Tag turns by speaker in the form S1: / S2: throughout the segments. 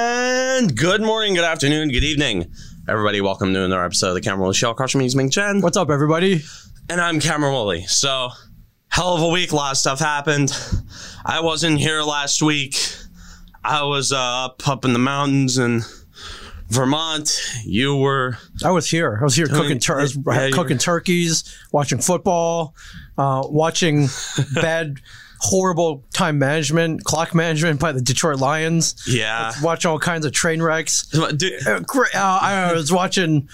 S1: And good morning, good afternoon, good evening, everybody. Welcome to another episode of the Cameron Woolley Show. Across from me is Ming Chen,
S2: What's up, everybody?
S1: and I'm Cameron Woolley. So, hell of a week. A lot of stuff happened. I wasn't here last week. I was uh, up up in the mountains in Vermont. You were
S2: I was here. I was here cooking, tur- I was
S1: yeah, you
S2: cooking
S1: were-
S2: turkeys, watching football, uh, watching bad, horrible time management, clock management by the Detroit Lions.
S1: yeah.
S2: Watch all kinds of train wrecks.
S1: Dude,
S2: Uh, great- uh, I was watching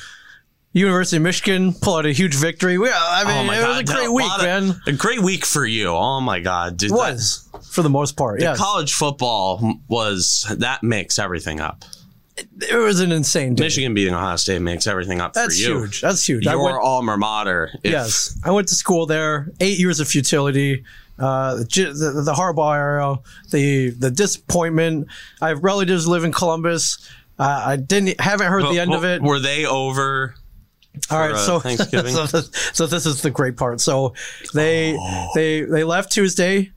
S2: University of Michigan pull out a huge victory. We, uh, I mean,
S1: oh my
S2: it
S1: god,
S2: was a
S1: that-
S2: great week,
S1: lot of-
S2: man.
S1: A great week for you. Oh my god, dude.
S2: It
S1: that-
S2: was for the most part. Yeah,
S1: college football was that makes everything up.
S2: it was an insane. Day.
S1: Michigan beating Ohio State makes everything up
S2: That's
S1: for you.
S2: huge. That's huge. I
S1: Your
S2: went-
S1: alma mater. If,
S2: Yes, I went to school there. Eight years of futility, uh, j- the, the Harbaugh era, the the disappointment. I have relatives live in Columbus. Uh, I didn't haven't heard the end of it.
S1: Were they over?
S2: All right,
S1: uh,
S2: so
S1: Thanksgiving?
S2: so, this, so this is the great part. So they
S1: Oh.
S2: they they left Tuesday,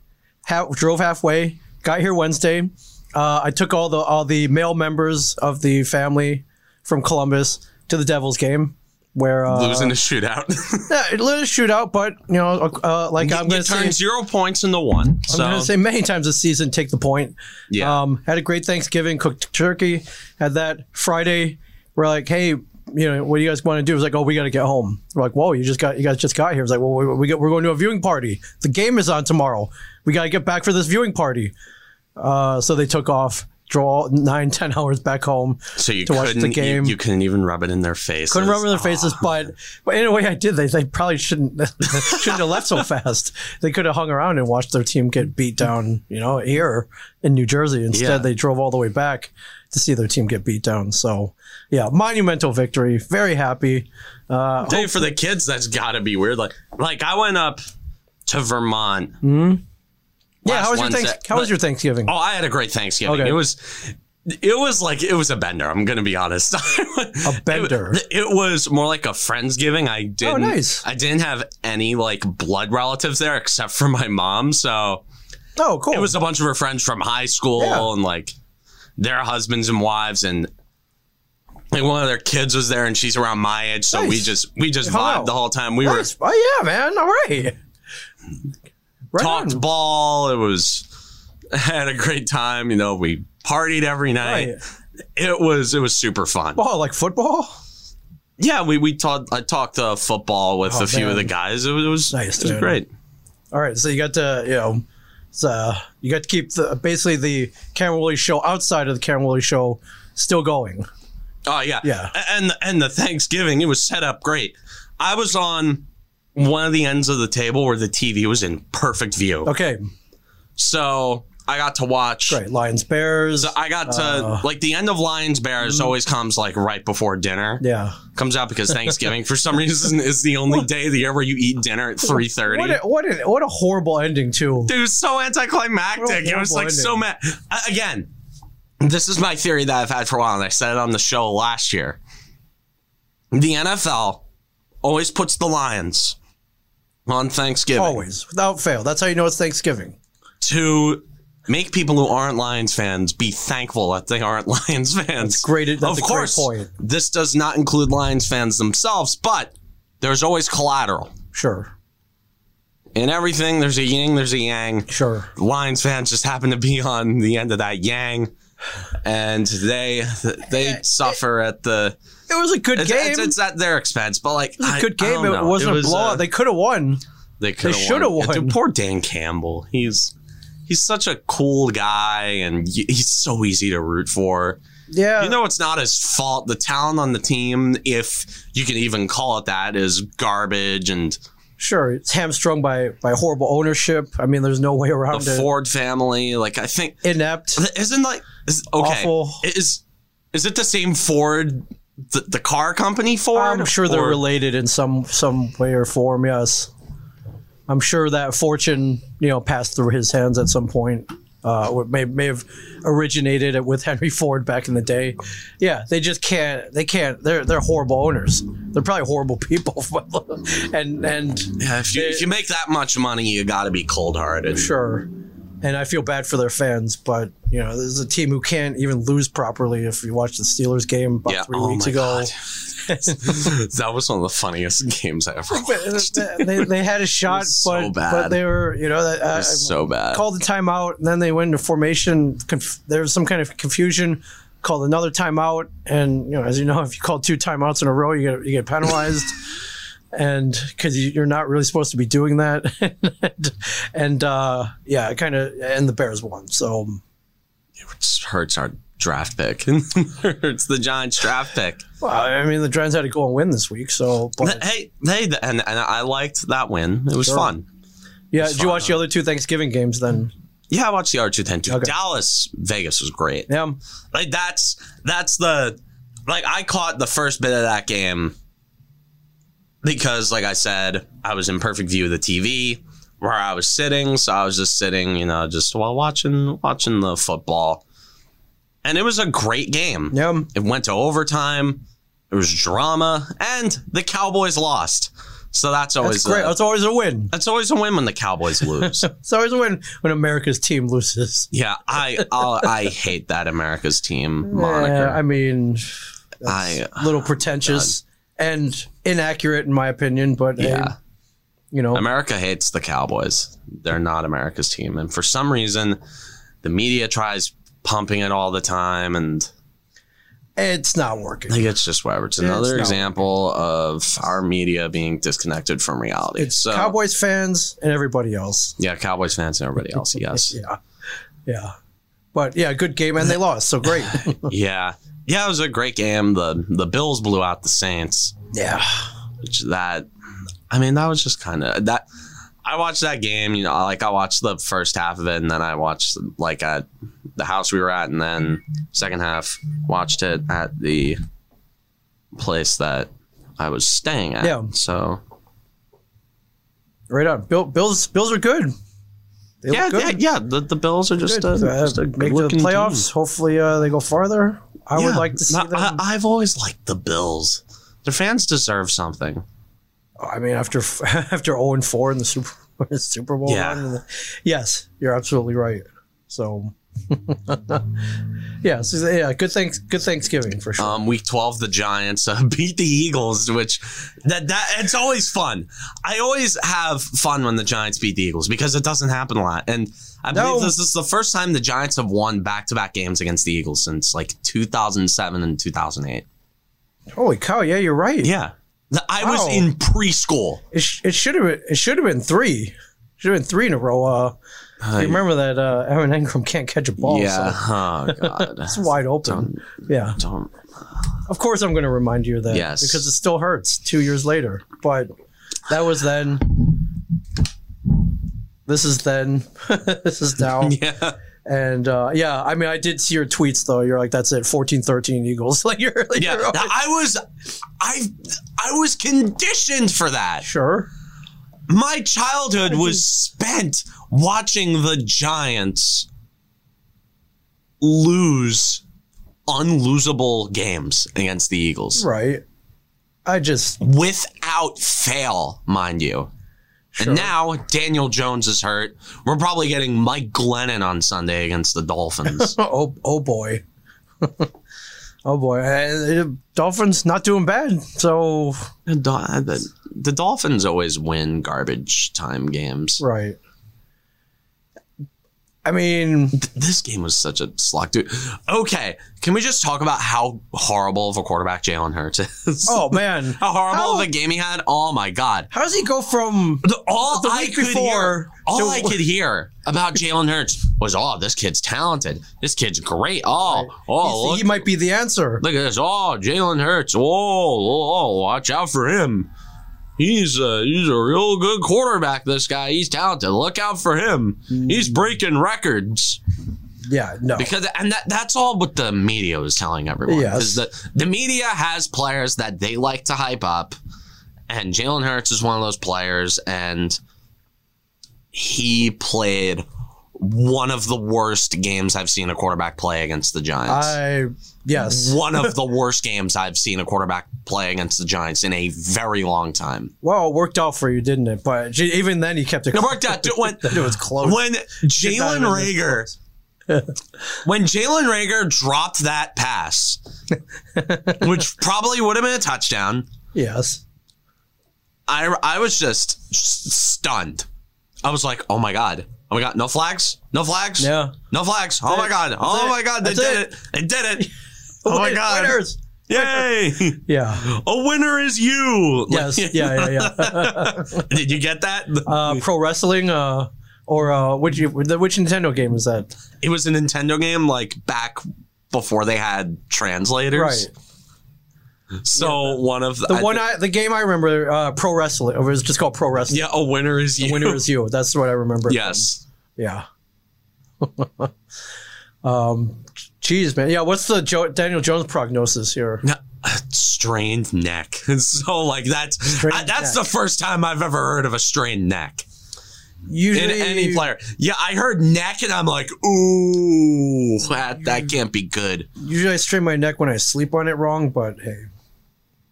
S2: ha- drove halfway, got here Wednesday. Uh, I took all the all the male members of the family from Columbus to the Devils game, where uh,
S1: Losing a shootout.
S2: Yeah, it lit a shootout, but you know, uh, like I'm
S1: you
S2: going to
S1: turned
S2: say,
S1: zero points into one. So
S2: I'm going to say many times this season, take the point.
S1: Yeah.
S2: Um, had a great Thanksgiving, cooked turkey. Had that Friday. We're like, hey, you know, what do you guys want to do? It's like, oh, we got to get home. We're like, whoa, you just got, you guys just got here. It's like, well, we, we got, we're going to a viewing party. The game is on tomorrow. We got to get back for this viewing party. Uh, so they took off, drove all nine, ten hours back home.
S1: so you
S2: to watch the
S1: couldn't.
S2: game.
S1: You, you couldn't even rub it in their face.
S2: Couldn't remember their faces, but but in a way I did. They, they probably shouldn't shouldn't have left so fast. They could have hung around and watched their team get beat down, you know, here in New Jersey. Instead,
S1: Yeah.
S2: they drove all the way back to see their team get beat down. So, yeah, monumental victory. Very happy. Uh,
S1: Dude, for the kids, that's got to be weird. Like, like I went up to Vermont.
S2: Hmm? yeah, how was your
S1: Wednesday-
S2: thanks- How was your Thanksgiving?
S1: Oh, I had a great Thanksgiving.
S2: Okay.
S1: It was. It was like it was a bender. I'm gonna be honest.
S2: A bender. Oh,
S1: It, it was more like a friendsgiving. I didn't.
S2: nice.
S1: I didn't have any like blood relatives there except for my mom. So
S2: Oh, cool.
S1: it was a bunch of her friends from high school
S2: Yeah.
S1: and like their husbands and wives and like one of their kids was there and she's around my age. So we
S2: Nice.
S1: just we just
S2: Hung
S1: vibed
S2: out.
S1: the whole time. We were
S2: nice. Oh, yeah, man. All right. Right
S1: talked
S2: on.
S1: ball. It was had a great time. You know, we partied every night.
S2: Right.
S1: It was it was super fun.
S2: Ball like football.
S1: yeah, we we talked I talked uh, football with
S2: Oh,
S1: a few of the
S2: man.
S1: guys. It was it was,
S2: Nice,
S1: it was
S2: dude.
S1: great.
S2: All right, so you got to you know, it's, uh, you got to keep the basically the Cameron Woolley show outside of the Cameron Woolley show still going.
S1: Oh yeah,
S2: Yeah.
S1: A- And and the Thanksgiving, it was set up great. I was on one of the ends of the table where the TV was in perfect view,
S2: Okay,
S1: so I got to watch.
S2: great. Uh. Lions Bears.
S1: I got to like the end of Lions Bears always comes like right before dinner.
S2: Mm-hmm. yeah.
S1: Comes out because Thanksgiving for some reason is the only day of the year where you eat dinner at three thirty.
S2: What a, what a what a horrible ending too.
S1: Dude, it was so anticlimactic. It was like so mad. Uh, again, this is my theory that I've had for a while, and I said it on the show last year. The NFL always puts the Lions on Thanksgiving
S2: Always, without fail. That's how you know it's Thanksgiving.
S1: to make people who aren't Lions fans be thankful that they aren't Lions fans.
S2: great- that's
S1: of
S2: a great
S1: course,
S2: point.
S1: this does not include Lions fans themselves, but there's always collateral.
S2: Sure,
S1: In everything, there's a yin, there's a yang.
S2: sure.
S1: Lions fans just happened to be on the end of that yang, and they they suffer at the
S2: It was a good
S1: it's,
S2: game.
S1: it's, it's at their expense. But like,
S2: a
S1: I-
S2: good
S1: I
S2: game.
S1: don't
S2: It
S1: know.
S2: wasn't
S1: was,
S2: a blowout.
S1: uh,
S2: they could have won.
S1: they could
S2: shoulda won.
S1: poor Dan Campbell. He's he's such a cool guy, and y- he's so easy to root for.
S2: Yeah.
S1: You know, it's not his fault. The talent on the team, if you can even call it that, is garbage. And
S2: sure. It's hamstrung by by horrible ownership. I mean, there's no way
S1: the
S2: around it.
S1: Ford family, like I think
S2: Inept.
S1: Isn't like is, okay?
S2: Awful.
S1: Is is it the same Ford, the, the car company Ford?
S2: I'm sure they're
S1: Or-
S2: related in some some way or form. Yes, I'm sure that fortune you know passed through his hands at some point. Uh, or may may have originated it with Henry Ford back in the day. Yeah, they just can't. They can't. They're they're horrible owners. They're probably horrible people. and and
S1: Yeah, if you, if you make that much money, you got to be cold hearted.
S2: sure. and I feel bad for their fans, but you know, there's a team who can't even lose properly. If you watch the Steelers game about
S1: Yeah,
S2: three
S1: oh
S2: weeks
S1: my
S2: ago,
S1: God. that was one of the funniest games I ever watched.
S2: But they, they had a shot,
S1: was so
S2: but
S1: bad.
S2: but they were you know that,
S1: It
S2: uh,
S1: was so bad.
S2: called the timeout, and then they went into formation. Conf- there was some kind of confusion. Called another timeout, and you know, as you know, if you call two timeouts in a row, you get you get penalized, and because you, you're not really supposed to be doing that, and, uh, yeah, kind of, and the Bears won. So
S1: hurts our draft pick. hurts the Giants draft pick.
S2: well, I mean, the Giants had to go and win this week. So but,
S1: Hey, hey, th- and, and I liked that win. It was
S2: Sure.
S1: fun.
S2: yeah, did you
S1: fine,
S2: watch the other two Thanksgiving games then?
S1: Yeah, I watched the Archer ten too.
S2: Okay.
S1: Dallas Vegas was great.
S2: Yeah,
S1: Like that's that's the like I caught the first bit of that game because like I said, I was in perfect view of the TV where I was sitting, so I was just sitting, you know, just while watching watching the football. And it was a great game.
S2: yeah.
S1: It went to overtime. It was drama, and the Cowboys lost. So that's always
S2: That's great.
S1: A,
S2: That's always a win.
S1: that's always a win when the Cowboys lose.
S2: It's always a win when America's team loses.
S1: yeah, I I'll, I hate that America's team
S2: Yeah, I
S1: moniker.
S2: mean,
S1: I- uh,
S2: a little pretentious and inaccurate in my opinion, but hey,
S1: Yeah.
S2: you know,
S1: America hates the Cowboys. They're not America's team, and for some reason, the media tries pumping it all the time, and
S2: it's not working.
S1: like it's just whatever. It's
S2: it's
S1: another
S2: not-
S1: example of our media being disconnected from reality.
S2: It's
S1: so
S2: Cowboys fans and everybody else.
S1: yeah, Cowboys fans and everybody else. Yes.
S2: Yeah, yeah, but yeah, good game and they lost, so great.
S1: Yeah. Yeah, it was a great game. The the Bills blew out the Saints.
S2: yeah,
S1: Which that I mean, that was just kind of that I watched that game, you know, like I watched the first half of it and then I watched like at the house we were at and then second half watched it at the place that I was staying at.
S2: Yeah.
S1: So
S2: right on. Bill, Bills, Bills are good. They
S1: yeah,
S2: look
S1: yeah,
S2: good.
S1: yeah. The, the Bills are just
S2: Good.
S1: a,
S2: Uh,
S1: just a
S2: make the
S1: good-looking team.
S2: playoffs. Hopefully, uh, they go farther. I would
S1: Yeah.
S2: like to see
S1: No,
S2: them.
S1: I, I've always liked the Bills. Their fans deserve something.
S2: I mean, after after zero and four in the Super the Super Bowl,
S1: Yeah.
S2: run and the- yes, you're absolutely right. So, yeah, so, yeah, good thanks, good Thanksgiving for sure.
S1: Um, week twelve, the Giants uh, beat the Eagles, which that that it's always fun. I always have fun when the Giants beat the Eagles because it doesn't happen a lot. And I
S2: No.
S1: believe this is the first time the Giants have won back to back games against the Eagles since like two thousand seven and two thousand eight.
S2: Holy cow! Yeah, you're right.
S1: Uh, Yeah, The- I
S2: Wow.
S1: was in preschool.
S2: It, sh- it should have been it should have been three. Should have been three in a row. Uh,
S1: Uh,
S2: you remember that uh, Aaron Ingram can't catch a ball.
S1: yeah.
S2: so
S1: Oh God.
S2: it's wide open. Yeah,
S1: Don't-
S2: of course I'm going to remind you of that.
S1: Yes.
S2: because it still hurts two years later. But that was then. This is then. this is now.
S1: yeah.
S2: And uh, yeah, I mean, I did see your tweets though. You're like, that's it, fourteen, thirteen Eagles. Like you're, like,
S1: Yeah.
S2: you're always-
S1: I was. I I was conditioned for that.
S2: sure.
S1: My childhood was spent watching the Giants lose unlosable games against the Eagles
S2: Right. I just
S1: without fail, mind you.
S2: Sure.
S1: And now Daniel Jones is hurt. We're probably getting Mike Glennon on Sunday against the Dolphins.
S2: oh oh boy. oh boy. And, uh, Dolphins not doing bad. So
S1: the, Dol- the- the Dolphins always win garbage time games.
S2: right. I mean,
S1: This game was such a slog, dude. Okay, can we just talk about how horrible of a quarterback Jalen Hurts is?
S2: oh man.
S1: How horrible
S2: How-
S1: the game he had! Oh my god!
S2: How does he go from
S1: The, all
S2: The
S1: I
S2: week
S1: could
S2: before-
S1: hear, all
S2: so-
S1: I could hear about Jalen Hurts was, "Oh, this kid's talented. This kid's great. Oh, oh,
S2: he
S1: look,
S2: might be the answer?
S1: look at this. Oh, Jalen Hurts. Oh, oh, oh, watch out for him. He's a, he's a real good quarterback. This guy, he's talented. Look out for him.
S2: Mm.
S1: He's breaking records."
S2: Yeah, no.
S1: Because and that that's all what the media was telling everyone.
S2: Oh. Yes.
S1: Is that the media has players that they like to hype up, and Jalen Hurts is one of those players, and he played one of the worst games I've seen a quarterback play against the Giants.
S2: I yes.
S1: one of the worst games I've seen a quarterback play against the Giants in a very long time.
S2: Well, it worked out for you, didn't it? But gee, even then, you kept it.
S1: It worked out. Dude, when-
S2: That it was close.
S1: When Jalen
S2: diamond is
S1: Rager, when Jalen Rager dropped that pass, which probably would have been a touchdown,
S2: Yes.
S1: I I was just s- stunned. I was like, oh my god, oh my god, no flags, no flags,
S2: Yeah.
S1: no flags. Oh
S2: That's
S1: my
S2: it.
S1: god, oh
S2: That's it.
S1: my god, they
S2: That's
S1: did
S2: it.
S1: it. they did it. Oh my
S2: Win-
S1: god,
S2: Winners.
S1: yay!
S2: Yeah.
S1: A winner is you.
S2: Yes. Yeah. Yeah. Yeah.
S1: did you get that?
S2: Uh, pro wrestling. Uh, or uh, which you- the- which Nintendo game is that?
S1: It was a Nintendo game like back before they had translators.
S2: Right.
S1: So one of
S2: The one I the game I remember. Uh, pro wrestling. Or it was just called pro wrestling.
S1: yeah, a winner is you.
S2: Winner is you. That's what I remember.
S1: yes.
S2: Yeah. um, geez, man. Yeah. What's the jo- Daniel Jones prognosis here?
S1: No, strained neck. So like that's I- that's
S2: neck.
S1: the first time I've ever heard of a strained neck in
S2: Usually,
S1: any player. Yeah, I heard neck and I'm like, ooh, that,
S2: Mm.
S1: that can't be good.
S2: Usually, I strain my neck when I sleep on it wrong. But hey,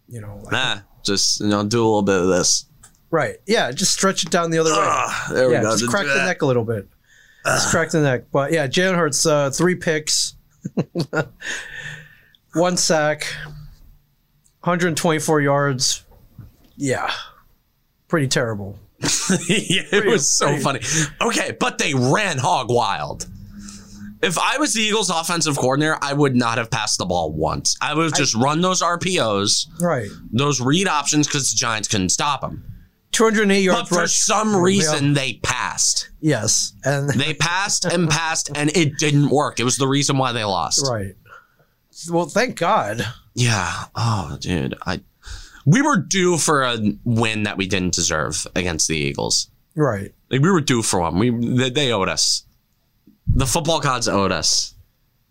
S2: you know. like-
S1: Nah, just you know, do a little bit of this.
S2: right. Yeah. Just stretch it down the other way.
S1: Ugh, Ah, there
S2: yeah,
S1: we go.
S2: just
S1: Just
S2: crack
S1: do
S2: the
S1: that. Ah.
S2: neck a little bit. Just crack the neck. But yeah, Jalen Hurts, uh, three picks, one sack, 124 yards. Yeah, pretty terrible.
S1: yeah, it was so
S2: pretty-
S1: funny. Okay, but they ran hog wild. If I was the Eagles' offensive coordinator, I would not have passed the ball once. I would have just run those RPOs,
S2: Right.
S1: those read options, because the Giants couldn't stop them.
S2: 208
S1: But
S2: yards
S1: for
S2: rush.
S1: some reason, they passed.
S2: Yes. And
S1: They passed and passed, and it didn't work. It was the reason why they lost.
S2: right. Well, thank God.
S1: Yeah. Oh, dude. I. We were due for a win that we didn't deserve against the Eagles.
S2: Right.
S1: Like we were due for one. We they, they owed us. The football gods owed us.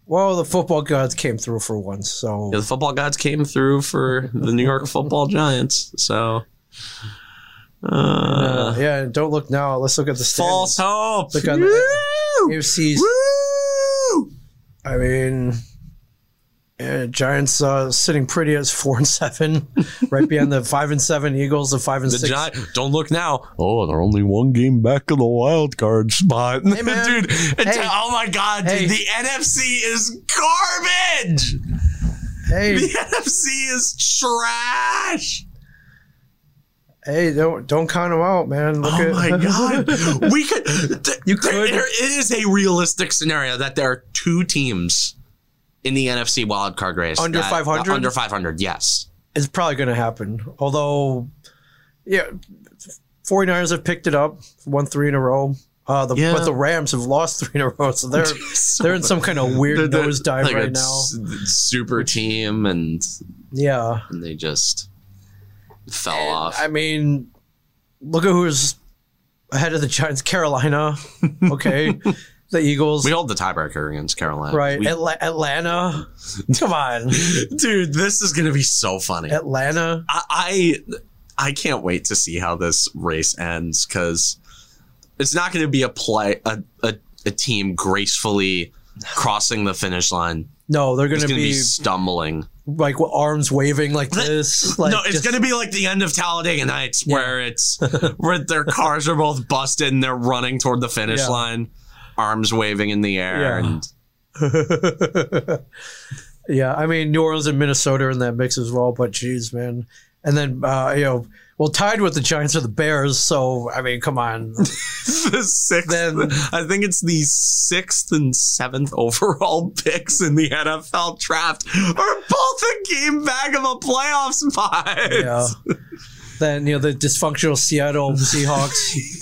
S2: Well, the football gods came through for once. So
S1: Yeah, the football gods came through for the New York Football Giants. So
S2: uh, yeah, don't look now. Let's look at the
S1: false
S2: standings.
S1: hope.
S2: Look on the-
S1: Woo!
S2: AFC's
S1: Woo!
S2: I mean, yeah, Giants uh, sitting pretty as four and seven, right behind the five and seven Eagles, the five and
S1: The
S2: six.
S1: Giant, don't look now. Oh, they're only one game back of the wild card spot,
S2: man.
S1: dude. it's-
S2: Hey.
S1: Oh my god,
S2: Hey.
S1: dude! The NFC is garbage. The
S2: hey,
S1: NFC is trash.
S2: hey, don't don't count them out, man. Look
S1: Oh
S2: at,
S1: my god, we could. th- there-
S2: You could-
S1: there- it is a realistic scenario that there are two teams in the NFC wild card race
S2: Under
S1: that- uh,
S2: 500?
S1: Under five hundred, yes.
S2: it's probably going to happen. Although, yeah, 49ers have picked it up, won three in a row. Uh, the,
S1: Yeah.
S2: But the Rams have lost three in a row, so they're they're in some kind of weird
S1: They're- they're
S2: nosedive
S1: like a
S2: right now.
S1: s- Super team, and,
S2: Yeah,
S1: and they just fell off.
S2: I mean, look at who's ahead of the Giants. Carolina, okay. the Eagles,
S1: We hold the tiebreaker against Carolina.
S2: right?
S1: We-
S2: Atla- Atlanta, come on,
S1: dude, this is going to be so funny.
S2: Atlanta.
S1: I, I I can't wait to see how this race ends because it's not going to be a play a, a a team gracefully crossing the finish line.
S2: No, they're
S1: It's
S2: gonna
S1: going to be,
S2: be,
S1: stumbling.
S2: like with arms waving like this. Like
S1: no, it's going to be like the end of Talladega Nights where it's where their cars are both busted and they're running toward the finish
S2: Yeah.
S1: line, arms waving in the air,
S2: Yeah.
S1: and
S2: gonna be. yeah, I mean New Orleans and Minnesota are in that mix as well, but geez, man. And then uh, you know, well, tied with the Giants are the Bears, so I mean, come on.
S1: the sixth.
S2: Then-
S1: I think it's the sixth and seventh overall picks in the NFL draft are both a game back of a playoff spot.
S2: yeah. Then you know the dysfunctional Seattle Seahawks.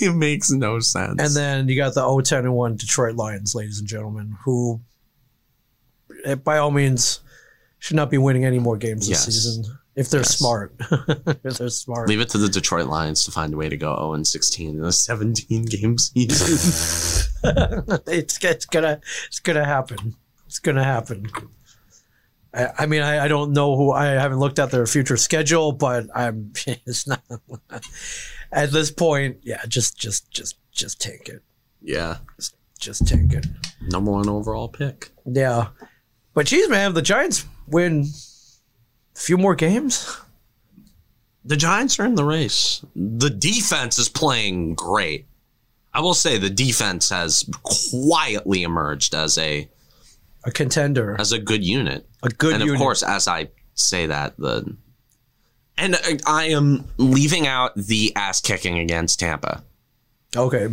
S1: it makes no sense.
S2: And then you got the 0 10 and 1 Detroit Lions, ladies and gentlemen, who eh, by all means should not be winning any more games
S1: Yes.
S2: this season if they're smart. if they're smart.
S1: Leave it to the Detroit Lions to find a way to go 0 and 16 in a 17 game season.
S2: it's it's gonna it's gonna happen. It's gonna happen. I, I mean, I, I don't know who I haven't looked at their future schedule, but I'm it's not at this point. Yeah, just just just just tank it.
S1: yeah.
S2: Just tank it.
S1: Number one overall pick.
S2: Yeah. But geez, man, if the Giants win a few more games,
S1: the Giants are in the race. The defense is playing great. I will say the defense has quietly emerged as a
S2: A contender,
S1: as a good unit.
S2: a good
S1: and
S2: unit.
S1: of course, as I say that, the and I- I am leaving out the ass kicking against Tampa
S2: Okay,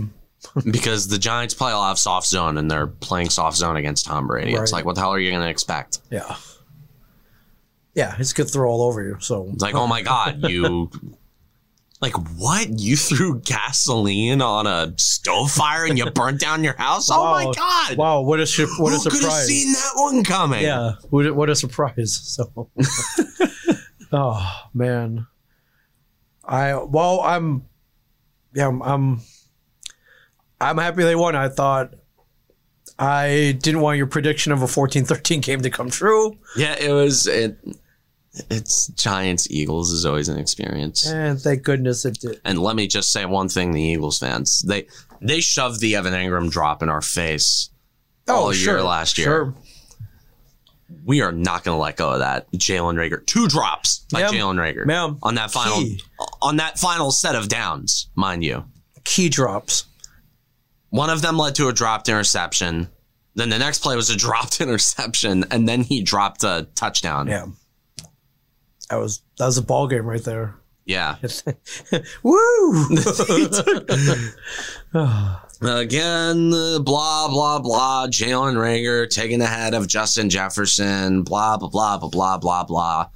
S1: because the Giants play a lot of soft zone and they're playing soft zone against Tom Brady. It's
S2: Right.
S1: like, what the hell are you going to expect?
S2: yeah, yeah. It's a good throw all over you. So
S1: It's like, oh my god, you. Like what? You threw gasoline on a stove fire and you burnt down your house? Oh my
S2: Wow.
S1: god!
S2: wow, what a su- what a
S1: Who could have
S2: surprise!
S1: seen that one coming?
S2: Yeah, what a, what a surprise. So, oh man, I well, I'm yeah, I'm, I'm I'm happy they won. I thought I didn't want your prediction of a 14-13 game to come true,
S1: yeah. It was it. It's Giants Eagles is always an experience.
S2: and thank goodness it did.
S1: And let me just say one thing, the Eagles fans they they shoved the Evan Ingram drop in our face. All year last year.
S2: Oh, sure.
S1: We are not going to let go of that. Jalen Rager, two drops by
S2: Yep.
S1: Jalen Rager
S2: Ma'am.
S1: on that final
S2: Key.
S1: on that final set of downs, mind you.
S2: key drops.
S1: One of them led to a dropped interception. Then the next play was a dropped interception, and then he dropped a touchdown.
S2: Yeah, that was that was a ball game right there.
S1: Yeah.
S2: Woo!
S1: Again, uh, blah, blah, blah. Jalen Rager taking ahead of Justin Jefferson, blah, blah, blah, blah, blah, blah, blah.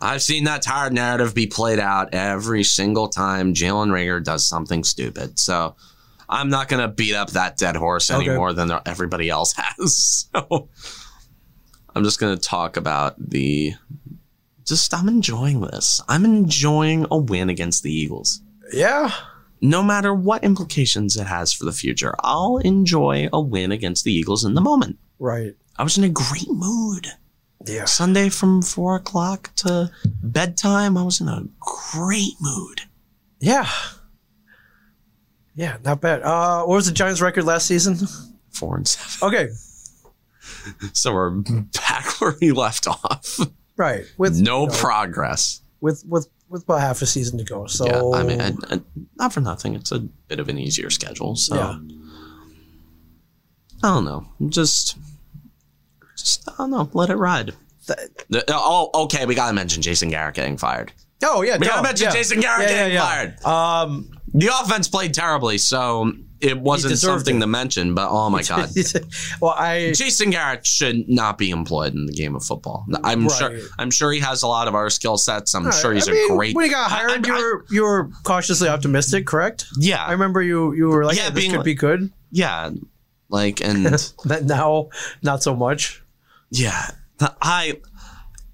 S1: I've seen that tired narrative be played out every single time Jalen Rager does something stupid. So I'm not going to beat up that dead horse any
S2: Okay.
S1: more than everybody else has. So I'm just going to talk about the. Just, I'm enjoying this. I'm enjoying a win against the Eagles
S2: yeah.
S1: no matter what implications it has for the future, I'll enjoy a win against the Eagles in the moment.
S2: Right.
S1: I was in a great mood.
S2: Yeah.
S1: Sunday from four o'clock to bedtime, I was in a great mood.
S2: Yeah. Yeah, not bad. Uh, what was the Giants' record last season?
S1: Four and seven.
S2: Okay,
S1: So we're back where we left off.
S2: right with
S1: No
S2: you know,
S1: progress.
S2: with with with about half a season to go. So
S1: Yeah, I mean, I- I- not for nothing. It's a bit of an easier schedule. So
S2: Yeah.
S1: I don't know. Just, just I don't know. Let it ride.
S2: th-
S1: The- oh, okay. We gotta mention Jason Garrett getting fired.
S2: oh yeah,
S1: We
S2: no,
S1: gotta mention
S2: yeah.
S1: Jason Garrett
S2: Yeah, yeah,
S1: getting
S2: yeah.
S1: fired.
S2: Um,
S1: The offense played terribly, so it wasn't
S2: deserved
S1: something
S2: it.
S1: to mention. But oh my god,
S2: well, I
S1: Jason Garrett should not be employed in the game of football. I'm
S2: Right.
S1: sure. I'm sure he has a lot of our skill sets. I'm sure he's
S2: I mean,
S1: a great.
S2: When he got
S1: I- I-
S2: hired, you
S1: I-
S2: were you were cautiously optimistic, correct?
S1: yeah,
S2: I remember you you were like,
S1: Yeah,
S2: yeah, this
S1: being
S2: could
S1: like-
S2: be good.
S1: yeah, like and
S2: That now, not so much.
S1: yeah, I.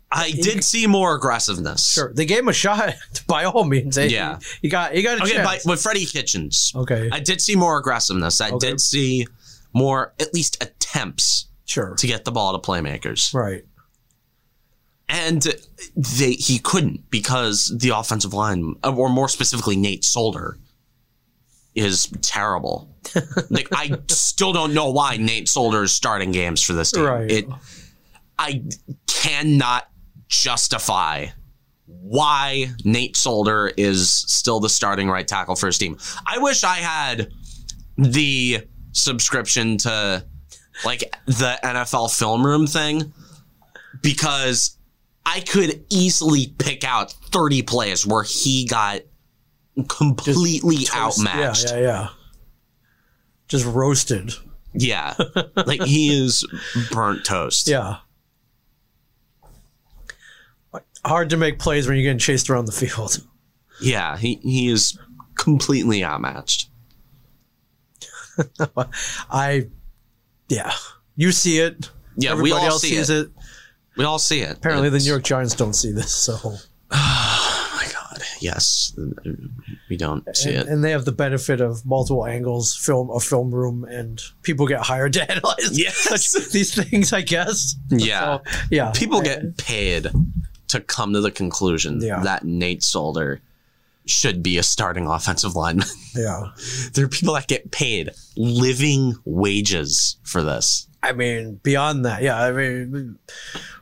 S1: I did see more aggressiveness.
S2: Sure, they gave him a shot by all means. They-
S1: Yeah.
S2: he got he got a
S1: Okay, by,
S2: chance.
S1: with Freddie Kitchens,
S2: okay,
S1: I did see more aggressiveness. I
S2: Okay.
S1: did see more, at least attempts
S2: sure,
S1: to get the ball to playmakers.
S2: right.
S1: and they he couldn't because the offensive line, uh, or more specifically, Nate Solder, is terrible. like I still don't know why Nate Solder is starting games for this team.
S2: Right.
S1: It, I cannot justify why Nate Solder is still the starting right tackle for his team. I wish I had the subscription to like the NFL film room thing because I could easily pick out 30 plays where he got completely outmatched.
S2: Yeah, yeah, yeah. Just roasted.
S1: Yeah. like he is burnt toast.
S2: Yeah. Hard to make plays when you're getting chased around the field.
S1: Yeah, he, he is completely outmatched.
S2: I, yeah, you see it.
S1: Yeah,
S2: Everybody
S1: we all
S2: else
S1: see
S2: sees
S1: it.
S2: it.
S1: We all see it. Oh
S2: Apparently, the
S1: It's-
S2: New York Giants don't see this. So,
S1: Oh my god. Yes. We don't see it.
S2: and, and they have the benefit of multiple angles, film a film room, and people get hired to analyze
S1: Yes.
S2: these things. I guess.
S1: Yeah.
S2: So, yeah.
S1: People get paid to come to the conclusion
S2: Yeah.
S1: that Nate Solder should be a starting offensive lineman.
S2: Yeah.
S1: there are people that get paid living wages for this.
S2: I mean, beyond that, yeah. I mean,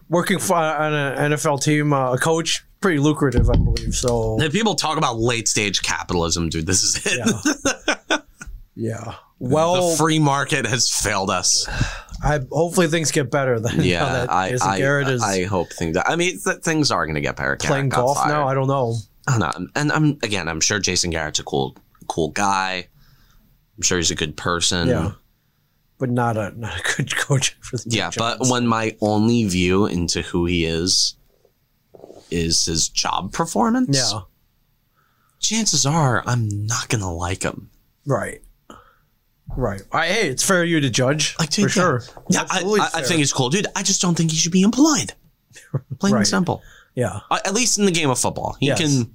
S2: working for on an NFL team, uh, a coach pretty lucrative, I believe. So
S1: If people talk about late stage capitalism, dude, this is it.
S2: yeah.
S1: the
S2: Well,
S1: free market has failed us.
S2: Oh. I hopefully things get better. Than now
S1: Yeah,
S2: that
S1: I,
S2: Jason
S1: I,
S2: Garrett is
S1: I hope things. I mean, th- things are going to get better. Garrett
S2: playing
S1: got
S2: golf
S1: fired.
S2: now. I don't know.
S1: I don't know. And I'm again, I'm sure Jason Garrett's a cool, cool guy. I'm sure he's a good person.
S2: Yeah. But not a not a good coach for the
S1: Yeah, but
S2: Giants.
S1: when my only view into who he is is his job performance,
S2: yeah,
S1: chances are I'm not gonna like him.
S2: right, right. I, hey, it's fair of you to judge
S1: Like, dude,
S2: for sure.
S1: Yeah, I,
S2: Absolutely
S1: I- I
S2: fair.
S1: think he's cool, dude. I just don't think he should be employed. Plain
S2: Right.
S1: and simple.
S2: Yeah,
S1: Uh, At least in the game of football, he
S2: Yes.
S1: can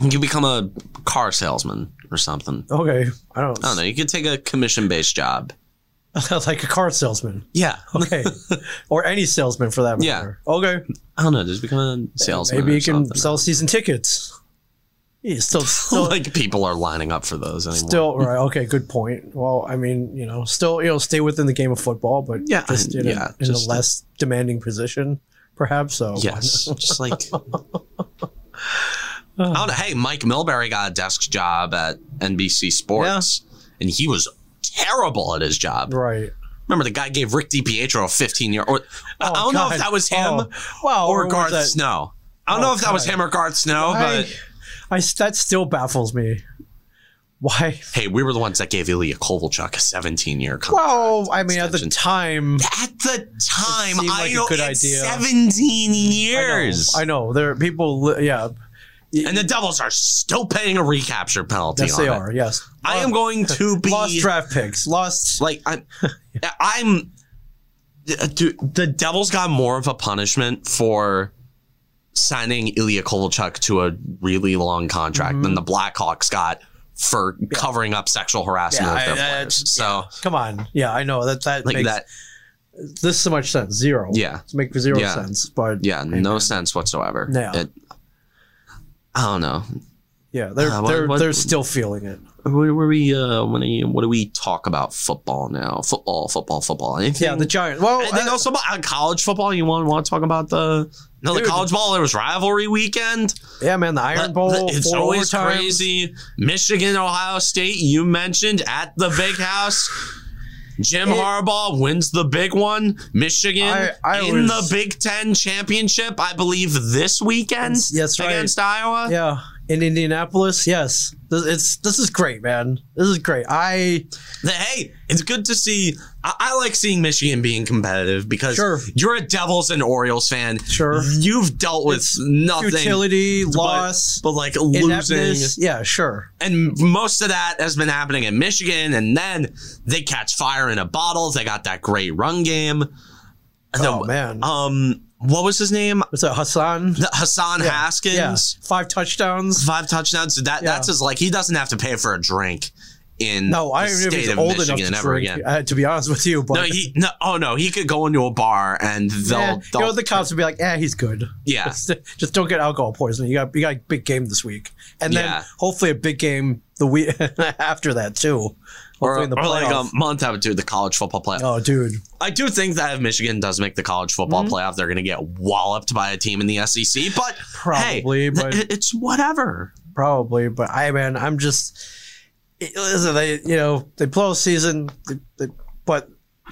S1: he can become a car salesman or something.
S2: okay. I don't,
S1: I don't know. You could take a commission based job.
S2: like a car salesman.
S1: Yeah,
S2: Okay, or any salesman for that
S1: Yeah.
S2: matter. Okay,
S1: I don't know. Just become a salesman.
S2: maybe
S1: or
S2: you can
S1: something.
S2: sell season tickets. Yeah, still, still,
S1: like people are lining up for those anymore.
S2: still right. Okay, good point. Well, I mean, you know, still, you know, stay within the game of football, but
S1: Yeah,
S2: just in,
S1: yeah,
S2: a, in
S1: just-
S2: a less demanding position, perhaps. So
S1: yes, just like I don't know. Hey, Mike Milbury got a desk job at NBC Sports, and he was terrible at his job.
S2: right.
S1: Remember, the guy gave Rick DiPietro a 15 year. Or I I don't know if
S2: Oh, God.
S1: that was him
S2: Oh. Wow,
S1: or
S2: was
S1: Garth
S2: that-
S1: Snow. I don't
S2: Oh,
S1: know if that was
S2: God.
S1: him or Garth Snow,
S2: I,
S1: but
S2: I s- that still baffles me. Why?
S1: hey, we were the ones that gave Ilya Kovalchuk a 17 year contract.
S2: Well, I mean, at the
S1: extension.
S2: time,
S1: At the time,
S2: seemed
S1: I
S2: like a
S1: know
S2: good
S1: it's
S2: idea.
S1: 17
S2: I know-
S1: years.
S2: I know, there are people. Li- yeah,
S1: And the Devils are still paying a recapture penalty.
S2: yes,
S1: on
S2: they
S1: it.
S2: are. Yes,
S1: I am going to be
S2: lost draft picks, lost.
S1: like I'm. I'm. uh, Dude, the Devils got more of a punishment for signing Ilya Kovalchuk to a really long contract
S2: Mm-hmm.
S1: than the Blackhawks got for covering up sexual harassment
S2: Yeah,
S1: of their
S2: I- that's-
S1: players. So
S2: Come on, yeah, I know that that
S1: like
S2: makes
S1: that,
S2: this so much sense. Zero.
S1: Yeah.
S2: it makes zero
S1: Yeah.
S2: sense. But yeah,
S1: yeah, no sense whatsoever.
S2: Yeah.
S1: It- I don't know.
S2: they're
S1: Uh, what-
S2: they're
S1: what-
S2: they're still feeling it.
S1: What were we? Uh, when do you- what do we talk about? Football now. Football. Football. Football. Anything?
S2: Yeah, the Giants. Well,
S1: And then
S2: uh,
S1: also about uh, college football. You want want to talk about the no the
S2: Dude.
S1: college ball? There was rivalry weekend. Uh,
S2: yeah, man, the Iron Bowl.
S1: it's
S2: four
S1: always
S2: overtimes.
S1: crazy. Michigan, Ohio State. You mentioned at the big house. Jim
S2: It-
S1: Harbaugh wins the big one. Michigan
S2: I- I
S1: in
S2: was-
S1: the Big Ten championship, I believe, this weekend
S2: That's right.
S1: against Iowa.
S2: Yeah, in Indianapolis. Yes, this, it's this is great, man. This is great. I
S1: that, hey, it's good to see. I, I like seeing Michigan being competitive because
S2: Sure.
S1: you're a Devils and Orioles fan.
S2: Sure.
S1: You've dealt with nothing.
S2: futility
S1: but-
S2: loss.
S1: But, like losing.
S2: Ineptness. Yeah, sure.
S1: And most of that has been happening in Michigan. And then they catch fire in a bottle. They got that great run game. And
S2: Oh
S1: then,
S2: man,
S1: Um, what was his name?
S2: what's that, Hassan?
S1: The- Hassan Haskins.
S2: Yeah, five touchdowns.
S1: Five touchdowns. That
S2: Yeah.
S1: that's his like he doesn't have to pay for a drink in
S2: No, I
S1: the
S2: don't even know if
S1: state
S2: he's
S1: of
S2: old
S1: Michigan
S2: enough to
S1: ever
S2: drink.
S1: again.
S2: Uh, to be honest with you, but
S1: No, he no. Oh no, he could go into a bar and they'll.
S2: Eh, you
S1: they'll-
S2: know the cops would be like, "Yeah, he's good.
S1: yeah,
S2: Just, just don't get alcohol poisoning. You got you got a big game this week, and then
S1: Yeah.
S2: hopefully a big game the week after that too.
S1: or,
S2: Hopefully in the
S1: or like um, a
S2: playoff.
S1: month out to the college football playoff.
S2: oh, dude,
S1: I do think that if Michigan does make the college football playoff, they're going to get walloped by a team in the SEC. But
S2: Probably,
S1: hey,
S2: but-
S1: th- it's whatever.
S2: probably. But I man, I'm just it- listen. They you know they blow a season, they, they, but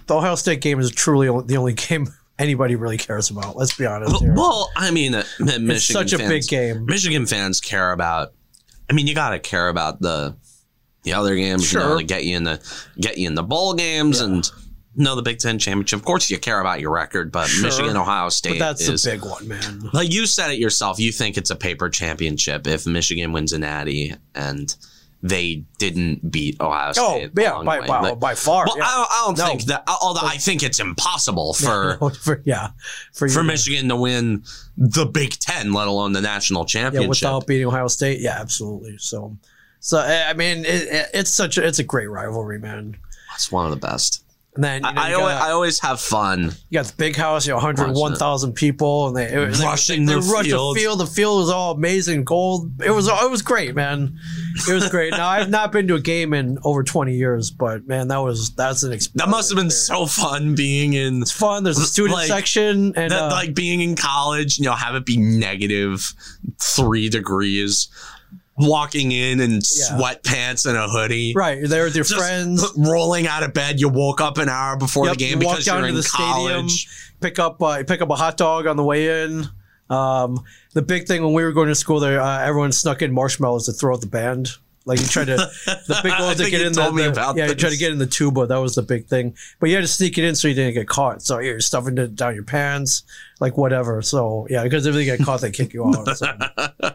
S2: the Ohio State game is truly only, the only game anybody really cares about. Let's be honest here.
S1: Well, I mean, uh, M- Michigan
S2: it's such a
S1: fans,
S2: big game.
S1: Michigan fans care about. I mean, you got to care about the the other games, you know,
S2: Sure.
S1: to get you in the get you in the bowl games and. No, the Big Ten championship. Of course, you care about your record, but
S2: Sure.
S1: Michigan, Ohio State
S2: But that's
S1: is
S2: a big one, man.
S1: Like you said it yourself, you think it's a paper championship if Michigan wins an Addy and they didn't beat Ohio
S2: Oh,
S1: State.
S2: yeah,
S1: along
S2: by,
S1: the way.
S2: by,
S1: Like-
S2: by far.
S1: well,
S2: yeah.
S1: I don't, I don't
S2: No.
S1: think that. Although I think it's impossible for
S2: for yeah, for,
S1: for
S2: you-
S1: Michigan to win the Big Ten, let alone the national
S2: yeah,
S1: championship.
S2: without beating Ohio State, yeah, absolutely. So, eh, so I I mean, it, it, it's such a, it's a great rivalry, man.
S1: it's one of the best.
S2: And then you, know,
S1: I, I,
S2: you
S1: always,
S2: got,
S1: I always have fun.
S2: you got the big house, you know, 101,000 people, and they it was,
S1: Rushing
S2: they,
S1: the
S2: rushed
S1: field.
S2: The field, the field was all amazing gold. It was it was great, man. It was great. now I've not been to a game in over 20 years, but man, that was that's an experience.
S1: That must have been so fun being in
S2: It's fun. There's a student
S1: Like,
S2: section,
S1: that,
S2: and uh,
S1: like being in college, you know, have it be negative three degrees, walking in in sweatpants and a hoodie.
S2: right, you're there with your
S1: Just
S2: friends.
S1: rolling out of bed, you woke up an hour before
S2: Yep,
S1: the game
S2: you walk
S1: because
S2: down
S1: you're in
S2: to the
S1: college.
S2: stadium, pick up uh, pick up a hot dog on the way in. Um, the big thing when we were going to school, there uh, everyone snuck in marshmallows to throw at the band. Like you tried to the big
S1: I
S2: ones to
S1: think
S2: get
S1: you
S2: in the,
S1: told me
S2: the-
S1: about
S2: yeah you tried to
S1: this.
S2: get in the tuba that was the big thing but you had to sneak it in so you didn't get caught so you're stuffing it down your pants like whatever so yeah because if they get caught they kick you out so,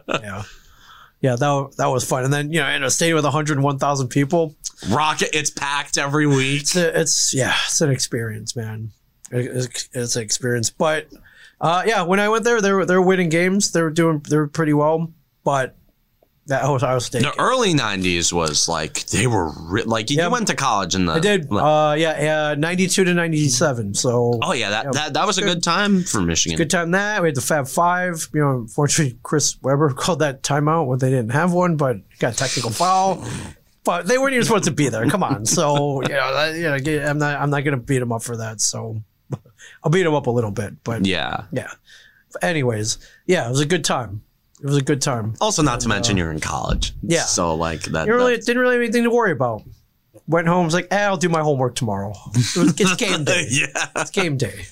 S2: yeah yeah that that was fun and then you know in a stadium with 101,000 people
S1: Rocket, it's packed every week.
S2: it's a, it's yeah, it's an experience, man. It- It's, it's an experience, but uh, yeah, when I went there, they were they're winning games. They were doing they were pretty well, but that Ohio State.
S1: The early '90s was like they were re- like
S2: Yeah.
S1: you went to college in the.
S2: I did. Uh, yeah, uh, ninety two to ninety seven. So
S1: oh yeah, that, that that was a good time for Michigan.
S2: good time that we had the Fab Five. You know, unfortunately, Chris Webber called that timeout when they didn't have one, but got a technical foul. But they weren't even supposed to be there. Come on, so you know, that, you know, again, I'm not I'm not gonna beat him up for that. So I'll beat him up a little bit, but
S1: Yeah.
S2: yeah. Anyways, yeah, it was a good time. It was a good time.
S1: Also, not to mention you're in college.
S2: yeah.
S1: So like that.
S2: It really
S1: that-
S2: didn't really have anything to worry about. Went home, was like, eh, I'll do my homework tomorrow. It was, it's game day.
S1: yeah.
S2: It's game day.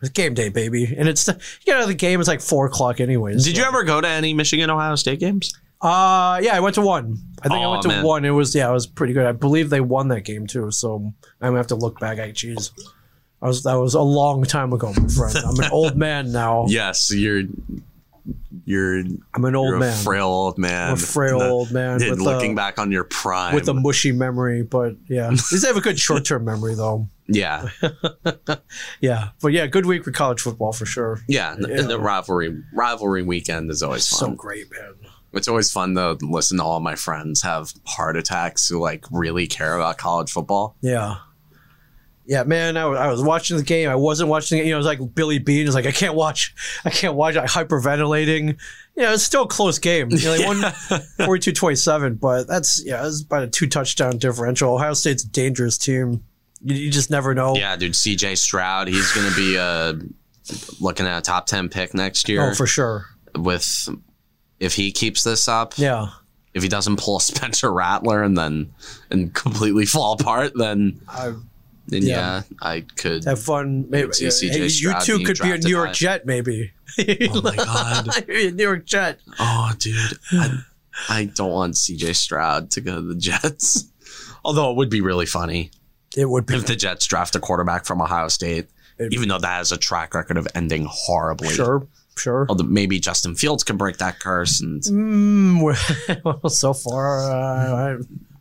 S2: It's game day, baby. And it's you know the game is like four o'clock anyways.
S1: Did you ever go to any Michigan Ohio State games?
S2: Uh yeah, I went to one. I think I
S1: Aw,
S2: went to
S1: man.
S2: one. It was yeah, it was pretty good. I believe they won that game too. So I'm gonna have to look back. I geez, I was that was a long time ago, my friend. I'm an old man now.
S1: Yes, you're. You're,
S2: I'm an old
S1: you're a
S2: man.
S1: frail old man.
S2: a frail
S1: The-
S2: old man.
S1: and
S2: with, uh,
S1: looking back on your prime,
S2: with a mushy memory, but yeah, at least I have a good short term memory though.
S1: yeah,
S2: Yeah, but yeah, good week with college football for sure.
S1: yeah, the-
S2: Yeah.
S1: The, rivalry rivalry weekend is always
S2: So
S1: fun.
S2: great, man.
S1: it's always fun to listen to all my friends have heart attacks who like really care about college football.
S2: Yeah. Yeah, man, I was, I was watching the game. I wasn't watching it. You know, it was like Billy Bean. It's like, I can't watch. I can't watch. i hyperventilating. You know, it's still a close game. You know, they won 42 27, but that's, yeah, it's about a two touchdown differential. Ohio State's a dangerous team. You, you just never know.
S1: Yeah, dude, C.J. Stroud, he's gonna be uh, looking at a top ten pick next year
S2: Oh, for sure.
S1: with if he keeps this up.
S2: Yeah.
S1: If he doesn't pull a Spencer Rattler and then and completely fall apart, then
S2: I,
S1: then
S2: Yeah.
S1: yeah, I could.
S2: have fun. Maybe,
S1: see CJ
S2: hey, you
S1: Stroud
S2: two
S1: being
S2: could be a
S1: drafted
S2: New York
S1: high.
S2: Jet, maybe.
S1: Oh my god.
S2: New York Jet.
S1: Oh, dude, I, I don't want CJ Stroud to go to the Jets. Although it would be really funny
S2: It would be
S1: if the Jets draft a quarterback from Ohio State,
S2: It'd-
S1: even though that has a track record of ending horribly.
S2: sure, sure.
S1: Although maybe Justin Fields can break that curse, and
S2: Mm, well, so far, uh, I,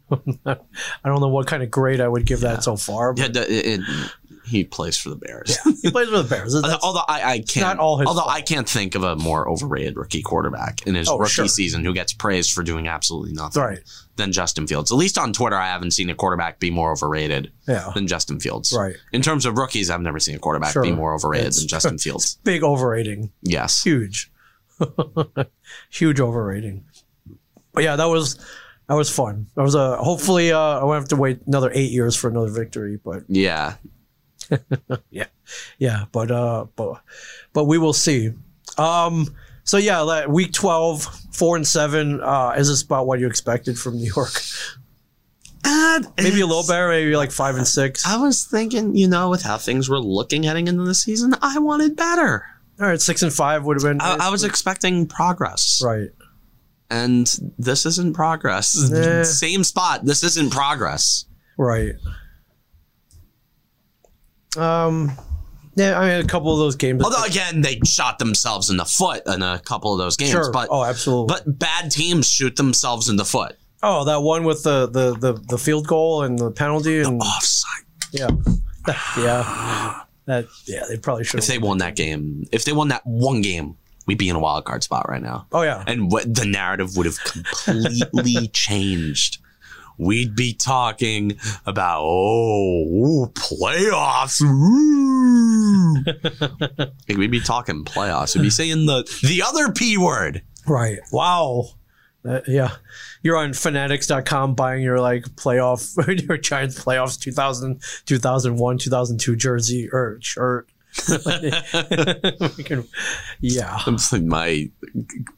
S2: I don't know what kind of grade I would give that so far. But
S1: yeah, the- it- he plays for the Bears.
S2: He plays with the Bears. That's-
S1: although I, I can't,
S2: not all his
S1: although
S2: fault.
S1: I can't think of a more overrated rookie quarterback in his
S2: Oh,
S1: rookie
S2: sure.
S1: season who gets praised for doing absolutely nothing
S2: right.
S1: than Justin Fields. At least on Twitter, I haven't seen a quarterback be more overrated
S2: Yeah.
S1: than Justin Fields.
S2: Right.
S1: In terms of rookies, I've never seen a quarterback
S2: Sure.
S1: be more overrated
S2: It's-
S1: than Justin Fields.
S2: Big overrating.
S1: Yes.
S2: Huge. Huge overrating. But yeah, that was that was fun. That was a hopefully uh, I won't have to wait another eight years for another victory, but
S1: Yeah.
S2: yeah but uh but but we will see um so yeah like, week 12 4 and 7 uh is this about what you expected from new york maybe a little better maybe like 5 and 6
S1: I was thinking, you know, with how things were looking heading into the season, I wanted better.
S2: all right 6 and 5 would have been
S1: I, I was expecting progress,
S2: right
S1: and this isn't progress.
S2: Nah.
S1: Same spot. This isn't progress.
S2: right um yeah i mean a couple of those games
S1: Although again, they shot themselves in the foot in a couple of those games.
S2: sure
S1: But
S2: oh absolutely
S1: but bad teams shoot themselves in the foot.
S2: oh that one with the the the, the field goal and the penalty and
S1: Offside.
S2: yeah yeah that yeah they probably should
S1: If they won that game, if they won that one game, we'd be in a wild card spot right now.
S2: oh yeah
S1: and what the narrative would have completely changed. we'd be talking about oh ooh, playoffs. Ooh. like we'd be talking playoffs. We'd be saying the the other p word.
S2: Right. Wow. Uh, yeah. You're on fanatics.com buying your like playoff, your Giants playoffs 2000, 2001, 2002 jersey or shirt. We can- yeah.
S1: I'm just like my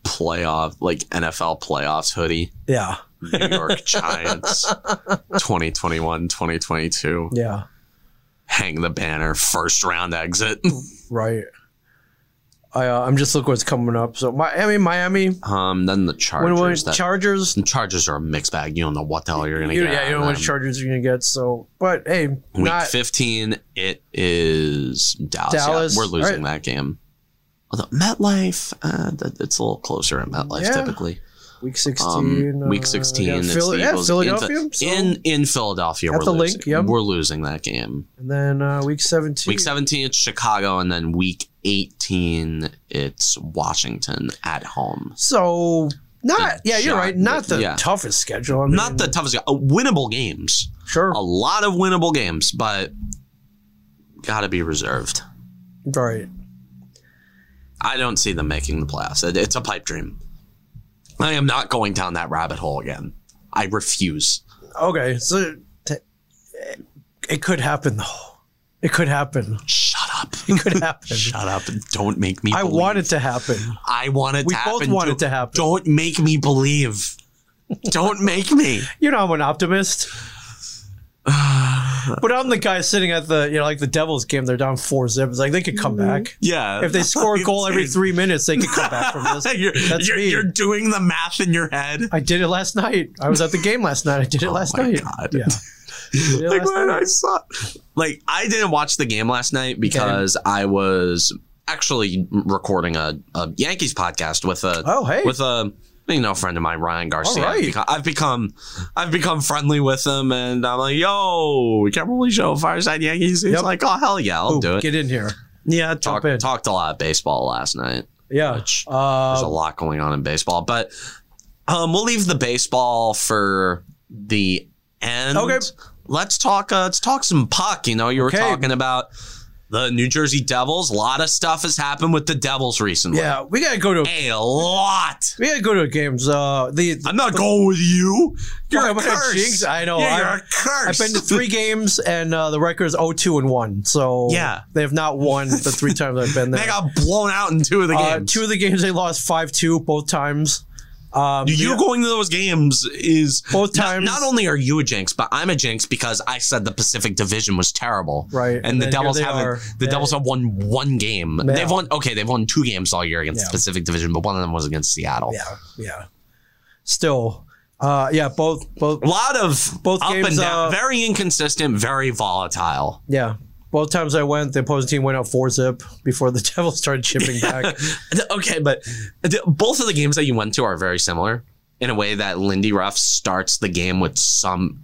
S1: playoff, like NFL playoffs hoodie.
S2: Yeah.
S1: New York Giants 2021 2022.
S2: Yeah.
S1: Hang the banner, first round exit.
S2: Right. I, uh, I'm just looking what's coming up. So Miami, Miami.
S1: Um, then the
S2: When
S1: Chargers.
S2: we
S1: that-
S2: Chargers.
S1: the Chargers are a mixed bag. You don't know what the hell you're going to
S2: You,
S1: get.
S2: yeah, you
S1: out
S2: don't know
S1: of
S2: what
S1: them.
S2: Chargers you're gonna get. So, but hey,
S1: Week
S2: not
S1: 15, it is Dallas. Yeah,
S2: Dallas.
S1: we're losing that
S2: Alright.
S1: game. Although MetLife, uh, that, it's a little closer at MetLife
S2: Yeah.
S1: typically.
S2: week
S1: Um,
S2: sixteen.
S1: week
S2: uh,
S1: 16,
S2: yeah,
S1: it's
S2: Phil-
S1: the
S2: yeah,
S1: Eagles
S2: Philadelphia.
S1: in,
S2: so-
S1: in in Philadelphia.
S2: At
S1: we're
S2: the
S1: losing.
S2: link, yep.
S1: We're losing that game.
S2: and then uh, week seventeen.
S1: Week 17, it's Chicago, and then week 18, it's Washington at home.
S2: So not
S1: The
S2: yeah, you're
S1: shot-
S2: right. Not the
S1: yeah.
S2: toughest schedule. I mean,
S1: Not the Oh. toughest, uh, winnable games.
S2: sure.
S1: A lot of winnable games, but gotta be reserved.
S2: Right.
S1: I don't see them making the playoffs. It- it's a pipe dream. I am not going down that rabbit hole again. I refuse.
S2: Okay. So t- it could happen though. It could happen.
S1: Shut up.
S2: It could happen.
S1: Shut up. Don't make me.
S2: I
S1: believe.
S2: want it to happen.
S1: I want it
S2: We
S1: to
S2: both
S1: happen.
S2: want
S1: too.
S2: it to happen.
S1: Don't make me believe. Don't make me.
S2: You know, I'm an optimist. but I'm the guy sitting at the you know like the Devils game. They're down four zips. Like they could come
S1: Mm-hmm.
S2: back
S1: Yeah.
S2: if they score a goal every
S1: Dude.
S2: three minutes. They could come back from this.
S1: you're,
S2: That's
S1: you're,
S2: me.
S1: you're doing the math in your head.
S2: I did it last night. I was at the game last night. I did it
S1: Oh
S2: last
S1: my
S2: night.
S1: God.
S2: Yeah. I did it
S1: like
S2: last
S1: when
S2: night.
S1: I saw, like I didn't watch the game last night because I was actually recording a, a Yankees podcast with a
S2: Oh hey.
S1: with a you know friend of mine Ryan Garcia.
S2: All right.
S1: I've, become, I've become I've become friendly with him, and I'm like, yo, Can't really show Fireside Yankees. He's
S2: Yep.
S1: like, oh hell yeah, I'll
S2: Ooh,
S1: do it.
S2: Get in here.
S1: yeah,
S2: jump
S1: talk,
S2: in.
S1: talked a lot of baseball last night.
S2: Yeah.
S1: Which- There's a
S2: Uh,
S1: lot going on in baseball, but um, we'll leave the baseball for the end.
S2: Okay.
S1: Let's talk. Uh, let's talk some puck. You know, you were
S2: Okay.
S1: talking about the New Jersey Devils. A lot of stuff has happened with the Devils recently.
S2: yeah, we gotta go to
S1: A lot.
S2: we gotta go to games. Uh, the, the
S1: I'm not going with you. You're
S2: Why
S1: a
S2: am I
S1: curse.
S2: jinxed? I know,
S1: Yeah,
S2: I-
S1: you're a curse.
S2: I've been to three games and uh, the record is 0-2 and one. So
S1: Yeah.
S2: they have not won the three times I've been there.
S1: They got blown out in two of the
S2: Uh,
S1: games.
S2: two of the games they lost five two both times. Um,
S1: you
S2: yeah,
S1: going to those games is
S2: both
S1: Not-
S2: times.
S1: Not, only are you a jinx, but I'm a jinx because I said the Pacific Division was terrible.
S2: Right,
S1: And,
S2: and
S1: the
S2: then
S1: Devils
S2: here they
S1: haven't.
S2: are.
S1: The
S2: Yeah.
S1: Devils have won one game.
S2: Yeah.
S1: They've won. Okay, they've won two games all year against
S2: Yeah.
S1: the Pacific Division, but one of them was against Seattle.
S2: yeah, yeah. Still, uh, yeah, both both
S1: A lot of
S2: Both
S1: up
S2: games,
S1: and down,
S2: uh,
S1: very inconsistent, very volatile.
S2: yeah. Both times I went, the opposing team went out four zip before the Devils started chipping back.
S1: Okay, but the- both of the games that you went to are very similar in a way that Lindy Ruff starts the game with some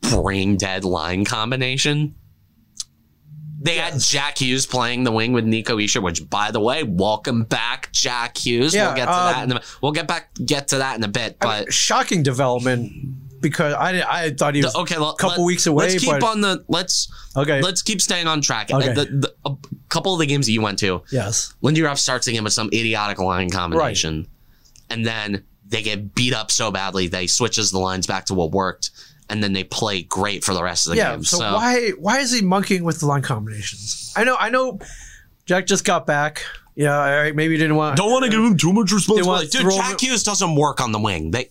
S1: brain dead line combination. They had Jack Hughes playing the wing with Nico Isher, which, by the way, welcome back, Jack Hughes.
S2: Yeah,
S1: we'll get to
S2: um,
S1: that. In a, we'll get back get to that in a bit. But
S2: Shocking development because I didn't- I thought he was
S1: okay, a
S2: couple weeks away,
S1: Let's keep
S2: but-
S1: on the let's
S2: okay.
S1: let's keep staying on track.
S2: Okay.
S1: The- the- a couple of the games that you went to,
S2: Yes.
S1: Lindy Ruff starts the game with some idiotic line combination, and then they get beat up so badly they switches the lines back to what worked, and then they play great for the rest of the
S2: yeah.
S1: game.
S2: So,
S1: So,
S2: why why is he monkeying with the line combinations? I know I know. Jack just got back. Yeah. All right. Maybe he didn't want.
S1: don't want to give him too much responsibility, dude.
S2: throw
S1: Jack
S2: him-
S1: Hughes doesn't work on the wing. They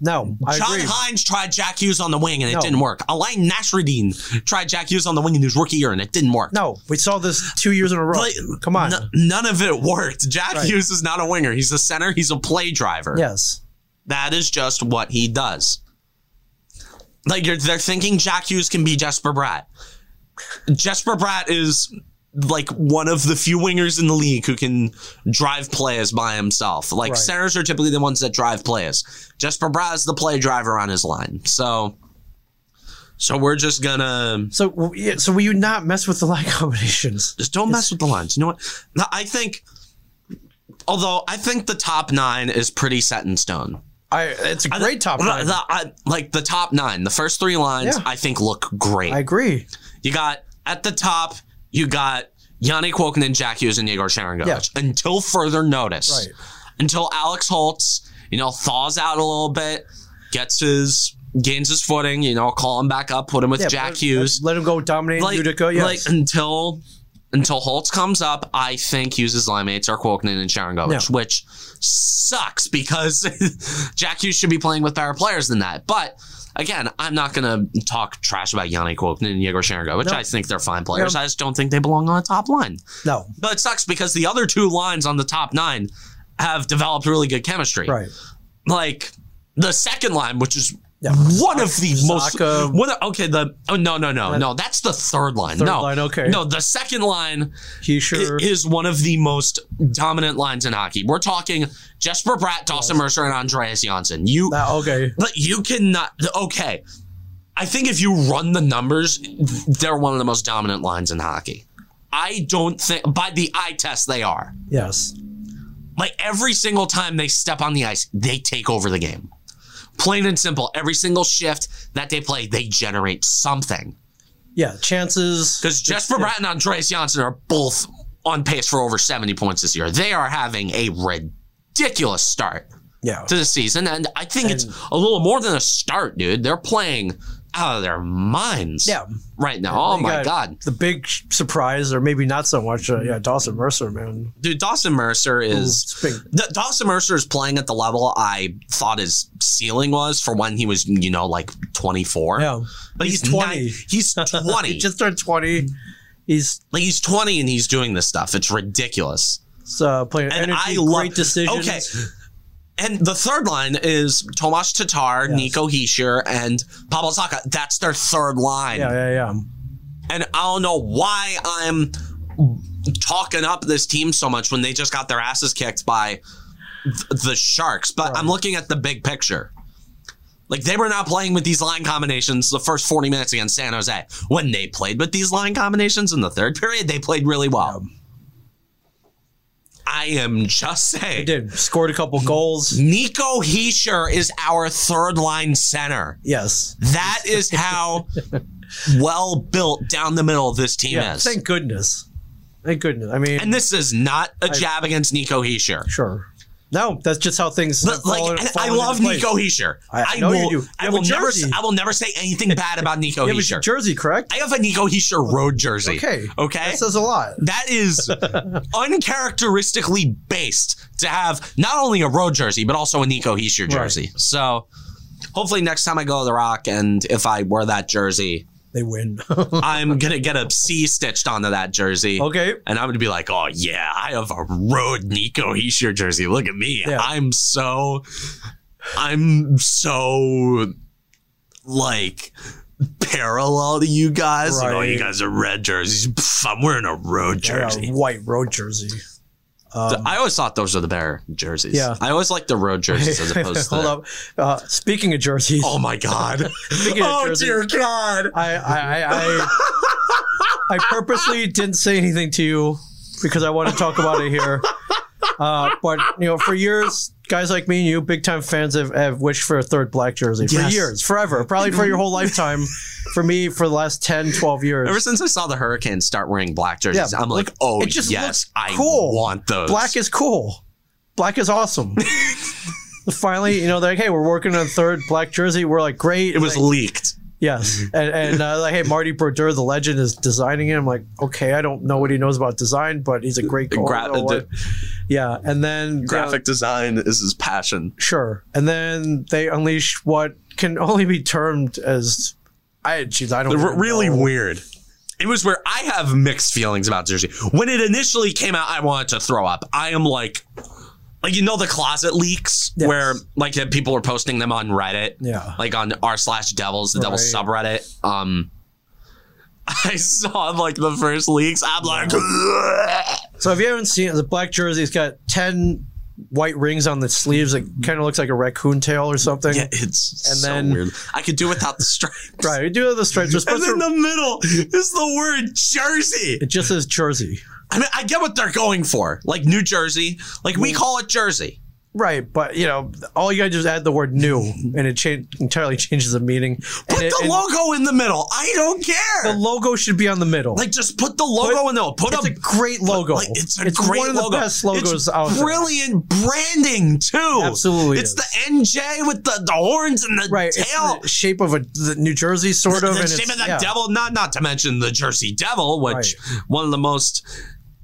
S2: No. I
S1: John
S2: agree.
S1: Hines tried Jack Hughes on the wing and it
S2: No.
S1: didn't work. Alain Nasruddin tried Jack Hughes on the wing in his rookie year and it didn't work.
S2: No. We saw this two years in a row.
S1: Like,
S2: Come on.
S1: n- none of it worked. Jack
S2: Right.
S1: Hughes is not a winger. He's a center. He's a play driver.
S2: Yes.
S1: That is just what he does. Like you're, they're thinking Jack Hughes can be Jesper Bratt. Jesper Bratt is like one of the few wingers in the league who can drive plays by himself. Like
S2: Right.
S1: centers are typically the ones that drive plays. Jesper Bratt is the play driver on his line. So, so we're just gonna
S2: So w- yeah, so will you not mess with the line combinations?
S1: just don't mess with the lines. You know what? No, I think, although I think the top nine is pretty set in stone.
S2: I it's a great top
S1: The-
S2: nine.
S1: the- I- like the top nine, the first three lines,
S2: Yeah.
S1: I think look great.
S2: I agree.
S1: you got at the top, you got Yannick Wokanen, Jack Hughes, and Igor Sharangovich.
S2: Yeah.
S1: Until further notice,
S2: Right.
S1: until Alex Holtz, you know, thaws out a little bit, gets his gains his footing. You know, call him back up, put him with
S2: Yeah,
S1: Jack
S2: let-
S1: Hughes.
S2: Let him go dominate
S1: like,
S2: Utica. Yes.
S1: like until until Holtz comes up, I think uses Limeates or Kwokinen and Sharangovich, which sucks because Jack Hughes should be playing with better players than that. But again, I'm not gonna talk trash about Yanni Kwokinen and Yegor Sharangovich.
S2: No.
S1: I think they're fine players.
S2: No.
S1: I just don't think they belong on the top line.
S2: no.
S1: But it sucks because the other two lines on the top nine have developed really good chemistry.
S2: Right.
S1: Like the second line, which is
S2: Yeah.
S1: one of the
S2: Saka.
S1: most. One of- okay, the oh no no no no that's the third line.
S2: Third
S1: no
S2: line, okay.
S1: No, the second line
S2: He
S1: i-
S2: sure.
S1: is one of the most dominant lines in hockey. We're talking Jesper Bratt, Dawson Mercer, and Andreas Janssen. You
S2: that, okay.
S1: but you cannot. Okay, I think if you run the numbers, they're one of the most dominant lines in hockey. I don't think by the eye test they are.
S2: Yes.
S1: Like every single time they step on the ice, they take over the game. Plain and simple. Every single shift that they play, they generate something.
S2: Yeah. Chances.
S1: Because Jesper Bratt and Andreas Janssen are both on pace for over 70 points this year. They are having a ridiculous start
S2: Yeah.
S1: to the season. And I think it's a little more than a start, dude. They're playing out of their minds
S2: Yeah.
S1: right now. Oh,
S2: You
S1: my
S2: got
S1: God.
S2: The big sh- surprise, or maybe not so much. Uh, yeah. Dawson Mercer, man.
S1: Dude, Dawson Mercer is.
S2: It's big.
S1: D- Dawson Mercer is playing at the level I thought his ceiling was for when he was, you know, like 24.
S2: Yeah.
S1: But he's,
S2: He's 20.
S1: 20. he's 20.
S2: He just turned twenty. He's
S1: like he's 20 and he's doing this stuff. It's ridiculous.
S2: uh, playing
S1: And
S2: energy.
S1: I love
S2: great decisions.
S1: Okay. And the third line is Tomas Tatar,
S2: Yes.
S1: Nico Heischer, and Pablo Saka. That's their third line.
S2: Yeah. Yeah. Yeah.
S1: And I don't know why I'm talking up this team so much when they just got their asses kicked by th- the Sharks. But I'm looking at the big picture. Like they were not playing with these line combinations the first 40 minutes against San Jose. When they played with these line combinations in the third period, they played really well. I am just
S2: He
S1: saying.
S2: did scored a couple goals.
S1: Nico Heischer is our third line center.
S2: Yes.
S1: That is how well built down the middle this team
S2: Yeah.
S1: is.
S2: Thank goodness. Thank goodness. I mean,
S1: And this is not a jab against Nico Heischer.
S2: sure. No, that's just how things. have
S1: But like,
S2: fallen-
S1: and I
S2: fallen
S1: love
S2: into place.
S1: Nico Heischer.
S2: I- I know
S1: will,
S2: you do. You
S1: I
S2: have
S1: will
S2: a
S1: never. s-
S2: jersey.
S1: I will never say anything bad about Nico
S2: Yeah, but your
S1: Heischer.
S2: jersey, correct?
S1: I have a Nico Heischer road jersey.
S2: Okay.
S1: Okay.
S2: That says a lot.
S1: That is uncharacteristically based to have not only a road jersey but also a Nico Heischer jersey. So hopefully next time I go to the Rock and if I wear that jersey,
S2: They win.
S1: I'm gonna get a C stitched onto that jersey.
S2: okay.
S1: And I'm gonna be like, oh yeah, I have a road Nico Heischer jersey. Look at me.
S2: Yeah.
S1: I'm so I'm so like parallel to you guys. Like, oh,
S2: Right.
S1: you guys are red jerseys. Pff, I'm wearing a road
S2: Yeah,
S1: jersey.
S2: white road jersey. Um,
S1: I always thought those were the better jerseys.
S2: Yeah.
S1: I always liked the road jerseys as opposed to
S2: hold
S1: the-
S2: up. Uh, speaking of jerseys,
S1: Oh my god.
S2: Speaking of
S1: oh
S2: jerseys-
S1: dear god.
S2: I I I, I, I purposely didn't say anything to you because I want to talk about it here. Uh, but you know, for years, guys like me and you, big time fans, have, have wished for a third black jersey for
S1: Yes.
S2: years, forever, probably for your whole lifetime. For me, for the last 10, 12 years,
S1: Ever since I saw the Hurricanes start wearing black jerseys,
S2: Yeah,
S1: I'm like,
S2: like,
S1: oh
S2: it just
S1: yes,
S2: looks
S1: I
S2: cool.
S1: want those.
S2: black is cool. Black is awesome. Finally, you know, they're like, hey, we're working on a third black jersey. We're like, great.
S1: it was Mhm.
S2: Like,
S1: leaked.
S2: Yes, and, and uh, like, hey, Marty Brodeur, the legend, is designing it. I'm like, okay, I don't know what he knows about design, but he's a great guy.
S1: Gra-
S2: You know what? yeah, and then
S1: graphic
S2: uh,
S1: design is his passion.
S2: sure, and then they unleash what can only be termed as, I, geez, I don't
S1: R-
S2: even
S1: really
S2: know.
S1: weird. It was where I have mixed feelings about Jersey. When it initially came out, I wanted to throw up. I am like, like you know the closet leaks
S2: Yes.
S1: where like the people were posting them on Reddit,
S2: Yeah.
S1: like on r slash Devils, the Devils
S2: Right.
S1: subreddit. Um, I saw like the first leaks. I'm like,
S2: So if you haven't seen it, the black jersey's got ten white rings on the sleeves. It kind of looks like a raccoon tail or something.
S1: yeah, it's
S2: And
S1: so
S2: then-
S1: weird. I could do without the stripes.
S2: Right, we do have the stripes. We're
S1: And
S2: supposed
S1: then
S2: to-
S1: the middle is the word Jersey.
S2: it just says Jersey.
S1: I mean, I get what they're going for. Like New Jersey, like we call it Jersey.
S2: Right, but you know, all you gotta do is add the word "new," and it cha- entirely changes the meaning. And
S1: Put
S2: it-
S1: the
S2: and
S1: logo in the middle. I don't care.
S2: the logo should be on the middle.
S1: Like just put the logo in there. Put
S2: it's a, great logo.
S1: Like, it's a great
S2: one of the
S1: logo.
S2: best logos
S1: it's
S2: out there.
S1: Brilliant branding too.
S2: Absolutely
S1: It's
S2: is.
S1: the NJ with the, the horns and the
S2: Right, it's
S1: tail.
S2: the shape of a the New Jersey sort of.
S1: the
S2: and
S1: shape
S2: it's-
S1: of the
S2: yeah.
S1: devil. Not not to mention the Jersey Devil, which one of the most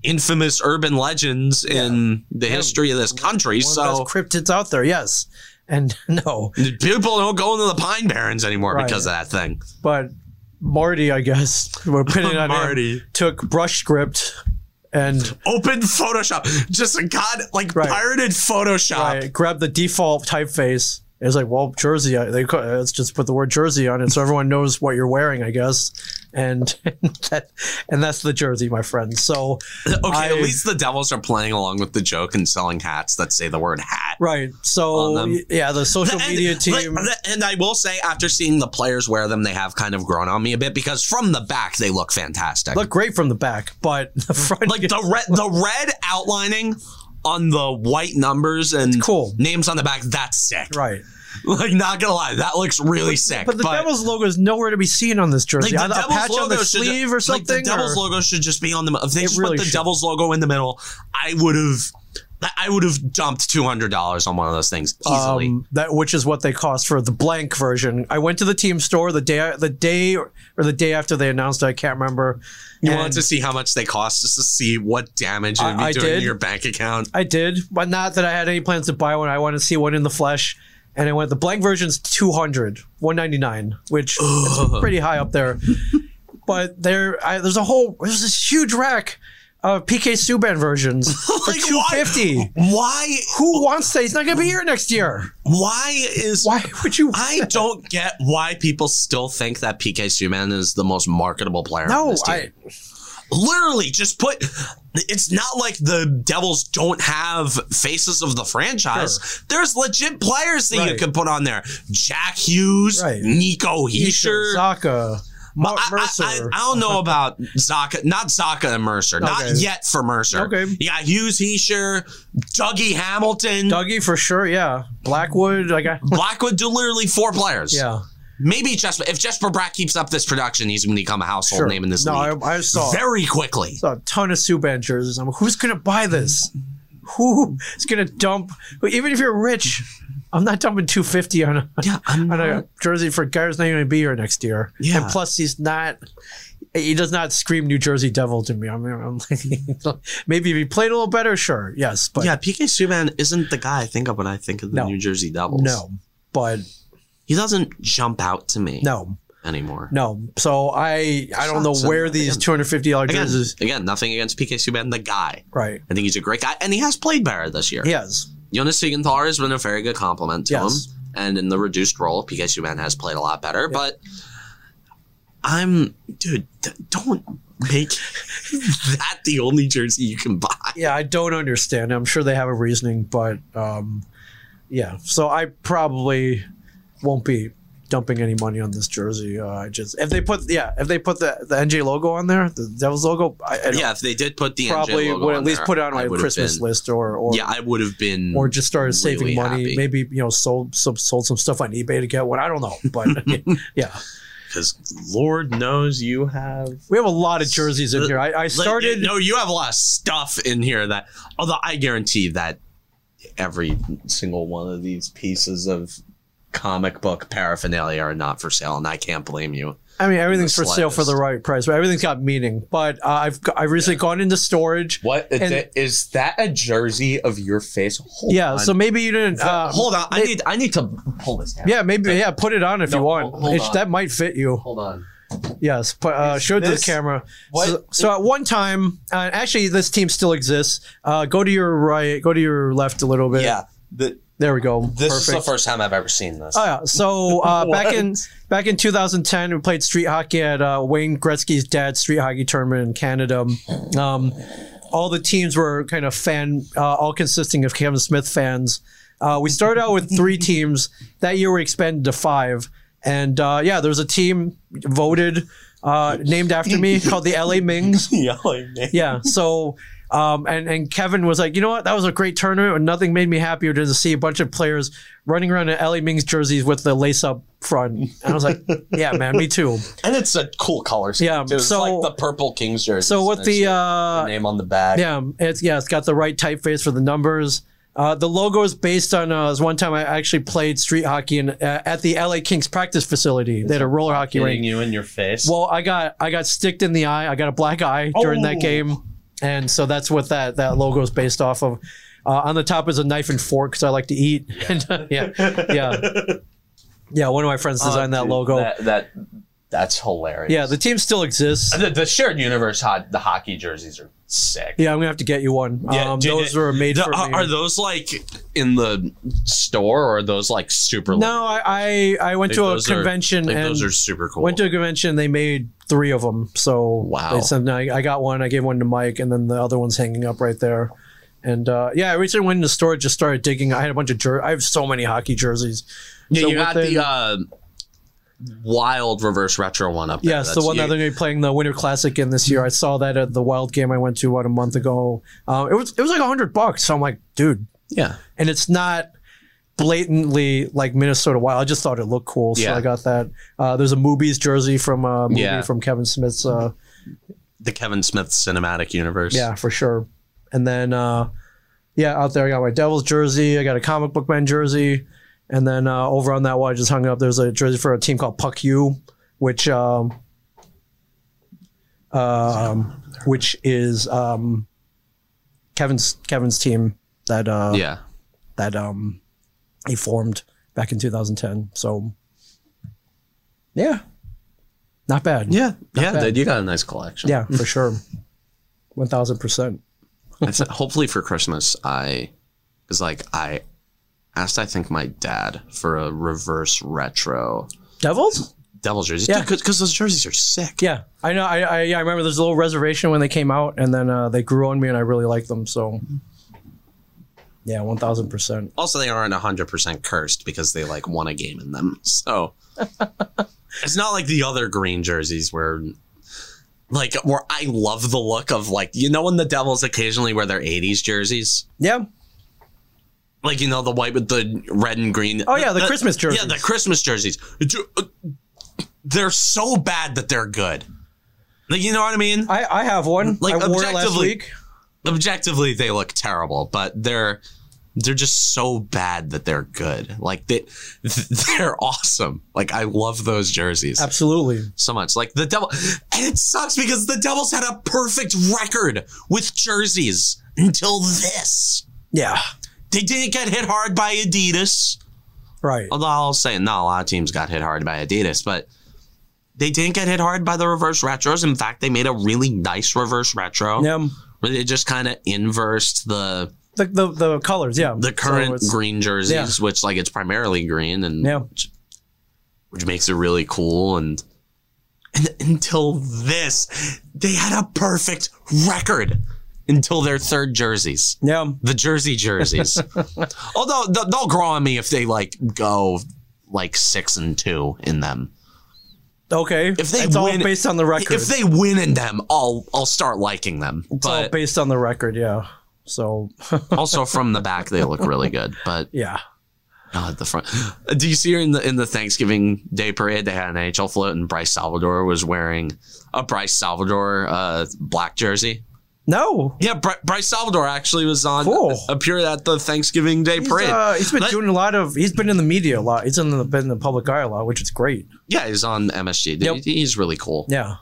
S1: infamous urban legends in the history of this country.
S2: One
S1: so
S2: of the best cryptids out there. Yes, and no,
S1: people don't go into the Pine Barrens anymore
S2: Right.
S1: because of that thing.
S2: but Marty, I guess we're pinning on him,
S1: Marty.
S2: Took brush script and
S1: Open Photoshop, just a god like
S2: Right.
S1: pirated Photoshop.
S2: I grabbed the default typeface. It's like, well, Jersey. I- They co- let's just put the word Jersey on it, so everyone knows what you're wearing, I guess. And that, and that's the Jersey, my friend. So,
S1: Okay, at
S2: I-
S1: least the Devils are playing along with the joke and selling hats that say the word hat.
S2: right.
S1: On
S2: So,
S1: them.
S2: yeah, the social media
S1: and,
S2: team.
S1: like, and I will say, after seeing the players wear them, they have kind of grown on me a bit because from the back they look fantastic.
S2: look great from the back, but the front
S1: like the red, the red outlining on the white numbers and
S2: cool.
S1: names on the back. That's sick.
S2: right.
S1: Like, not gonna lie, that looks really sick.
S2: But the Devils logo is nowhere to be seen on this jersey.
S1: Like
S2: Either
S1: the
S2: a
S1: Devils
S2: patch on the
S1: logo should-
S2: sleeve or something.
S1: Like the Devils
S2: or-
S1: logo should just be on the. If they just
S2: really
S1: put the
S2: should.
S1: Devils logo in the middle, I would have. I would have dumped two hundred dollars on one of those things easily.
S2: um, that which is what they cost for the blank version. I went to the team store the day the day or the day after they announced. it, I can't remember.
S1: you
S2: And
S1: wanted to see how much they cost, just to see what damage it'd be
S2: I- I
S1: doing
S2: did.
S1: to your bank account.
S2: I did, but not that I had any plans to buy one. I want to see one in the flesh. And I went the blank version's 200, 199, which is pretty high up there. but there I, there's a whole there's this huge rack of PK Subban versions for
S1: Like, why-
S2: 250.
S1: Why?
S2: Who wants that? He's not going to be here next year.
S1: Why is?
S2: Why would you
S1: I don't get why people still think that PK Subban is the most marketable player. on
S2: No,
S1: this team.
S2: I
S1: literally just put it's not like the devils don't have faces of the franchise there's legit players that you
S2: Right.
S1: can put on there jack hughes
S2: Right.
S1: nico heischer
S2: Isher, Zaka, Mar-
S1: I, I-
S2: Mercer.
S1: I- I don't know about Zaka, not Zaka and Mercer, not
S2: Okay.
S1: yet for Mercer.
S2: Okay.
S1: You got Hughes, Heischer, Dougie Hamilton,
S2: Dougie for sure, yeah. Blackwood, like I
S1: Blackwood, do literally four players.
S2: yeah,
S1: Maybe Jesper, if Jesper Bratt keeps up this production, he's going to become a household
S2: sure.
S1: name in this
S2: no,
S1: league
S2: I, I saw
S1: very quickly.
S2: a ton of Subban jerseys. I'm like, who's gonna buy this? Who's gonna dump? Even if you're rich, I'm not dumping 250 on a,
S1: Yeah, I'm
S2: on
S1: not-
S2: a jersey for a guy who's not even gonna be here next year.
S1: Yeah.
S2: and plus he's not. He does not scream New Jersey Devil to me. I mean, I'm like, maybe if he played a little better, sure, yes, but
S1: yeah, PK Subban isn't the guy I think of when I think of the
S2: No.
S1: New Jersey Devils.
S2: no, but
S1: he doesn't jump out to me
S2: no,
S1: anymore.
S2: no. So I I don't know
S1: Sucks,
S2: where
S1: and-
S2: these 250 dollars
S1: Again,
S2: jerseys.
S1: again, nothing against PK Subban, the guy.
S2: Right.
S1: I think he's a great guy, and he has played better this year.
S2: Yes.
S1: Jonas Siegenthaler has been a very good compliment to
S2: Yes.
S1: him, and in the reduced role, PK Subban has played a lot better. But I'm, dude, d- don't make that the only jersey you can buy.
S2: Yeah, I don't understand. I'm sure they have a reasoning, but um, yeah. So I probably won't be dumping any money on this jersey. Uh, I just if they put yeah if they put the the NJ logo on there, the Devils logo, I, I
S1: Yeah, if they did put the
S2: probably
S1: NJ logo
S2: would
S1: on
S2: at least
S1: there,
S2: put it on
S1: I
S2: my
S1: would've
S2: Christmas
S1: been-
S2: list or or
S1: Yeah, I would have been.
S2: or just started saving
S1: really
S2: money.
S1: happy.
S2: Maybe you know sold some sold some stuff on eBay to get one. I don't know, but yeah,
S1: because Lord knows you have.
S2: we have a lot of jerseys in here. I, I
S1: Like,
S2: started.
S1: you- no, you have a lot of stuff in here that, although I guarantee that every single one of these pieces of comic book paraphernalia are not for sale, and I can't blame you.
S2: I mean, everything's for
S1: the
S2: sale for the
S1: slightest.
S2: right price, but everything's got meaning. But uh, I've g- I've recently gone into storage.
S1: What is
S2: And-
S1: that? A jersey of your face? Hold
S2: Yeah,
S1: on.
S2: so maybe you didn't. Uh,
S1: hold on. I
S2: they-
S1: need. I need to pull this down.
S2: Yeah, maybe. Yeah, put it on if you want.
S1: hol- hold
S2: It-
S1: on.
S2: that might fit you.
S1: Hold on.
S2: Yes, but uh, show it to the
S1: this-
S2: camera.
S1: what-
S2: So, so at one time, uh, actually, this team still exists. Uh, go to your right. Go to your left a little bit.
S1: Yeah. The,
S2: there we go.
S1: this
S2: Perfect.
S1: is the first time I've ever seen this.
S2: Oh yeah. So uh, back in back in 2010, we played street hockey at uh, Wayne Gretzky's dad's street hockey tournament in Canada. Um, all the teams were kind of fan, uh, all consisting of Kevin Smith fans. Uh, we started out with three teams. That year, we expanded to five. And uh, yeah, there was a team voted uh, named after me called the LA Mings.
S3: Yelling name.
S2: Yeah. So, um, and and Kevin was like, you know what? That was a great tournament, and nothing made me happier than to see a bunch of players running around in LA Mings jerseys with the lace up front. And I was like, yeah, man, me too.
S3: And it's a cool color. scheme,
S2: Yeah,
S3: too. It's
S2: so-
S3: like the purple Kings jersey.
S2: So with the uh,
S3: name on the back.
S2: Yeah, it's yeah, it's got the right typeface for the numbers. Uh, the logo is based on uh, this one time I actually played street hockey in, uh, at the LA Kings practice facility. They had a roller hockey
S3: Hitting
S2: rink.
S3: you in your face.
S2: Well, I got I got sticked in the eye. I got a black eye during
S3: Oh.
S2: that game, and so that's what that that logo is based off of. Uh, on the top is a knife and fork because I like to eat. And, uh, yeah, yeah, yeah. One of my friends designed
S3: Oh,
S2: that
S3: dude,
S2: logo.
S3: That, that- that's hilarious.
S2: yeah, the team still exists.
S3: Uh, the, the shared universe hot the hockey jerseys are sick.
S2: Yeah, I'm gonna have to get you one.
S3: Yeah,
S2: um,
S3: dude,
S2: those were made
S1: The-
S2: for
S1: are,
S2: me.
S1: uh, are those like in the store or are those like super?
S2: No, I I, I went
S1: Like,
S2: to a
S1: those are-
S2: convention
S1: like,
S2: and
S1: those are super cool.
S2: went to a convention. They made three of them. So
S1: Wow.
S2: they sent- I, I got one. I gave one to Mike, and then the other one's hanging up right there. And uh, yeah, I recently went in the store. Just started digging. I had a bunch of jer- I have so many hockey jerseys.
S1: yeah,
S2: so
S1: you got
S2: within-
S1: the uh, wild reverse retro one up. there.
S2: Yes, the
S1: That's
S2: one that
S1: huge.
S2: they're going to be playing the Winter Classic in this year. I saw that at the Wild game I went to about a month ago. Uh, it was it was like hundred bucks. So I'm like, dude,
S1: Yeah.
S2: and it's not blatantly like Minnesota Wild. I just thought it looked cool, so
S1: Yeah.
S2: I got that. Uh, there's a Moobies jersey from uh, movie
S1: Yeah.
S2: from Kevin Smith's. Uh,
S1: the Kevin Smith cinematic universe.
S2: yeah, for sure. And then uh, yeah, out there I got my Devils jersey. I got a comic book man jersey, and then uh, over on that wall I just hung up. There's a jersey for a team called Puck U, which um, um, which is um, Kevin's Kevin's team that uh,
S1: yeah.
S2: that um he formed back in 2010. So yeah, not bad.
S1: Yeah, yeah,
S2: bad.
S1: dude, you got a nice collection.
S2: yeah, for sure, one thousand percent.
S1: I said, hopefully for Christmas, I because like I asked, I think my dad for a reverse retro
S2: Devils?
S1: Devil jersey.
S2: Yeah.
S1: because those jerseys are sick.
S2: Yeah, I know. I I, yeah, I remember there's a little reservation when they came out, and then uh, they grew on me, and I really liked them. So yeah, one thousand percent.
S1: Also, they aren't hundred percent cursed because they like won a game in them. So it's not like the other green jerseys where. Like where I love the look of like you know when the Devils occasionally wear their '80s jerseys,
S2: Yeah,
S1: like you know the white with the red and green.
S2: Oh, yeah, the Christmas jerseys.
S1: Yeah, the Christmas jerseys. Do- uh, They're so bad that they're good. Like you know what I mean?
S2: I I have one.
S1: Like,
S2: I wore it last
S1: objectively-
S2: week.
S1: Objectively, they look terrible, but they're they're just so bad that they're good. Like they they're awesome. Like I love those jerseys
S2: Absolutely.
S1: so much. Like the devil, and it sucks because the Devils had a perfect record with jerseys until this.
S2: Yeah.
S1: They didn't get hit hard by Adidas.
S2: Right.
S1: although I'll say not a lot of teams got hit hard by Adidas, but they didn't get hit hard by the reverse retros. In fact, they made a really nice reverse retro
S2: Yeah.
S1: where they just kind of inversed the
S2: The, the the colors. Yeah.
S1: the
S2: So
S1: current
S2: it's-
S1: green jerseys, which like it's primarily green and
S2: Yeah.
S1: which, which makes it really cool and and until this, they had a perfect record until their third jerseys
S2: Yeah.
S1: the jersey jerseys. Although th- they'll grow on me if they like go like six and two in them.
S2: Okay.
S1: If they
S2: it's all
S1: win-
S2: based on the record.
S1: If they win in them, I'll I'll start liking them.
S2: all
S1: But
S2: based on the record, yeah. So
S1: also from the back, they look really good. But
S2: yeah,
S1: not at the front. Do you see her in the in the Thanksgiving Day parade? They had an NHL float, and Bryce Salvador was wearing a Bryce Salvador uh, black jersey.
S2: no,
S1: Yeah, Bry- Bryce Salvador actually was on
S2: Cool.
S1: appeared at the Thanksgiving Day
S2: he's,
S1: parade.
S2: uh, he's been
S1: Let-
S2: doing a lot of. He's been in the media a lot. He's in the, been in the public eye a lot, which is great.
S1: yeah, he's on MSG.
S2: Yep.
S1: He- He's really cool.
S2: Yeah,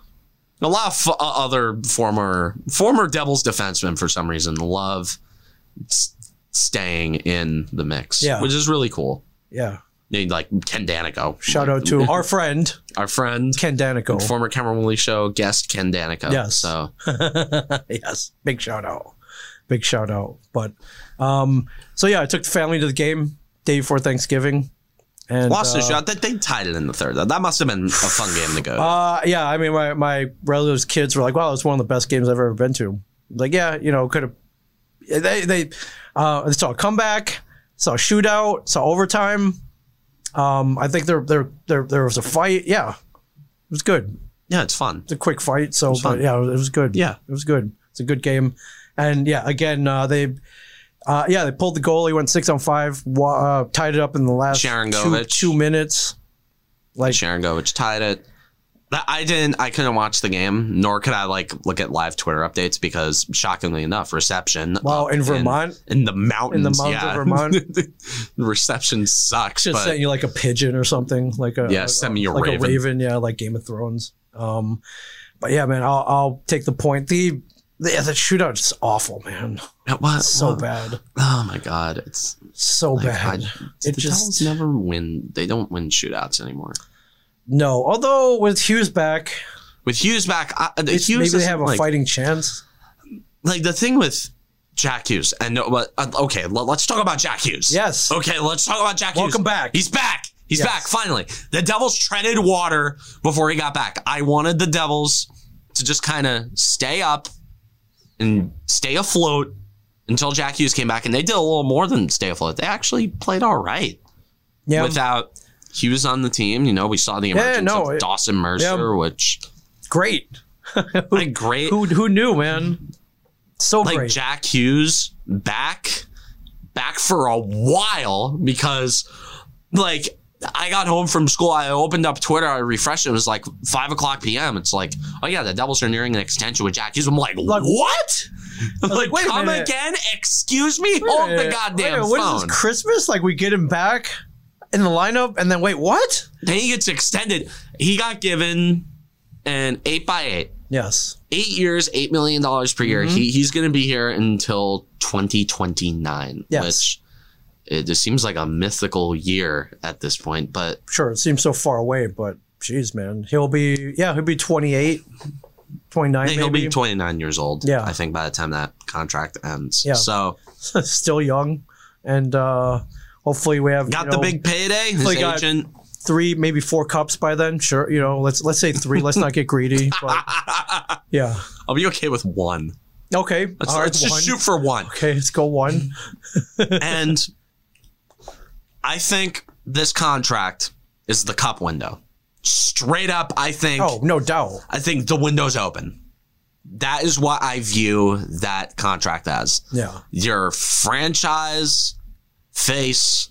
S1: A lot of f- uh, other former former Devils defensemen for some reason love s- staying in the mix,
S2: Yeah.
S1: which is really cool.
S2: yeah.
S1: You know, like Ken Danico,
S2: Shout out to our friend
S1: our friend,
S2: Ken Danico.
S1: former Cameron Woolley show guest Ken Danico.
S2: Yes.
S1: so
S2: yes, big shout out, big shout out. But um, so yeah, I took the family to the game day before Thanksgiving, and
S1: lost
S2: uh,
S1: a shot that they tied it in the third. That must have been a fun game to go.
S2: Uh, yeah, I mean, my, my relatives' kids were like, "Wow, it's one of the best games I've ever been to." Like, yeah, you know, could have. They they uh, they saw a comeback, saw a shootout, saw overtime. Um, I think there there there there was a fight. Yeah, it was good.
S1: Yeah, it's fun.
S2: It's a quick fight, so
S1: fun.
S2: but yeah, it was good.
S1: Yeah.
S2: it was good. It's a good game, and yeah, again uh, they. Uh, yeah, they pulled the goalie, went six on five, wa- uh, tied it up in the last two,
S1: Sharangovich.
S2: two minutes. Like
S1: Sharon Govich tied it. That- I didn't. I couldn't watch the game, nor could I like look at live Twitter updates because, shockingly enough, reception.
S2: Wow,
S1: up
S2: in Vermont?
S1: in, the mountains,
S2: mountains of
S1: yeah.
S2: Vermont?
S1: reception sucks.
S2: just
S1: but
S2: sent you like a pigeon or something, like a
S1: Yeah,
S2: a-
S1: send me your
S2: like a
S1: raven.
S2: raven, yeah, like Game of Thrones. Um, but yeah, man, I'll, I'll take the point. The the, yeah, the shootout's just awful, man.
S1: it was
S2: So
S1: well,
S2: bad,
S1: Oh my god, it's
S2: so
S1: like,
S2: bad.
S1: I-
S2: It
S1: the
S2: just-
S1: Devils never win. They don't win shootouts anymore.
S2: no, although with Hughes back,
S1: With Hughes back, I, uh,
S2: it's,
S1: Hughes
S2: maybe they
S1: isn't,
S2: have a
S1: like,
S2: fighting chance.
S1: Like the thing with Jack Hughes, and no, but uh, okay, let- let's talk about Jack Hughes.
S2: Yes.
S1: Okay, let's talk about Jack Hughes.
S2: Welcome back.
S1: He's back. He's
S2: Yes.
S1: back finally. The Devils treaded water before he got back. I wanted the Devils to just kind of stay up and stay afloat until Jack Hughes came back, and they did a little more than stay afloat. They actually played all right
S2: Yeah,
S1: without Hughes on the team. You know, we saw the
S2: Yeah,
S1: emergence
S2: no,
S1: of
S2: it-
S1: Dawson Mercer, which
S2: great.
S1: like great,
S2: Who who knew, man? So
S1: like
S2: great.
S1: Jack Hughes back, back for a while because, like, I got home from school. I opened up Twitter. I refreshed. It was like five o'clock p.m. It's like, oh yeah, the Devils are nearing an extension with Jack Hughes. I'm like,
S2: Like-
S1: what? I'm like,
S2: wait a
S1: come
S2: minute.
S1: again? Excuse me?
S2: Wait a
S1: Hold the
S2: minute, wait a
S1: goddamn
S2: minute, What is
S1: phone.
S2: this Christmas? Like we get him back in the lineup, and then wait, what?
S1: then he gets extended. He got given an eight by eight.
S2: Yes,
S1: eight years, eight million dollars per year.
S2: Mm-hmm.
S1: He he's going to be here until twenty twenty nine.
S2: Yes.
S1: Which it just seems like a mythical year at this point. But
S2: sure. It seems so far away, but jeez, man, he'll be yeah, he'll be 28, 29
S1: I think he'll
S2: maybe.
S1: be twenty nine years old.
S2: Yeah.
S1: I think by the time that contract ends.
S2: Yeah.
S1: So
S2: Still young, and uh hopefully we have
S1: got
S2: you
S1: the
S2: know, uh,
S1: big payday. His
S2: Hopefully got-
S1: agent.
S2: three, maybe four cups by then. Sure, you know, let's let's say three. let's not get greedy. But yeah,
S1: I'll be okay with one.
S2: okay,
S1: Let's,
S2: all right,
S1: let's
S2: one.
S1: just shoot for one.
S2: Okay, let's go one.
S1: and I think this contract is the cup window. Straight up, I think.
S2: Oh, no doubt.
S1: I think the window's open. That is what I view that contract as.
S2: Yeah,
S1: Your franchise face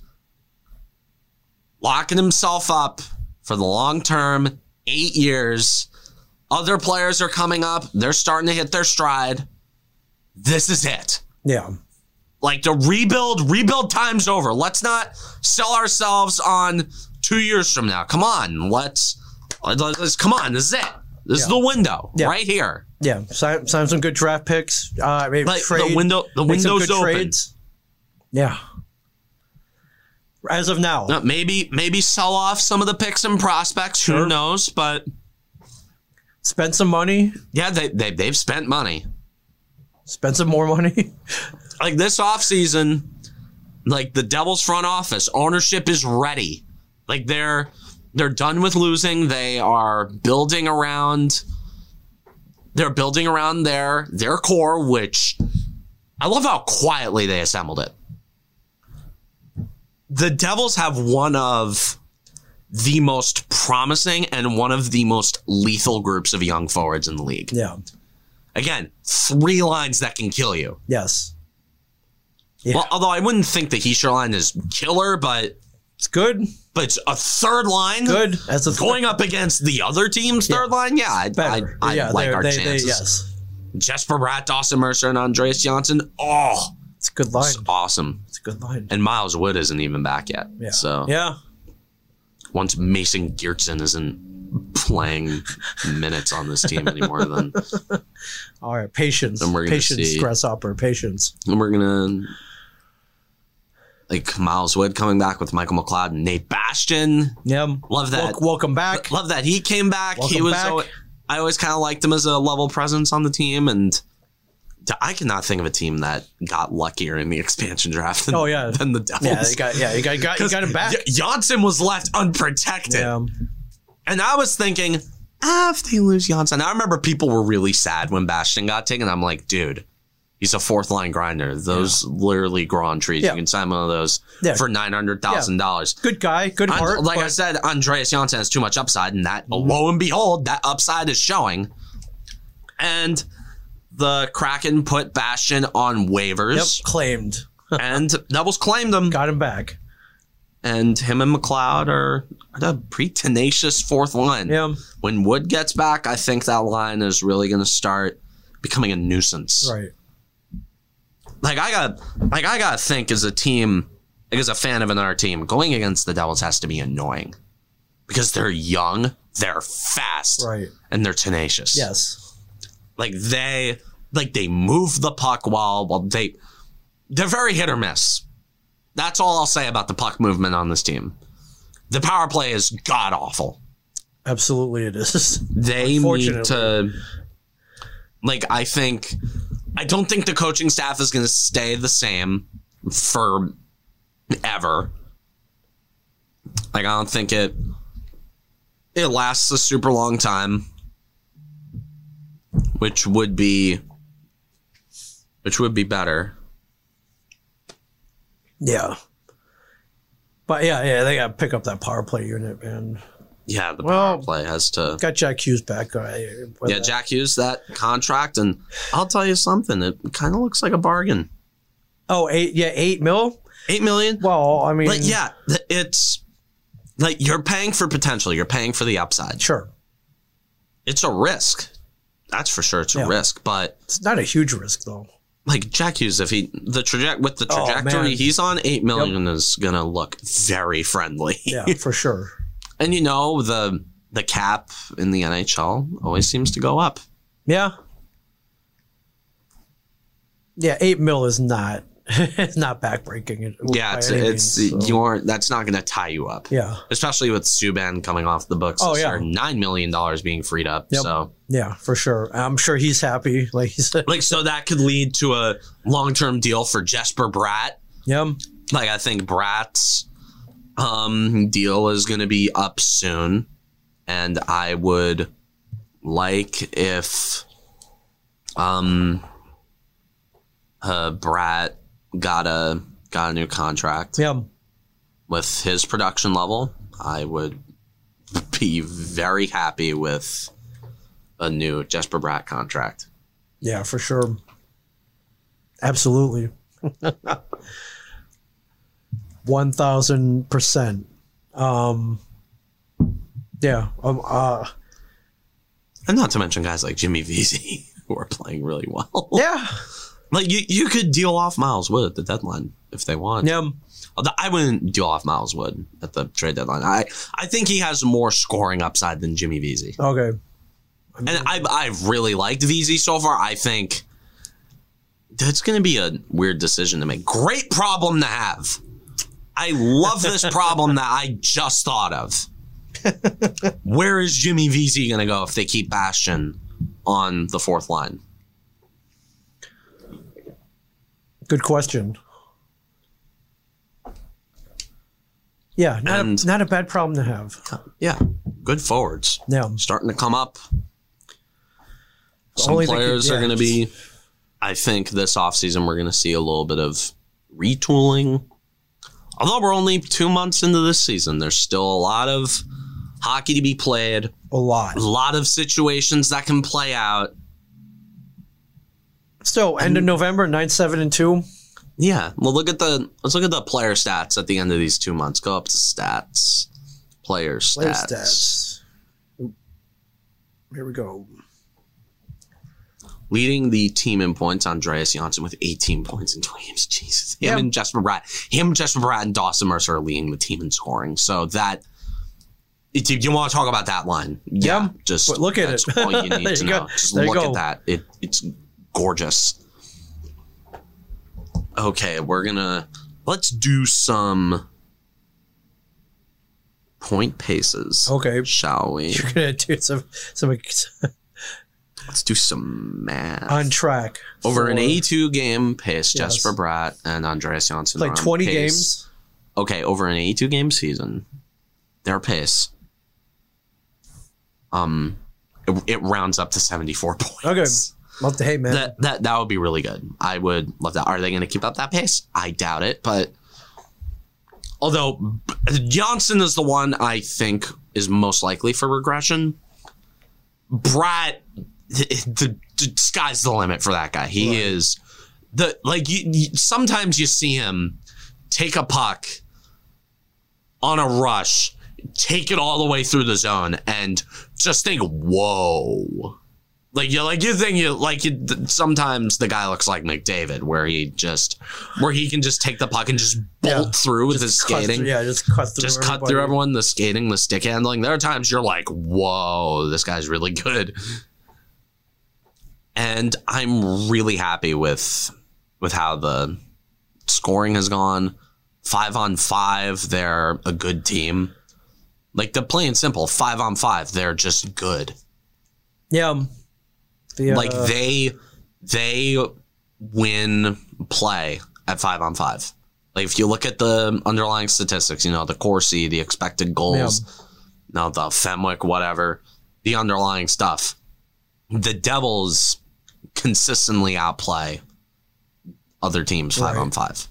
S1: locking himself up for the long term, eight years. Other players are coming up, they're starting to hit their stride. This is it.
S2: yeah.
S1: Like the rebuild, rebuild time's over. Let's not sell ourselves on two years from now. Come on, let's let's, let's- come on. This is it. This is
S2: Yeah.
S1: the window
S2: Yeah.
S1: right here.
S2: Yeah, sign, sign some good draft picks. Uh, maybe
S1: Like
S2: trade,
S1: the window, the
S2: make some
S1: window's
S2: good
S1: open.
S2: trades. Yeah. As of now,
S1: Uh, Maybe maybe sell off some of the picks and prospects.
S2: Sure.
S1: Who knows? But
S2: spend some money,
S1: yeah, they, they they've spent money.
S2: spend some more money.
S1: Like this offseason, like the Devils front office ownership is ready. Like they're they're done with losing. They are building around. They're building around their their core, which I love how quietly they assembled it. The Devils have one of the most promising and one of the most lethal groups of young forwards in the league.
S2: yeah.
S1: Again, three lines that can kill you.
S2: Yes.
S1: Well, although I wouldn't think the Heisher line is killer, but
S2: It's good.
S1: but it's a third line
S2: Good. As a
S1: going up against the other team's third line. Yeah, I, I,
S2: better.
S1: I
S2: yeah,
S1: like
S2: they're-
S1: our
S2: they, they,
S1: chances.
S2: yes.
S1: Jesper Bratt, Dawson Mercer, and Andreas Johnson. Oh,
S2: It's a good line.
S1: it's awesome.
S2: It's a good line.
S1: And Miles Wood isn't even back yet.
S2: Yeah.
S1: So
S2: yeah.
S1: once Mason Geertsen isn't playing minutes on this team anymore, then
S2: All right. Patience.
S1: And we're gonna
S2: Patience.
S1: see-
S2: Grasshopper. Patience.
S1: we're gonna like Miles Wood coming back with Michael McLeod and Nate Bastion.
S2: Yeah.
S1: Love that.
S2: welcome back.
S1: Love that he came back. he
S2: Welcome
S1: was.
S2: back.
S1: al- I always kind of liked him as a level presence on the team, and d- I cannot think of a team that got luckier in the expansion draft. Than,
S2: Oh, yeah.
S1: than the Devils.
S2: yeah. You got. Yeah. You got. You got, you got him back.
S1: Y- Janssen was left unprotected,
S2: Yeah.
S1: and I was thinking, ah, if they lose Janssen, I remember people were really sad when Bastion got taken. I'm like, dude, He's a fourth line grinder. Those literally grown trees.
S2: Yeah.
S1: You can sign one of those
S2: Yeah.
S1: for nine hundred thousand dollars.
S2: Good guy, good heart.
S1: like I
S2: but-
S1: said, Andreas Janssen has too much upside, and that
S2: Mm-hmm.
S1: lo and behold, that upside is showing. And the Kraken put Bastion on
S2: yep,
S1: waivers,
S2: claimed.
S1: and Devils claimed him.
S2: Got him back.
S1: And him and McLeod are the pretty tenacious fourth line.
S2: Yeah,
S1: When Wood gets back, I think that line is really going to start becoming a nuisance.
S2: right.
S1: like I got like I gotta think as a team, like as a fan of another team, going against the Devils has to be annoying. Because they're young, they're fast,
S2: Right.
S1: and they're tenacious.
S2: Yes.
S1: Like they like they move the puck while while they they're very hit or miss. That's all I'll say about the puck movement on this team. The power play is god awful.
S2: Absolutely, it is.
S1: They
S2: Unfortunately.
S1: need to like I think I don't think the coaching staff is going to stay the same for ever. Like I don't think it it lasts a super long time, which would be which would be better.
S2: Yeah. But yeah, yeah, they got to pick up that power play unit, man.
S1: Yeah, the
S2: Well,
S1: power play has to.
S2: Got Jack Hughes back. uh, with
S1: Yeah,
S2: that.
S1: Jack Hughes that contract, and I'll tell you something. It kind of looks like a bargain.
S2: Oh, eight. Yeah, eight mil.
S1: Eight million.
S2: Well, I mean,
S1: But yeah, th- it's like you're paying for potential. You're paying for the upside.
S2: sure.
S1: It's a risk. That's for sure. It's a
S2: Yeah.
S1: risk. But
S2: It's not a huge risk though.
S1: like Jack Hughes, if he the traje- with the
S2: Oh,
S1: trajectory
S2: man.
S1: he's on, eight million is gonna look very friendly.
S2: Yeah, for sure.
S1: And you know the the cap in the NHL always seems to go up.
S2: Yeah. Yeah, eight mil is not. it's not backbreaking. It,
S1: Yeah,
S2: by
S1: it's
S2: any
S1: it's
S2: means, so-
S1: you aren't. That's not gonna tie you up.
S2: Yeah,
S1: Especially with Subban coming off the books,
S2: Oh,
S1: this
S2: yeah.
S1: year, nine million dollars being freed up.
S2: Yep.
S1: So,
S2: yeah, for sure. I'm sure he's happy. Like he said,
S1: like, so that could lead to a long-term deal for Jesper Bratt,
S2: yeah,
S1: like I think Brat's um deal is going to be up soon and I would like if um uh Brat got a got a new contract
S2: yeah.
S1: with his production level I would be very happy with a new Jesper Brat contract.
S2: Yeah, for sure. Absolutely. 1000%. Um yeah, um, uh
S1: And not to mention guys like Jimmy Vesey who are playing really well.
S2: yeah.
S1: Like you, you could deal off Miles Wood at the deadline if they want.
S2: Yeah.
S1: Although I wouldn't deal off Miles Wood at the trade deadline. I, I think he has more scoring upside than Jimmy Vesey.
S2: Okay.
S1: And I I really liked Vesey so far. I think that's going to be a weird decision to make. Great problem to have. I love this problem that I just thought of. Where is Jimmy Vesey going to go if they keep Bastion on the fourth line?
S2: Good question. Yeah, not
S1: And-
S2: a, not a bad problem to have.
S1: Yeah, good forwards.
S2: Yeah.
S1: starting to come up. Some
S2: only they could-
S1: players are
S2: yeah.
S1: going to be. I think this offseason we're going to see a little bit of retooling. Although we're only two months into this season, there's still a lot of hockey to be played,
S2: A lot.
S1: a lot of situations that can play out.
S2: So, end of November, 9 7 and 2.
S1: Yeah, well, look at the let's look at the player stats at the end of these two months. Go up to stats, player stats.
S2: Player stats. Here we go.
S1: leading the team in points, Andreas Janssen with 18 points in 20 games. Jesus, him
S2: Yeah.
S1: and Jesper Bratt, him, Jesper Bratt, and Dawson Mercer are leading the team in scoring. So that if you, want to talk about that line? Yeah,
S2: Yeah.
S1: just
S2: But look at
S1: that's
S2: it.
S1: all you
S2: There
S1: need to
S2: you go.
S1: know. Just
S2: There you
S1: look at
S2: go.
S1: that. It it's gorgeous. Okay, we're gonna let's do some point paces.
S2: Okay.
S1: Shall we?
S2: You're gonna do some some
S1: Let's do some math.
S2: on track
S1: Over an
S2: for
S1: 82 game pace,
S2: Yes.
S1: Jesper Bratt and Andreas Janssen. are
S2: like
S1: on
S2: 20
S1: pace-
S2: games.
S1: Okay, over an 82 game season, their pace, um, it, it rounds up to 74 points.
S2: Okay. Love to hate, man.
S1: That that that would be really good. I would love that. Are they going to keep up that pace? I doubt it, but although B- Johnson is the one I think is most likely for regression, Brat the, the, the sky's the limit for that guy. He
S2: Right.
S1: is the like you, you, sometimes you see him take a puck on a rush, take it all the way through the zone, and just think, whoa. Like you, like you think you like you. th- Sometimes the guy looks like McDavid, where he just, where he can just take the puck and just
S2: Yeah.
S1: bolt through with his
S2: Cut
S1: skating,
S2: through- yeah, just cut through.
S1: just cut
S2: everybody.
S1: through everyone. The skating, the stick handling. There are times you're like, "Whoa, this guy's really good," and I'm really happy with with how the scoring has gone. Five on five, they're a good team. Like the plain and simple, five on five, they're just good
S2: Yeah. um, The, uh,
S1: like they they win play at five on five. Like if you look at the underlying statistics, you know the Corsi, the expected goals, now the Fenwick, whatever, the underlying stuff. The Devils consistently outplay other teams five
S2: Right.
S1: on five.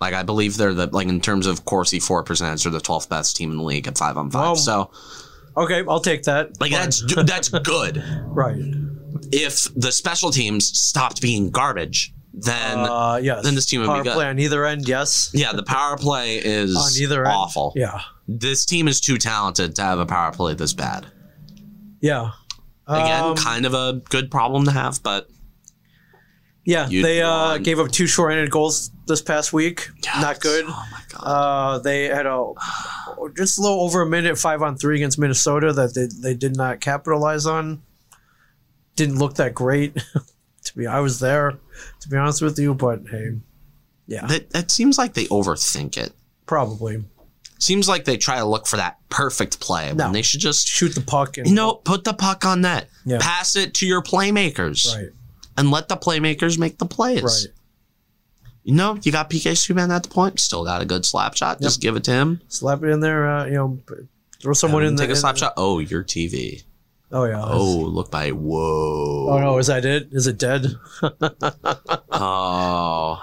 S1: Like I believe they're the like in terms of Corsi four percentage, they're the twelfth best team in the league at five on five.
S2: Wow.
S1: So
S2: okay, I'll take that.
S1: like that's that's good
S2: right.
S1: if the special teams stopped being garbage, then
S2: Uh, yes.
S1: then this team would be
S2: Power
S1: good.
S2: play on either end. Yes.
S1: yeah, the power play is
S2: On either end.
S1: awful.
S2: Yeah.
S1: This team is too talented to have a power play this bad.
S2: Yeah.
S1: Again,
S2: Um,
S1: kind of a good problem to have, but
S2: yeah.
S1: you-
S2: They
S1: you
S2: uh,
S1: want-
S2: gave up two shorthanded goals this past week. Not good.
S1: Oh my god.
S2: Uh, they had a just a little over a minute five on three against Minnesota that they, they did not capitalize on. Didn't look that great. to be, I was there. To be honest with you, but hey,
S1: that that seems like they overthink it.
S2: probably
S1: Seems like they try to look for that perfect play
S2: No.
S1: when they should just
S2: shoot the puck and
S1: you know put the puck on net,
S2: Yeah.
S1: pass it to your playmakers,
S2: right,
S1: and let the playmakers make the plays.
S2: right.
S1: You know, you got PK Subban at the point, still got a good slap shot. Just give it to him.
S2: Slap it in there. Uh, you know, p- throw someone in
S1: And
S2: the
S1: take a
S2: in
S1: slap
S2: the-
S1: shot. Oh, your TV.
S2: Oh yeah.
S1: Oh, look by. Whoa.
S2: Oh no, is that it? Is it dead?
S1: Oh.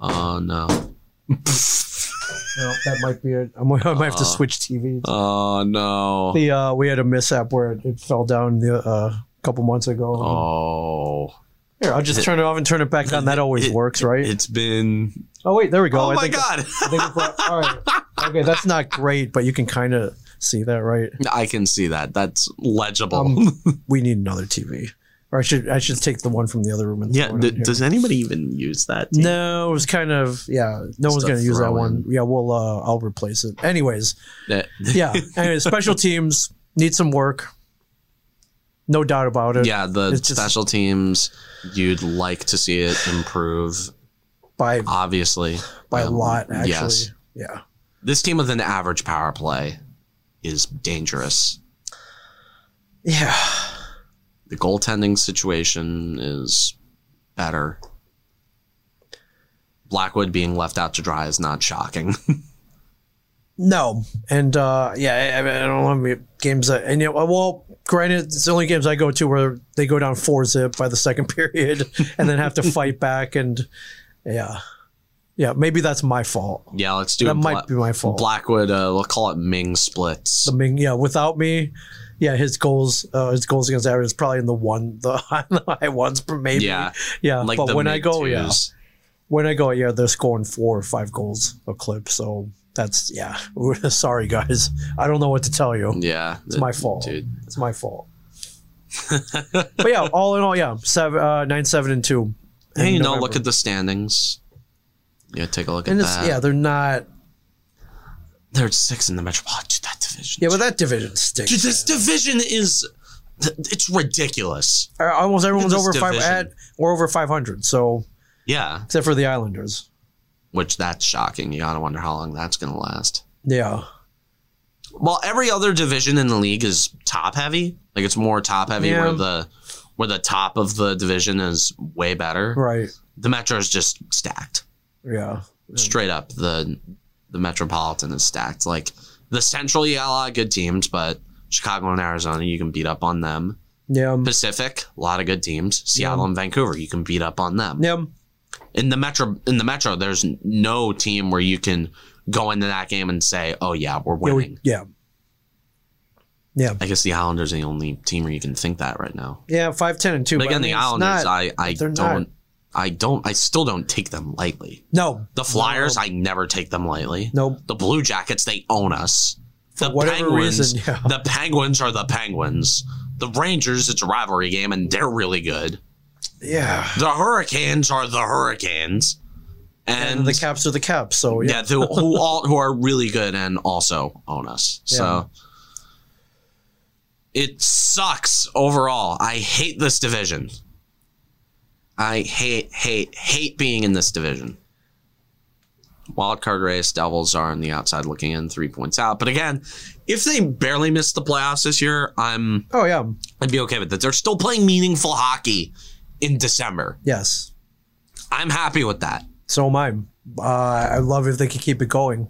S1: Oh, no.
S2: No, that might be it. I'm, I might have to
S1: Uh,
S2: switch TVs.
S1: Oh no.
S2: The uh, we had a mishap where it, it fell down the uh, couple months ago.
S1: Oh.
S2: Here, I'll just turn it off and turn it back on. That always
S1: It-
S2: works, right?
S1: It's been.
S2: oh wait, there we go.
S1: Oh
S2: I
S1: my
S2: think-
S1: god.
S2: I think we brought- all right. Okay, that's not great, but you can kind of see that, right?
S1: I can see that. That's legible.
S2: Um, we need another TV, or I should I should take the one from the other room. And
S1: yeah.
S2: throw it
S1: d-
S2: in here.
S1: does anybody even use that? Do you-
S2: no, it was kind of yeah. No one's
S1: Just a
S2: gonna use that
S1: throw
S2: one. Yeah, we'll uh, I'll replace it. Anyways,
S1: That-
S2: yeah. Anyway, special teams need some work. No doubt about it.
S1: yeah. The
S2: It's just-
S1: special teams. You'd like to see it improve,
S2: By
S1: obviously.
S2: by
S1: Um,
S2: a lot, actually.
S1: yes.
S2: Yeah.
S1: This team with an average power play is dangerous.
S2: Yeah.
S1: the goaltending situation is better. Blackwood being left out to dry is not shocking.
S2: No, and uh, yeah, I, I mean, I don't know how many games that. And you know, well, granted, it's the only games I go to where they go down four zip by the second period, and then have to fight back. And yeah, yeah, maybe that's my fault.
S1: yeah, let's do
S2: That
S1: a
S2: might be my fault.
S1: Blackwood. Uh, we'll call it Ming splits.
S2: I mean, yeah, without me, yeah, his goals, uh, his goals against average is probably in the one, the high ones, maybe.
S1: Yeah,
S2: yeah.
S1: like
S2: but
S1: the
S2: when I go, yeah,
S1: mid-twos.
S2: when I go, yeah, they're scoring four or five goals a clip. So that's yeah. Sorry, guys, I don't know what to tell you.
S1: yeah,
S2: It's my fault.
S1: dude.
S2: It's my fault. but yeah, all in all, yeah, seven, uh, nine, seven, and two.
S1: Hey,
S2: in
S1: you know,
S2: November.
S1: look at the standings. Yeah, take a look
S2: and
S1: at
S2: it's
S1: that.
S2: yeah, they're not
S1: they're six in the Metropolitan. Dude, that division.
S2: yeah, but that division stinks.
S1: dude, this division is th- it's ridiculous.
S2: Uh, Almost everyone's
S1: this
S2: over five
S1: division.
S2: at or over five hundred. So
S1: Yeah,
S2: except for the Islanders,
S1: which that's shocking. You gotta wonder how long that's gonna last.
S2: yeah,
S1: Well, every other division in the league is top heavy. Like it's more top heavy
S2: Yeah.
S1: where the where the top of the division is way better.
S2: right,
S1: The Metro is just stacked.
S2: yeah,
S1: Straight up the the Metropolitan is stacked. Like the Central, you got a lot of good teams, but Chicago and Arizona, you can beat up on them.
S2: Yeah.
S1: Pacific, a lot of good teams. Seattle and Vancouver, you can beat up on them.
S2: Yeah.
S1: In the metro, in the metro, there's no team where you can go into that game and say, "Oh yeah, we're
S2: Yeah.
S1: winning."
S2: we- Yeah. Yeah.
S1: I guess the Islanders are the only team where you can think that right now.
S2: Yeah. Five, ten, and two.
S1: But
S2: but I
S1: again, the
S2: mean, it's
S1: Islanders,
S2: not-
S1: I, I
S2: they're
S1: don't,
S2: not-
S1: I don't, I still don't take them lightly.
S2: no.
S1: The Flyers, I never take them lightly.
S2: Nope.
S1: The Blue Jackets, they own us. The
S2: whatever
S1: Penguins,
S2: reason, yeah.
S1: the Penguins are the Penguins. The Rangers, it's a rivalry game, and they're really good.
S2: Yeah.
S1: The Hurricanes are the Hurricanes, and,
S2: And the Caps are the Caps. So yeah.
S1: yeah, the, who all who are really good and also own us. So it sucks overall. I hate this division. I hate hate hate being in this division. Wild card race, Devils are on the outside looking in, three points out. But again, if they barely miss the playoffs this year, I'm
S2: Oh yeah.
S1: I'd be okay with that. They're still playing meaningful hockey in December.
S2: Yes.
S1: I'm happy with that.
S2: So am I. Uh, I love if they could keep it going.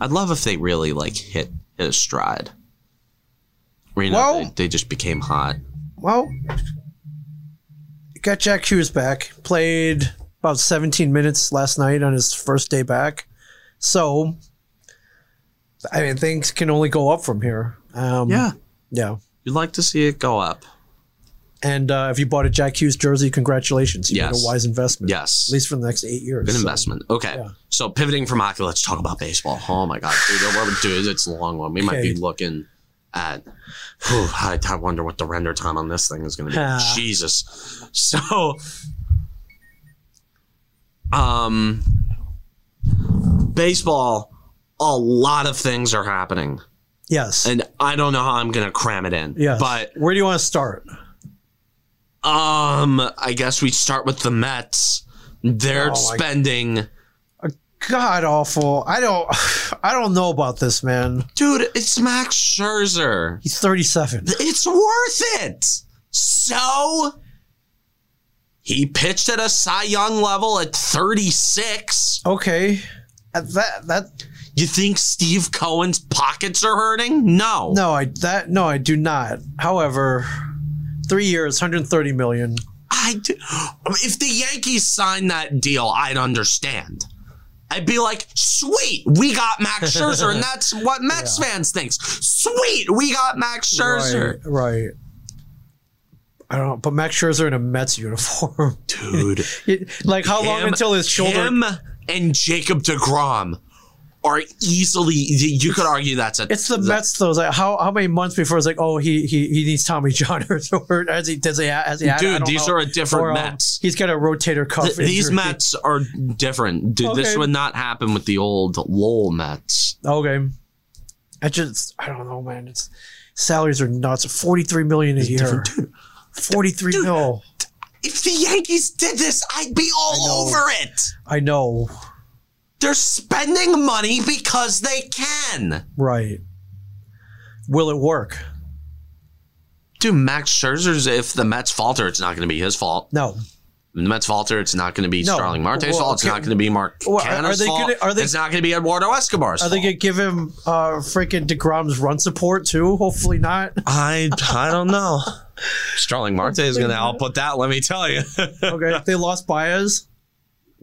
S1: I'd love if they really like hit hit a stride. Or, you know,
S2: Well-
S1: they, they just became hot.
S2: Well, got Jack Hughes back. Played about 17 minutes last night on his first day back. So, I mean, things can only go up from here. Um, Yeah.
S1: you'd like to see it go up.
S2: And uh, if you bought a Jack Hughes jersey, congratulations. You made
S1: Yes.
S2: a wise investment.
S1: Yes,
S2: At least for the next eight years.
S1: good
S2: So,
S1: investment. Okay,
S2: yeah.
S1: so pivoting from hockey, let's talk about baseball. Oh my god, dude, we're- dude it's a long one. We might be
S2: Okay.
S1: looking at. Whew, I, I wonder what the render time on this thing is going to be.
S2: Yeah.
S1: Jesus. So, um, baseball. A lot of things are happening.
S2: Yes.
S1: and I don't know how I'm gonna cram it in.
S2: yes.
S1: But
S2: where do you want to start?
S1: um, I guess we start with the Mets. They're
S2: Oh, I-
S1: spending,
S2: God awful. I don't. I don't know about this man.
S1: dude. It's Max Scherzer.
S2: He's 37.
S1: It's worth it. So he pitched at a Cy Young level at 36.
S2: Okay. Uh, That that
S1: You think Steve Cohen's pockets are hurting? No.
S2: No, I that no, I do not. However, three years, 130 million.
S1: I do. If the Yankees signed that deal, I'd understand. I'd be like, sweet, we got Max Scherzer, and that's what Mets fans thinks. Sweet, we got Max Scherzer,
S2: Right, right. I don't know, but Max Scherzer in a Mets uniform.
S1: dude.
S2: It- like how long
S1: him-
S2: until his shoulder?
S1: Him and Jacob Degrom are easily. You could argue that's a.
S2: It's the Mets though. It's like how how many months before it's like oh he he, he needs Tommy John or, or has he does he has he had it? I
S1: Dude,
S2: don't
S1: these
S2: know.
S1: are a different
S2: Or, um,
S1: Mets.
S2: He's got a rotator cuff.
S1: Th- These
S2: injury.
S1: Mets are different. Dude, this
S2: Okay.
S1: would not happen with the old Lowell Mets.
S2: Okay. I just I don't know, man. It's salaries are nuts. 43 million a year. 43 mil.
S1: If the Yankees did this, I'd be all
S2: I
S1: over
S2: know.
S1: it.
S2: I know.
S1: They're spending money because they can.
S2: Right. Will it work?
S1: Dude, Max Scherzer's, if the Mets falter, it's not going to be his fault.
S2: No.
S1: If the Mets falter, it's not going to be
S2: No.
S1: Starling Marte's
S2: Well,
S1: fault. It's
S2: okay.
S1: not going to be Mark
S2: Well, are-
S1: Canna's
S2: are they
S1: fault.
S2: gonna- are they-
S1: it's not going to be Eduardo Escobar's
S2: Are they
S1: fault.
S2: gonna give him uh freaking Degrom's run support too? Hopefully not.
S1: I, I don't know. Starling Marte is going to output that, let me tell you.
S2: Okay, they lost Baez.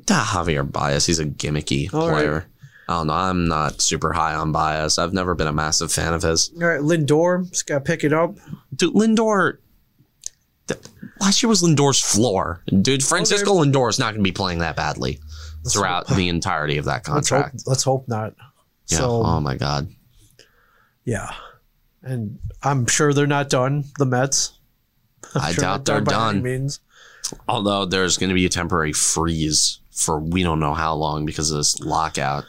S1: Ah, Javier Bias, he's a gimmicky
S2: All right.
S1: player. I don't know. I'm not super high on Bias. I've never been a massive fan of his.
S2: All right, Lindor just gotta pick it up.
S1: Dude, Lindor. th- Last year was Lindor's floor. Dude, Francisco Lindor is not going to be playing that badly throughout the entirety of that
S2: Let's hope,
S1: contract.
S2: let's hope not.
S1: Yeah.
S2: So
S1: oh my God.
S2: yeah, and I'm sure they're not done. The Mets. I'm
S1: I
S2: sure
S1: doubt
S2: not done
S1: they're
S2: by any
S1: done.
S2: Means
S1: Although there's going to be a temporary freeze for we don't know how long because of this lockout.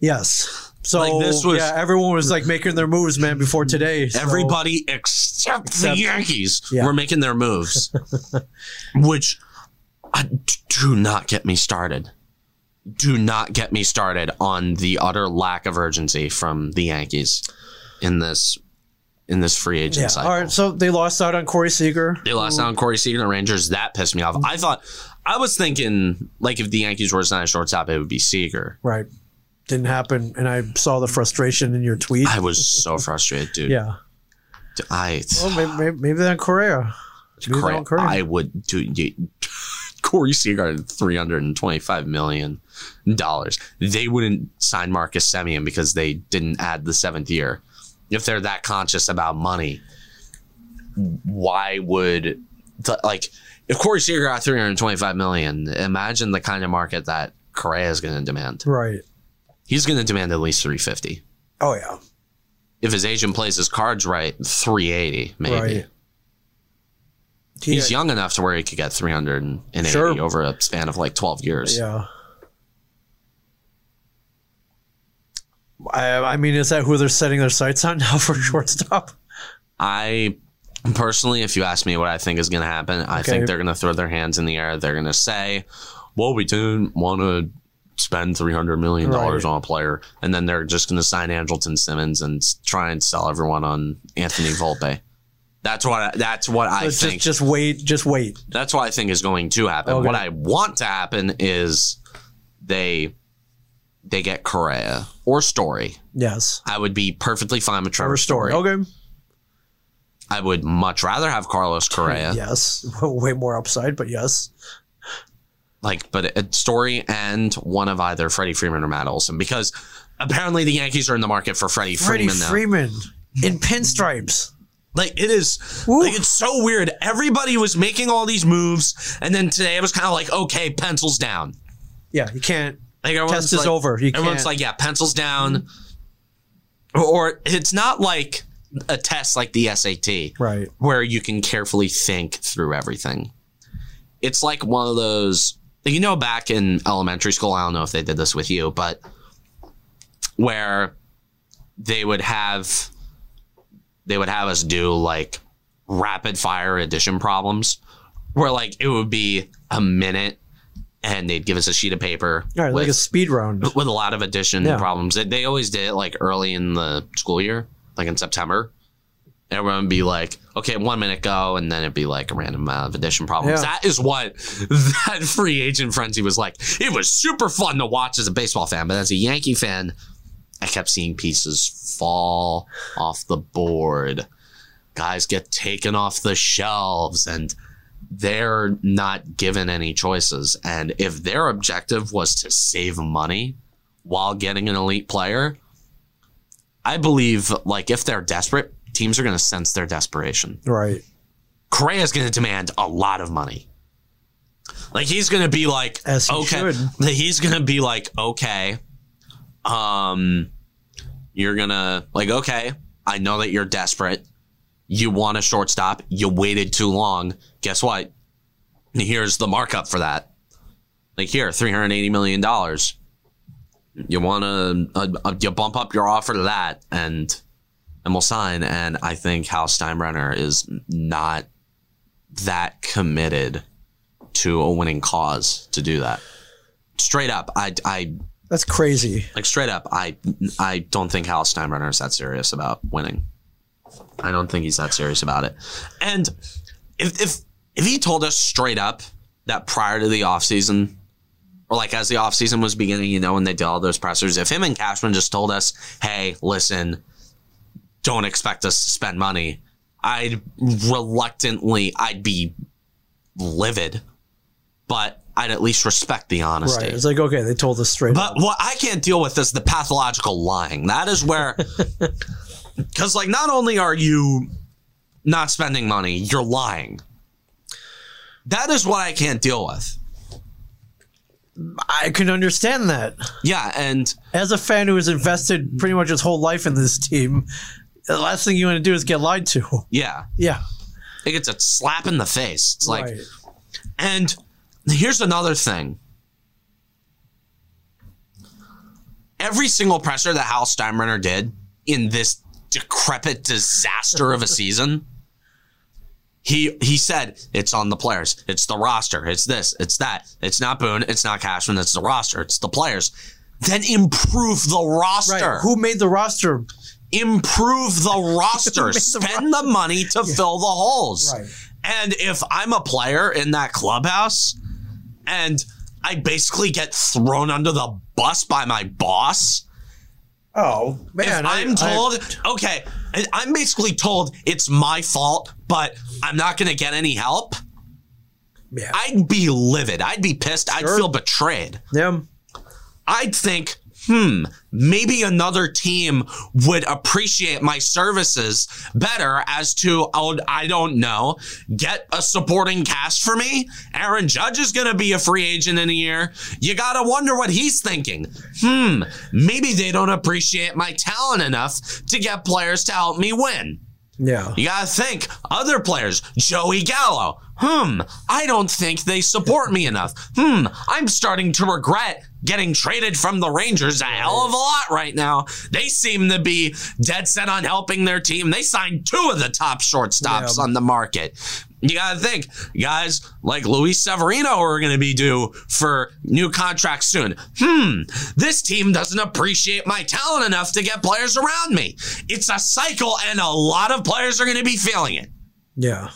S2: yes. So
S1: Like, this was-
S2: yeah, everyone was like making their moves, man, before today. so-
S1: Everybody except the
S2: Except-
S1: Yankees
S2: Yeah.
S1: were making their moves, which I, do not get me started. Do not get me started on the utter lack of urgency from the Yankees in this in this free agent
S2: Yeah.
S1: cycle.
S2: All right. So they lost out on Corey Seager.
S1: They lost out on Corey Seager to the Rangers. That pissed me off. I thought I was thinking like if the Yankees were to sign a shortstop, it would be Seager.
S2: Right. Didn't happen, and I saw the frustration in your tweet.
S1: I was so frustrated, dude.
S2: Yeah.
S1: I,
S2: Well, maybe, maybe, maybe they're in Korea. Maybe they're
S1: Cra-
S2: in Korea.
S1: I would do. do- Corey Seager, three hundred and twenty-five million dollars. They wouldn't sign Marcus Semien because they didn't add the seventh year. If they're that conscious about money, why would the, like if Corey Seager got three hundred twenty-five million? Imagine the kind of market that Correa is going to demand.
S2: right.
S1: He's going to demand at least three fifty.
S2: Oh yeah.
S1: If his agent plays his cards right, three eighty maybe.
S2: Right.
S1: He's
S2: yeah.
S1: young enough to where he could get 380
S2: Sure.
S1: over a span of like 12 years.
S2: Yeah. I, I mean, is that who they're setting their sights on now
S1: Mm.
S2: for shortstop?
S1: I personally, if you ask me what I think is going to happen, I
S2: Okay.
S1: think they're going to throw their hands in the air. They're going to say, well, we didn't want to spend $300 million
S2: Right.
S1: on a player. And then they're just going to sign Angelton Simmons and s- try and sell everyone on Anthony Volpe. That's what I, that's what I
S2: Let's
S1: think.
S2: just just wait, just wait.
S1: that's what I think is going to happen.
S2: Okay.
S1: What I want to happen is they they get Correa or Story.
S2: Yes.
S1: I would be perfectly fine with Trevor
S2: Our story.
S1: Story.
S2: Okay.
S1: I would much rather have Carlos Correa.
S2: Yes. Way more upside, but yes.
S1: Like, but a Story and one of either Freddie Freeman or Matt Olson because apparently the Yankees are in the market for Freddie,
S2: Freddie
S1: Freeman now.
S2: Freeman in pinstripes.
S1: like it is, like it's so weird. Everybody was making all these moves, and then today it was kind of like, okay, pencils down.
S2: Yeah, you can't.
S1: Like everyone's
S2: Test is
S1: like-
S2: over. You
S1: everyone's
S2: can't. Mm-hmm.
S1: like, yeah, pencils down. Or, or it's not like a test like the SAT,
S2: Right.
S1: Where you can carefully think through everything. It's like one of those, you know, back in elementary school. I don't know if they did this with you, but where they would have they would have us do like rapid fire addition problems, where like it would be a minute, and they'd give us a sheet of paper
S2: All right, like
S1: with- Oh.
S2: a speed round.
S1: with a lot of addition
S2: Yeah.
S1: problems. They, they always did it like early in the school year, like in September. Everyone would be like, okay, one minute go, and then it'd be like a random amount of addition problems.
S2: Yeah.
S1: That is what that free agent frenzy was like. It was super fun to watch as a baseball fan, but as a Yankee fan, I kept seeing pieces fall off the board. Guys get taken off the shelves and they're not given any choices. And if their objective was to save money while getting an elite player, I believe like if they're desperate, teams are going to sense their desperation.
S2: Right.
S1: Correa's going to demand a lot of money. Like he's going to be like,
S2: As he
S1: okay,
S2: should.
S1: he's going to be like, okay, um, you're gonna like, okay, I know that you're desperate. You want a shortstop. You waited too long. Guess what? Here's the markup for that. Like here, three hundred eighty million dollars. You want to uh, uh, you bump up your offer to that, and and we'll sign. And I think Hal Steinbrenner is not that committed to a winning cause to do that. Straight up, I, I
S2: That's crazy.
S1: like straight up. I I don't think Hal Steinbrenner is that serious about winning. I don't think he's that serious about it. And if if if he told us straight up that prior to the offseason or like as the offseason was beginning, you know, when they did all those pressers, if him and Cashman just told us, "Hey, listen, don't expect us to spend money," I'd reluctantly, I'd be livid, but I'd at least respect the honesty.
S2: Right. It's like okay, they told us straight. up.
S1: But what I can't deal with is the pathological lying. That is where, because like not only are you not spending money, you're lying. That is what I can't deal with.
S2: I can understand that
S1: Yeah, and
S2: as a fan who has invested pretty much his whole life in this team. The last thing you want to do is get lied to.
S1: yeah,
S2: Yeah.
S1: it gets a slap in the face. It's like,
S2: right.
S1: and here's another thing. Every single presser that Hal Steinbrenner did in this decrepit disaster of a season. he he said it's on the players. It's the roster. It's this. It's that. It's not Boone. It's not Cashman. It's the roster. It's the players. Then improve the roster.
S2: Right. Who made the roster?
S1: improve the roster.
S2: made the
S1: Spend the money to fill the holes.
S2: Right.
S1: And if I'm a player in that clubhouse and I basically get thrown under the bus by my boss,
S2: Oh
S1: If
S2: man, I-
S1: I'm told, okay, I- I'm basically told it's my fault, but I'm not going to get any help.
S2: Yeah.
S1: I'd be livid. I'd be pissed. I'd
S2: Sure.
S1: feel betrayed.
S2: I, yeah.
S1: I'd think, hmm, maybe another team would appreciate my services better as to, oh, I don't know, get a supporting cast for me. Aaron Judge is going to be a free agent in a year. You got to wonder what he's thinking. Hmm, maybe they don't appreciate my talent enough to get players to help me win.
S2: Yeah.
S1: You gotta think other players. Joey Gallo. Hmm. I don't think they support me enough. Hmm. I'm starting to regret getting traded from the Rangers a hell of a lot right now. They seem to be dead set on helping their team. They signed two of the top shortstops
S2: Yeah.
S1: on the market. You gotta think guys like Luis Severino are gonna be due for new contracts soon. Hmm. This team doesn't appreciate my talent enough to get players around me. It's a cycle, and a lot of players are gonna be feeling it.
S2: Yeah.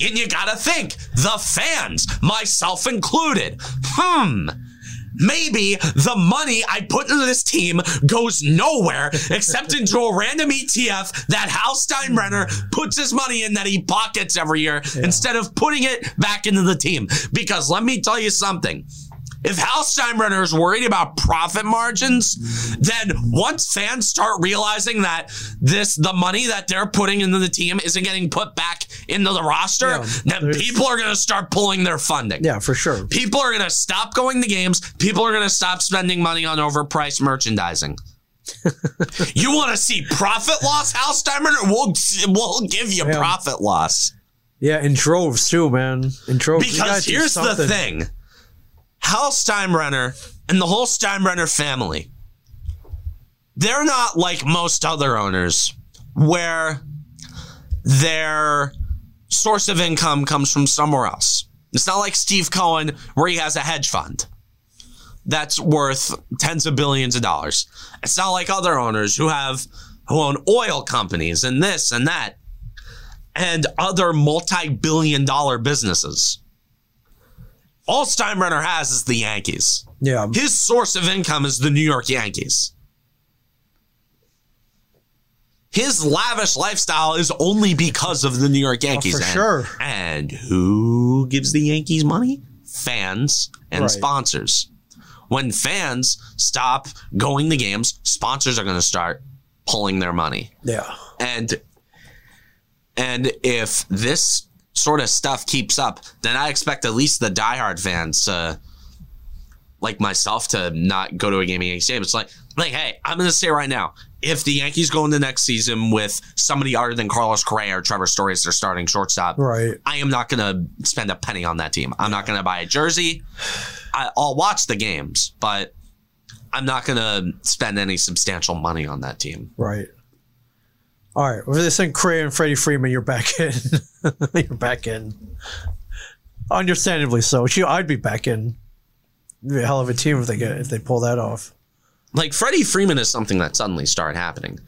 S1: And you gotta think, the fans, myself included. Hmm. Maybe the money I put into this team goes nowhere except into a random ETF that Hal Steinbrenner puts his money in that he pockets every year instead of putting it back into the team. Because let me tell you something. If Hal Steinbrenner is worried about profit margins, then once fans start realizing that this the money that they're putting into the team isn't getting put back into the roster,
S2: Yeah,
S1: then
S2: there's-
S1: people are going to start pulling their funding.
S2: Yeah, for sure.
S1: People are going to stop going to games. People are going to stop spending money on overpriced merchandising. you want to see profit loss, Hal Steinbrenner? We'll we'll give you
S2: Yeah.
S1: profit loss.
S2: Yeah, in droves too, man. In droves. You gotta
S1: Because
S2: do
S1: here's the
S2: something.
S1: thing Hal Steinbrenner and the whole Steinbrenner family, they're not like most other owners where their source of income comes from somewhere else. It's not like Steve Cohen where he has a hedge fund that's worth tens of billions of dollars. It's not like other owners who have who own oil companies and this and that and other multi-billion dollar businesses. All Steinbrenner has is the Yankees.
S2: Yeah.
S1: His source of income is the New York Yankees. His lavish lifestyle is only because of the New York Yankees.
S2: Oh, for
S1: and,
S2: sure.
S1: And who gives the Yankees money? Fans and
S2: Right.
S1: sponsors. When fans stop going to games, sponsors are going to start pulling their money
S2: Yeah.
S1: and and if this sort of stuff keeps up, then I expect at least the diehard fans, uh, like myself, to not go to a game against game. It's like, like, hey, I'm gonna say right now, if the Yankees go into next season with somebody other than Carlos Correa or Trevor Story as their starting shortstop,
S2: Right.
S1: I am not gonna spend a penny on that team. I'm not gonna buy a jersey. I, I'll watch the games, but I'm not gonna spend any substantial money on that team.
S2: Right. All right. Well, they sent Cray and Freddie Freeman. You're back in. you're back in. Understandably so. She, I'd be back in. It'd be a hell of a team if they get if they pull that off.
S1: like Freddie Freeman is something that suddenly started happening.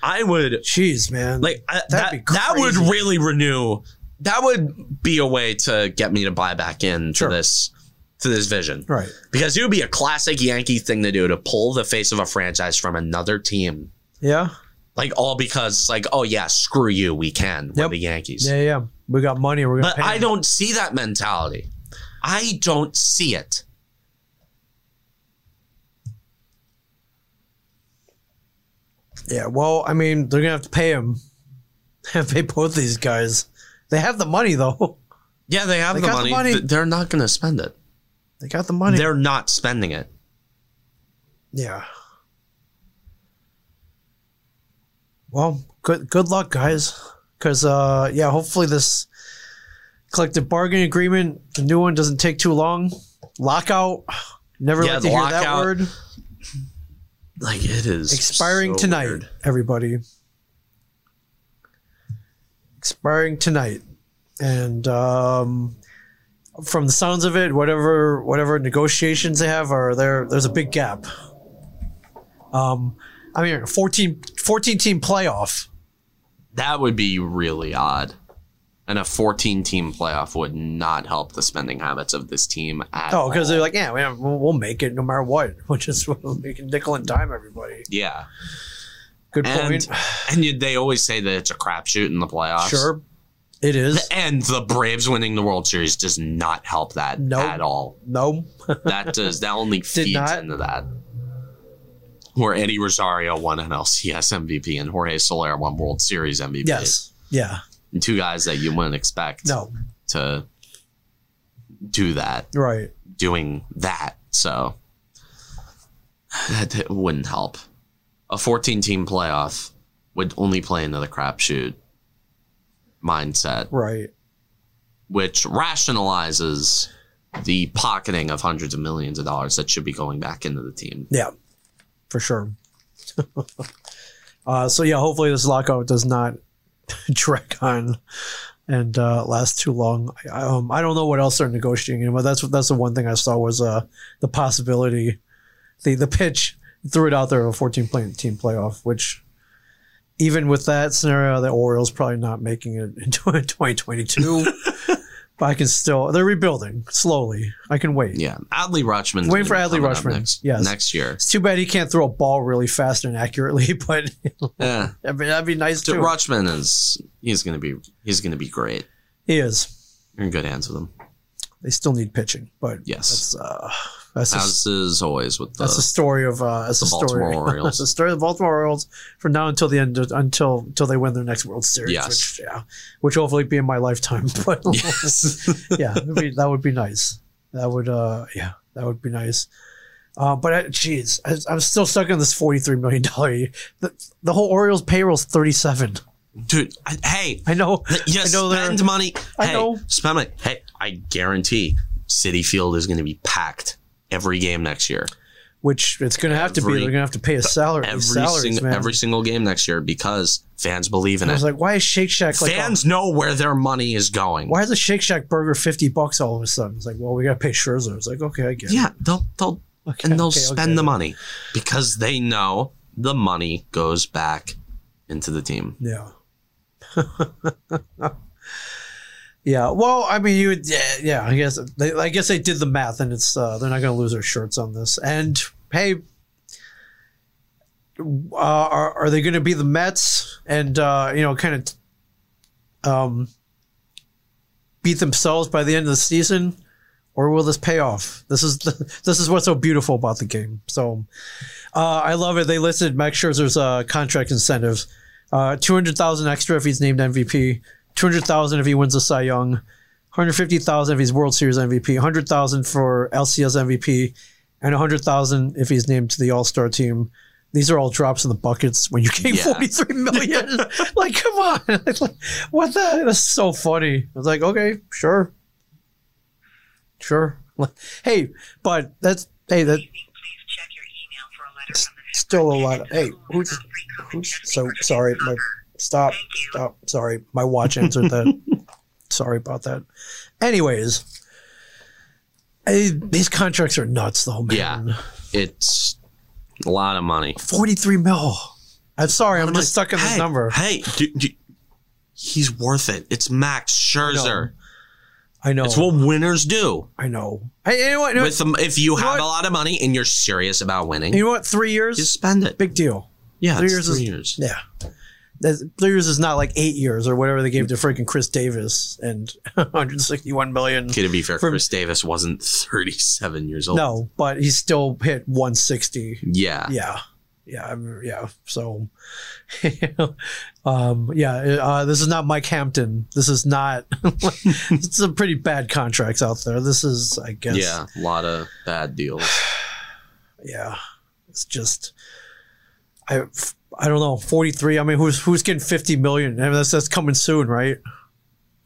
S1: I would
S2: Jeez, man.
S1: like I, that.
S2: That'd be
S1: That would
S2: crazy.
S1: really renew. That would be a way to get me to buy back in
S2: Sure.
S1: to this to this vision,
S2: right.
S1: Because it would be a classic Yankee thing to do to pull the face of a franchise from another team,
S2: Yeah.
S1: like all because it's like, oh yeah, screw you, we can. We're
S2: Yep.
S1: the Yankees.
S2: Yeah. Yeah. We got money. We're gonna.
S1: But
S2: pay
S1: I
S2: them.
S1: don't see that mentality. I don't see it.
S2: Yeah. Well, I mean, they're gonna have to pay him. Have pay both these guys. They have the money though.
S1: Yeah, they have
S2: They
S1: the,
S2: got
S1: money.
S2: the money.
S1: Th- They're not going to spend it.
S2: They got the money.
S1: They're not spending it.
S2: Yeah. Well, good good luck, guys. Because uh, yeah, hopefully this collective bargaining agreement, the new one, doesn't take too long. Lockout. Never
S1: Yeah,
S2: like
S1: the
S2: to hear that
S1: lockout.
S2: word.
S1: Like it is
S2: Expiring
S1: so
S2: tonight,
S1: weird.
S2: everybody. Expiring tonight, and um, from the sounds of it, whatever whatever negotiations they have are there. There's a big gap. Um, I mean, 14, 14 team playoff.
S1: That would be really odd. and a 14 team playoff would not help the spending habits of this team at
S2: Oh, because
S1: all.
S2: they're like, yeah, we have- we'll we'll make it no matter what, which is we can nickel and dime everybody.
S1: yeah,
S2: Good
S1: and
S2: point.
S1: and you, they always say that it's a crapshoot in the playoffs.
S2: Sure, it is.
S1: And the Braves winning the World Series does not help that
S2: Nope.
S1: at all.
S2: No,
S1: That does that only feeds
S2: not.
S1: into that. Where Eddie Rosario won NLCS MVP and Jorge Soler won World Series MVP.
S2: yes, yeah,
S1: And two guys that you wouldn't expect
S2: no,
S1: to do that,
S2: right.
S1: doing that. So that, that wouldn't help. A 14 team playoff would only play into the crapshoot mindset.
S2: Right.
S1: which rationalizes the pocketing of hundreds of millions of dollars that should be going back into the team.
S2: Yeah, for sure. uh, so yeah, hopefully this lockout does not drag on and uh, last too long. I, I, um, I don't know what else they're negotiating, but that's that's the one thing I saw was uh, the possibility, the the pitch threw it out there of a 14 play, team playoff, which. Even with that scenario, the Orioles probably not making it in 2022. but I can still, they're rebuilding slowly. I can wait.
S1: Yeah, Adley Rutschman.
S2: Waiting for Adley Rutschman,
S1: Next,
S2: yes.
S1: next year.
S2: It's too bad he can't throw a ball really fast and accurately, but
S1: Yeah,
S2: I mean, that'd be nice
S1: D-
S2: too.
S1: Rutschman is he's gonna be he's gonna be great.
S2: He is.
S1: You're in good hands with him.
S2: They still need pitching, but
S1: Yes,
S2: that's uh, that's a,
S1: as is always with the
S2: that's a story of uh, that's
S1: the
S2: a story.
S1: Baltimore Orioles.
S2: that's a story of the Baltimore Orioles from now until the end until until they win their next World Series.
S1: Yes.
S2: which, yeah, which hopefully be in my lifetime. But
S1: yes.
S2: yeah, it'd be, that would be nice. That would, uh, yeah, that would be nice. Uh, but I- jeez, I- I'm still stuck on this 43 million dollar. The, the whole Orioles payroll's 37.
S1: dude. I, hey,
S2: I know.
S1: yes,
S2: I know they're-
S1: spend money.
S2: I
S1: hey,
S2: know.
S1: spend money. Hey, I guarantee City Field is gonna be packed every game next year.
S2: which it's going to have to be.
S1: Every-
S2: They're going to have to pay a salary.
S1: Every
S2: salaries,
S1: single
S2: man.
S1: every single game next year because fans believe in
S2: I
S1: it.
S2: was like, why is Shake Shack like? uh,
S1: fans know where their money is going.
S2: why is a Shake Shack burger fifty bucks all of a sudden? It's like, well, we got to pay Scherzer. It's like, okay, I get it.
S1: Yeah, they'll they'll
S2: Okay,
S1: and they'll
S2: okay, I'll
S1: spend
S2: get
S1: the
S2: it.
S1: money because they know the money goes back into the team.
S2: Yeah. yeah. Well, I mean, you. would- Yeah, yeah. I guess they, I guess they did the math, and it's uh, they're not going to lose their shirts on this. And hey, uh, are, are they going to be the Mets and uh, you know kind of um, beat themselves by the end of the season? Or will this pay off? This is the, this is what's so beautiful about the game. So, uh, I love it. They listed Max Scherzer's uh, contract incentives uh, two hundred thousand extra if he's named MVP. Two hundred thousand if he wins the Cy Young. One hundred fifty thousand if he's World Series MVP. One hundred thousand for LCS MVP, and one hundred thousand if he's named to the All Star team. These are all drops in the buckets when you came
S1: Yeah.
S2: forty three million. like, come on, Like, what the? That's so funny. I was like, okay, sure, sure. Like, Hey, but that's hey, that
S4: Please check your email for a letter from the
S2: still a lot. Of, hey, who's who's so sorry? My stop, stop. Sorry, my watch answered that. sorry about that. Anyways, I, these contracts are nuts, though, man.
S1: Yeah. It's a lot of money.
S2: forty-three mil. I'm sorry, I'm
S1: I'm
S2: just
S1: like,
S2: stuck on this
S1: hey,
S2: number.
S1: Hey, do, do, he's worth it. It's Max Scherzer.
S2: I know.
S1: It's what winners do.
S2: I know. Hey, you know what? You know,
S1: With them, if you have
S2: what?
S1: a lot of money and you're serious about winning,
S2: you know what? Three
S1: just
S2: years,
S1: spend it.
S2: big deal.
S1: Yeah,
S2: three
S1: it's
S2: years
S1: three
S2: is-
S1: years.
S2: Yeah. That's, three years is not like eight years or whatever they gave to freaking Chris Davis and 161 million.
S1: Okay, to be fair,
S2: For-
S1: Chris Davis wasn't 37 years old.
S2: No, but he still hit 160
S1: Yeah.
S2: yeah yeah I'm- yeah so um yeah uh, this is not mike hampton this is not it's some pretty bad contracts out there this is i guess
S1: Yeah. A lot of bad deals.
S2: yeah it's just i i don't know 43 i mean who's who's getting 50 million I mean, that's that's coming soon right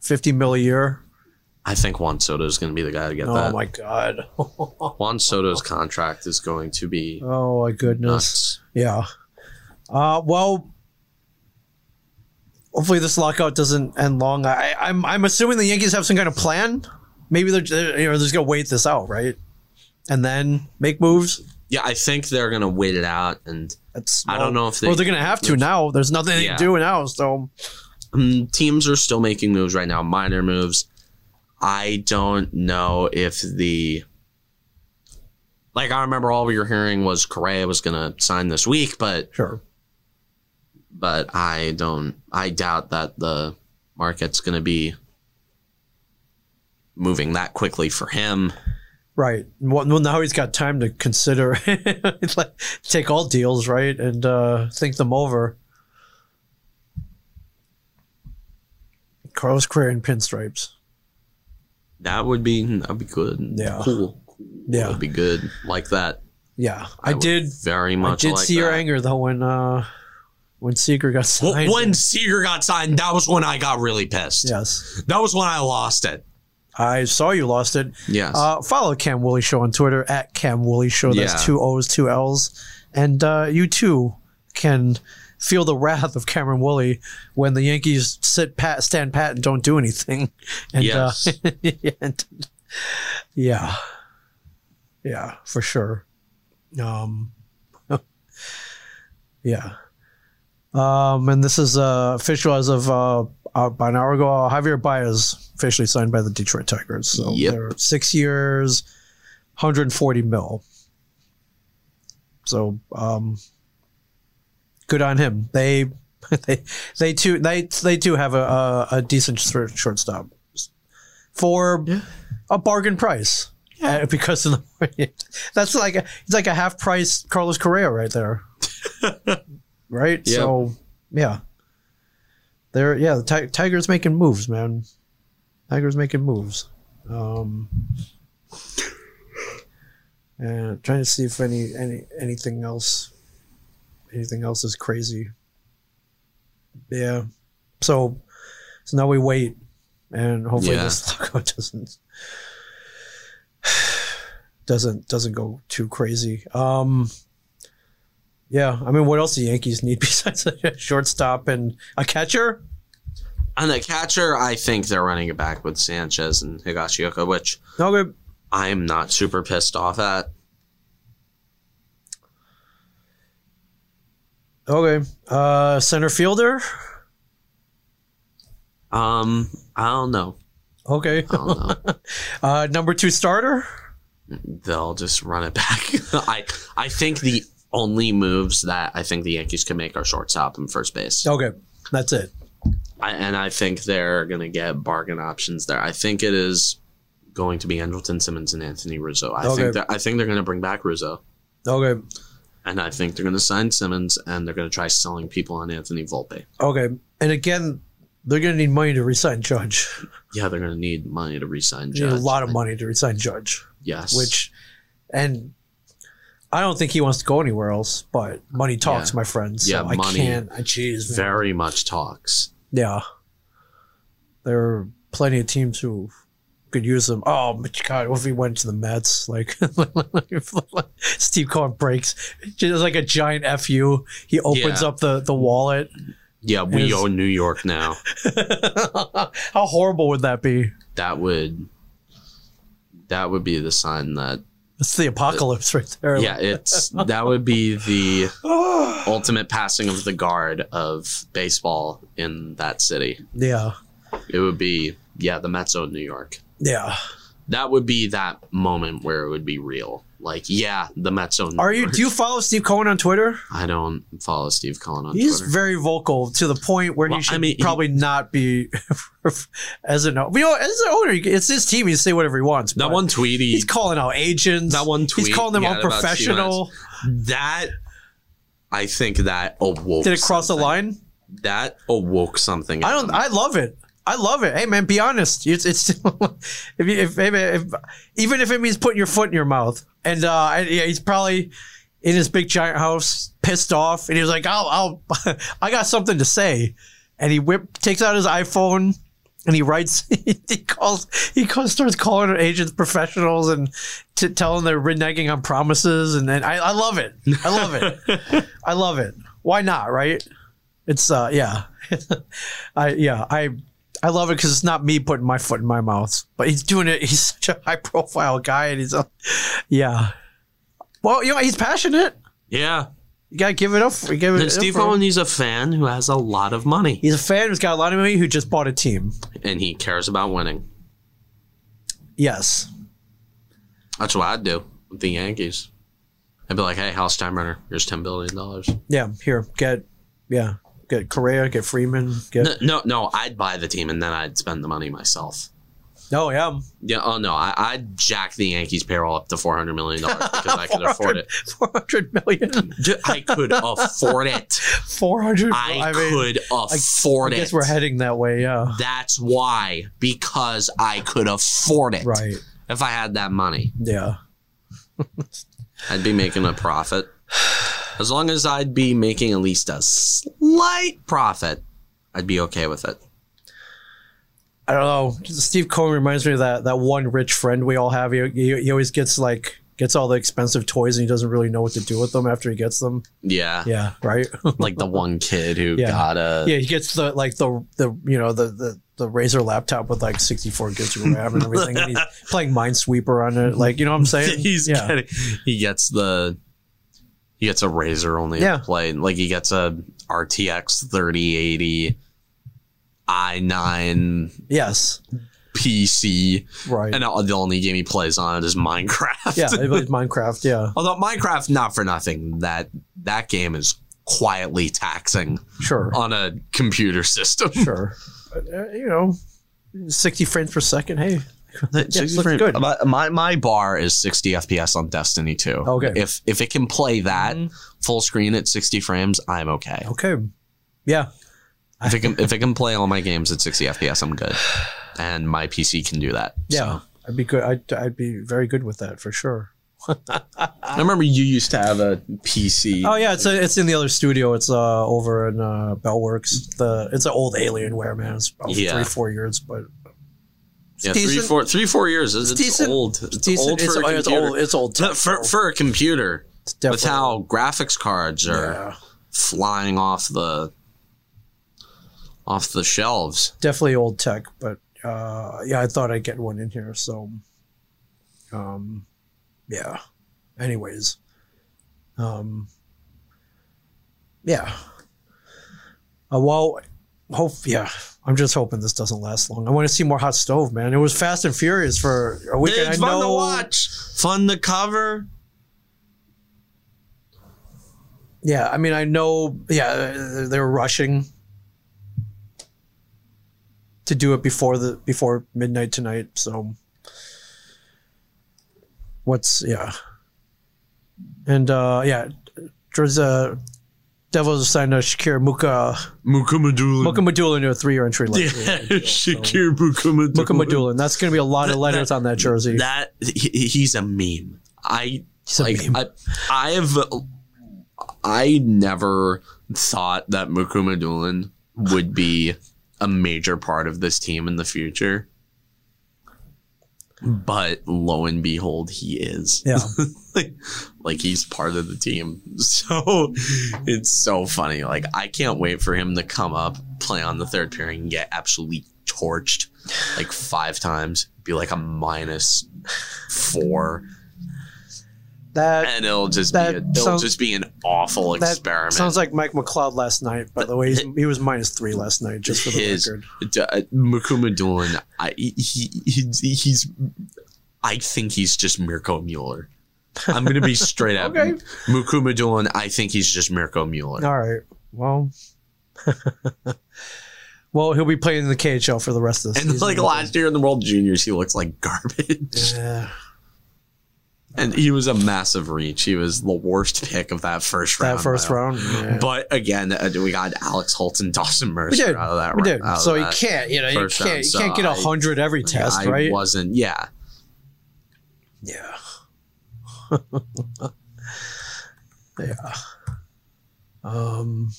S2: 50 mil a year
S1: I think Juan Soto is going to be the guy to get
S2: oh
S1: that.
S2: my god
S1: Juan Soto's contract is going to be
S2: oh my goodness
S1: nuts.
S2: Yeah. Uh, well, hopefully this lockout doesn't end long. I, I'm I'm assuming the Yankees have some kind of plan. Maybe they're, they're you know they're just gonna wait this out, right? And then make moves.
S1: Yeah, I think they're going to wait it out, and
S2: That's
S1: I don't know if they.
S2: well, they're gonna have to now. There's nothing they
S1: Yeah.
S2: can do now, so
S1: um, teams are still making moves right now, minor moves. I don't know if the like I remember all we were hearing was Correa was gonna sign this week, but
S2: Sure.
S1: but I don't I doubt that the market's gonna be moving that quickly for him.
S2: Right. Well, well, now he's got time to consider, It's like, take all deals, right, and uh, think them over. Carlos Correa in pinstripes.
S1: That would be that'd be good.
S2: Yeah.
S1: Cool.
S2: Yeah.
S1: That'd be good. Like that.
S2: Yeah, I,
S1: would
S2: did.
S1: very
S2: I
S1: much
S2: did
S1: like
S2: see your
S1: that.
S2: anger though when uh, when Seeker got
S1: Well,
S2: signed.
S1: when Seager got signed, that was when I got really pissed.
S2: yes,
S1: That was when I lost it.
S2: I saw you lost it.
S1: Yes.
S2: Uh, follow Cam Woolley Show on Twitter at Cam Woolley Show. That's
S1: Yeah.
S2: two O's, two L's. And uh, you too can feel the wrath of Cameron Woolley when the Yankees sit pat, stand pat, and don't do anything. And,
S1: yes.
S2: uh, and yeah, yeah, for sure. Um, yeah. Um, and this is uh, official as of uh, about an hour ago. uh, Javier Baez officially signed by the Detroit Tigers. So
S1: Yep.
S2: they're six years, 140 mil. So um, good on him. They they they too they they too have a a, a decent shor- shortstop for a bargain price. Uh, because of the that's like a, it's like a half price Carlos Correa right there, right?
S1: Yeah.
S2: So yeah, they're yeah the ti- Tigers making moves, man. Tigers making moves. Um, and trying to see if any any anything else anything else is crazy. Yeah. So so now we wait and hopefully
S1: Yeah.
S2: this logo doesn't doesn't doesn't go too crazy. Um yeah, I mean what else do Yankees need besides a shortstop and a catcher?
S1: And the catcher, I think they're running it back with Sanchez and Higashioka, which
S2: Okay.
S1: I'm not super pissed off at.
S2: Okay. Uh center fielder?
S1: Um, I don't know.
S2: Okay.
S1: I don't know.
S2: Uh number 2 starter?
S1: They'll just run it back. I I think the only moves that I think the Yankees can make are shortstop and first base.
S2: Okay. That's it.
S1: I, and I think they're going to get bargain options there. I think it is going to be Andrelton Simmons and Anthony Rizzo. I
S2: Okay.
S1: think that I think they're going to bring back Rizzo,
S2: Okay.
S1: and I think they're going to sign Simmons, and they're going to try selling people on Anthony Volpe.
S2: Okay. And again, they're going to need money to resign Judge.
S1: Yeah, they're going to need money to re-sign
S2: They need
S1: Judge.
S2: a lot of money to resign Judge,
S1: yes,
S2: which, and I don't think he wants to go anywhere else, but money talks,
S1: Yeah.
S2: my friends.
S1: Yeah,
S2: so I
S1: money.
S2: can't. I Jeez, man.
S1: very much talks.
S2: Yeah. There are plenty of teams who could use them. Oh, my God. What if he went to the Mets? Like, Steve Cohen breaks. Just like a giant FU. He opens
S1: Yeah.
S2: up the, the wallet.
S1: Yeah, we
S2: Is-
S1: own New York now.
S2: How horrible would that be?
S1: that would that would be the sign that
S2: It's the apocalypse right there.
S1: yeah, it's that would be the ultimate passing of the guard of baseball in that city.
S2: Yeah.
S1: It would be yeah, the Mets own New York.
S2: Yeah.
S1: That would be that moment where it would be real. Like yeah, the Mets own. New
S2: Are you
S1: York.
S2: do you follow Steve Cohen on Twitter?
S1: I don't follow Steve Cullen on
S2: He's
S1: Twitter.
S2: very vocal to the point where
S1: Well, I
S2: he should
S1: mean, he-
S2: probably not be as an owner. You know, as an owner, it's his team. He can say whatever he wants.
S1: that
S2: but
S1: one tweet he
S2: he's calling out agents.
S1: That one tweet
S2: He's calling them
S1: he had about
S2: unprofessional.
S1: that I think that awoke.
S2: Did it cross the
S1: something.
S2: line?
S1: That awoke something.
S2: I
S1: in
S2: don't.
S1: me.
S2: I love it. I love it. Hey man, be honest. It's it's if, you, if, if, if even if it means putting your foot in your mouth. And uh, I, yeah, he's probably in his big giant house, pissed off, and he was like, "I'll, I'll, I got something to say," and he whip takes out his iPhone. And he writes, he calls, he calls, starts calling agents professionals and t- telling they're reneging on promises. And then I, I love it. I love it. I love it. Why not? Right? It's, uh, yeah. I yeah, I I love it because it's not me putting my foot in my mouth, but he's doing it. He's such a high profile guy, and he's uh, yeah. Well, you know he's passionate.
S1: yeah,
S2: You gotta give it up. For, give it
S1: Then
S2: up
S1: Steve
S2: for him.
S1: Owen, he's a fan who has a lot of money
S2: He's a fan who's got a lot of money who just bought a team.
S1: and he cares about winning.
S2: Yes.
S1: That's what I'd do with the Yankees. I'd be like, hey, Hal Steinbrenner, here's $10 billion. No,
S2: Yeah. Here, get. Yeah. Get Correa. Get Freeman. Get.
S1: no, no, I'd buy the team and then I'd spend the money myself.
S2: No. yeah.
S1: Yeah, oh no, I, I'd jack the Yankees payroll up to $400 million because I could afford it.
S2: Four hundred million.
S1: Dude, I could afford it.
S2: Four hundred.
S1: I, could afford
S2: I guess
S1: it.
S2: we're heading that way. Yeah.
S1: That's why, because I could afford it.
S2: Right.
S1: If I had that money,
S2: Yeah.
S1: I'd be making a profit. As long as I'd be making at least a slight profit, I'd be okay with it.
S2: I don't know. Steve Cohen reminds me of that that one rich friend we all have. He, he, he always gets like gets all the expensive toys and he doesn't really know what to do with them after he gets them.
S1: Yeah.
S2: Yeah, right.
S1: Like the one kid who
S2: Yeah.
S1: got a.
S2: yeah, he gets the like the the you know the the the Razer laptop with like 64 gigs of RAM and everything, and he's playing Minesweeper on it. Like you know what I'm saying?
S1: He's
S2: yeah.
S1: getting. He gets the. He gets a razor only
S2: Yeah.
S1: to play. Like he gets a RTX 3080 i9
S2: yes,
S1: PC.
S2: right.
S1: And the only game he plays on it is Minecraft.
S2: yeah, he plays Minecraft. Yeah,
S1: Although Minecraft, not for nothing, that that game is quietly taxing
S2: sure,
S1: on a computer system.
S2: sure. But, uh, you know, 60 frames per second. Hey, looks good.
S1: My, my my bar is 60 FPS on Destiny 2.
S2: Okay.
S1: If if it can play that full screen at 60 frames, I'm okay.
S2: okay, yeah,
S1: If it can if it can play all my games at 60 FPS, I'm good. And my PC can do that.
S2: yeah. Uh, I'd be good. I'd, I'd be very good with that for sure.
S1: I remember you used to have a PC.
S2: Oh yeah, it's a, it's in the other studio. It's uh over in uh, Bellworks. The it's an old Alienware man. It's about
S1: Yeah.
S2: three four years, but
S1: yeah, three,
S2: decent.
S1: four, three, four years. It's, it's
S2: decent.
S1: old. It's, old for
S2: It's,
S1: a
S2: it's
S1: computer.
S2: old. It's old.
S1: No, for, for a computer
S2: It's
S1: with
S2: definitely-
S1: how graphics cards are
S2: Yeah.
S1: flying off the off the shelves
S2: definitely old tech, but uh, yeah, I thought I'd get one in here. So, um, yeah. Anyways, um, yeah. Uh, well, hope yeah. I'm just hoping this doesn't last long. I want to see more hot stove, man. It was Fast and Furious for a weekend.
S1: it's
S2: I
S1: fun
S2: know,
S1: to watch fun to cover
S2: Yeah, I mean, I know. Yeah, they were rushing to do it before the before midnight tonight. So, what's yeah, and uh yeah, there's a Devils signed a Shakir Muka
S5: Mukamadulin.
S2: Muka Madula into a three-year entry. Yeah,
S5: Shakir Mukamadulin.
S2: Muka Madula. And That's going to be a lot of letters on that jersey.
S1: that he, he's a meme i
S2: He's a
S1: like
S2: meme.
S1: I, i've i never thought that mukuma Doolin would be a major part of this team in the future but lo and behold he is
S2: yeah,
S1: like, like he's part of the team. So it's so funny. Like I can't wait for him to come up, play on the third pairing, and get absolutely torched like five times, be like a minus four,
S2: that
S1: and it'll just
S2: That
S1: be a, it'll
S2: sounds-
S1: just be an awful
S2: that
S1: experiment.
S2: sounds like Mike McLeod last night. By the way, he's, he was minus three last night. Just for the
S1: His-
S2: record,
S1: D- uh, Mukuma Doolin, I, he, he, he's, I think he's just Mirko Mueller. I'm gonna be straight up.
S2: Okay.
S1: Mukuma Doolin, I think he's just Mirko Mueller.
S2: All right. Well. well, he'll be playing in the KHL for the rest of the
S1: And
S2: season.
S1: like last year in the World Juniors, he looks like garbage.
S2: Yeah,
S1: And he was a massive reach. He was the worst pick of that first round.
S2: that first
S1: Wow.
S2: round. yeah.
S1: But again, uh, we got Alex Holtz and Dawson
S2: we
S1: Mercer
S2: did.
S1: out of that
S2: We
S1: round-
S2: did.
S1: out of
S2: So you
S1: that.
S2: can't, you know, you
S1: first
S2: can't,
S1: round,
S2: you
S1: so
S2: can't get a
S1: I-
S2: hundred every test,
S1: I
S2: right?
S1: wasn't. Yeah.
S2: Yeah. yeah. Um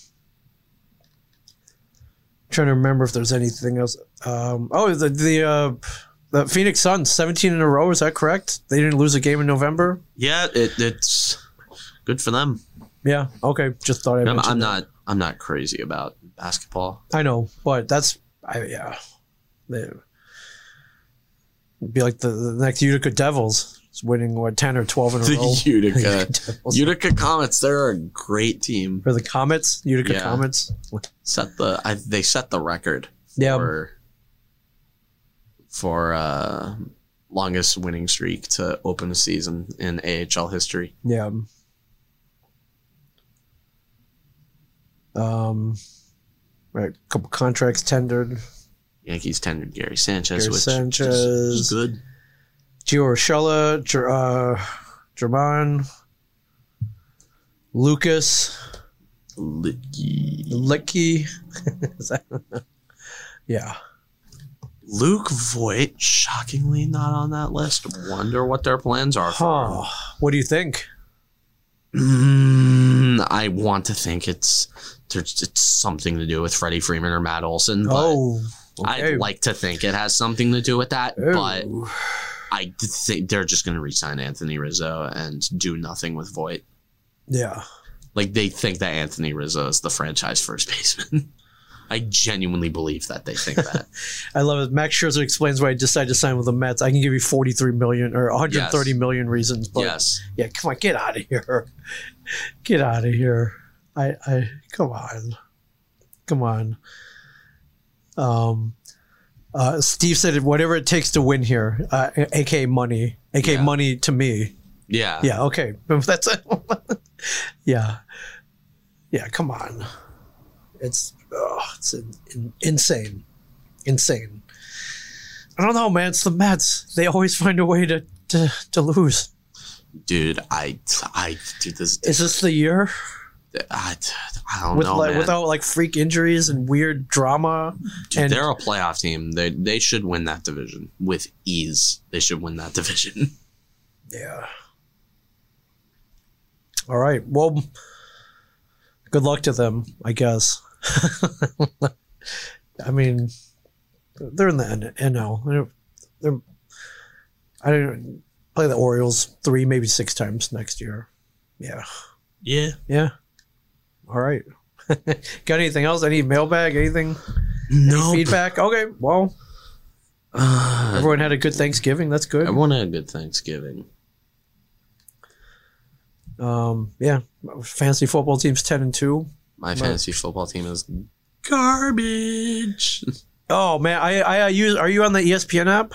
S2: trying to remember if there's anything else. Um oh the the uh the Phoenix Suns, 17 in a row, is that correct? They didn't lose a game in November?
S1: Yeah. It, it's good for them.
S2: Yeah. Okay. Just thought I'd
S1: I'm,
S2: mention
S1: I'm
S2: that.
S1: not. I'm not crazy about basketball.
S2: I know, but that's I yeah. They, it'd be like the, the next Utica Devils. It's winning what ten or twelve in a row.
S1: The Utica.
S2: Devils.
S1: Utica Comets, they're a great team.
S2: For the Comets, Utica
S1: Yeah.
S2: Comets.
S1: Set the I, they set the record
S2: Yeah,
S1: for for uh, longest winning streak to open a season in AHL history.
S2: yeah. Um, right, couple contracts tendered.
S1: Yankees tendered Gary Sanchez,
S2: Gary
S1: which
S2: Sanchez.
S1: is, is good.
S2: Gio Urshela, Jer- uh, German, Lucas,
S1: Licky.
S2: Licky. Is that- yeah.
S1: Luke Voigt, shockingly not on that list. Wonder what their plans are. for
S2: Huh. What do you think?
S1: Mm, I want to think it's there's it's something to do with Freddie Freeman or Matt Olson. But
S2: Oh, okay. Oh.
S1: I'd like to think it has something to do with that, but
S2: Ooh.
S1: I d- think they're just going to re-sign Anthony Rizzo and do nothing with Voight.
S2: yeah.
S1: Like they think that Anthony Rizzo is the franchise first baseman. I genuinely believe that they think that.
S2: I love it. Max Scherzer explains why I decided to sign with the Mets. I can give you 43 million or 130 million reasons, but
S1: yes,
S2: yeah, come on, get out of here. Get out of here. I, I, come on. Come on. Um, uh, Steve said, whatever it takes to win here, uh, aka money, aka
S1: Yeah.
S2: money to me.
S1: yeah,
S2: Yeah, okay. That's it. yeah. Yeah, come on. It's oh, it's in, in, insane. Insane. I don't know, man. It's the Mets. They always find a way to, to, to lose.
S1: dude. I, I, dude, this,
S2: Is this the year
S1: I, I don't
S2: with
S1: know,
S2: like,
S1: man.
S2: without like freak injuries and weird drama?
S1: Dude,
S2: and-
S1: they're a playoff team. They they should win that division with ease. They should win that division.
S2: Yeah. All right. Well, good luck to them, I guess. I mean, they're in the N- NL. They're, they're I don't play the Orioles three, maybe six times next year. Yeah.
S1: Yeah.
S2: Yeah. All right. Got anything else? Any mailbag? Anything?
S1: No.
S2: Feedback? Okay. Well,
S1: Uh,
S2: everyone had a good Thanksgiving. That's good.
S1: everyone had a good Thanksgiving.
S2: Um, yeah. Fantasy football team's ten and two.
S1: My fantasy football team is garbage.
S2: Oh man, I I, I use. Are you on the E ESPN app?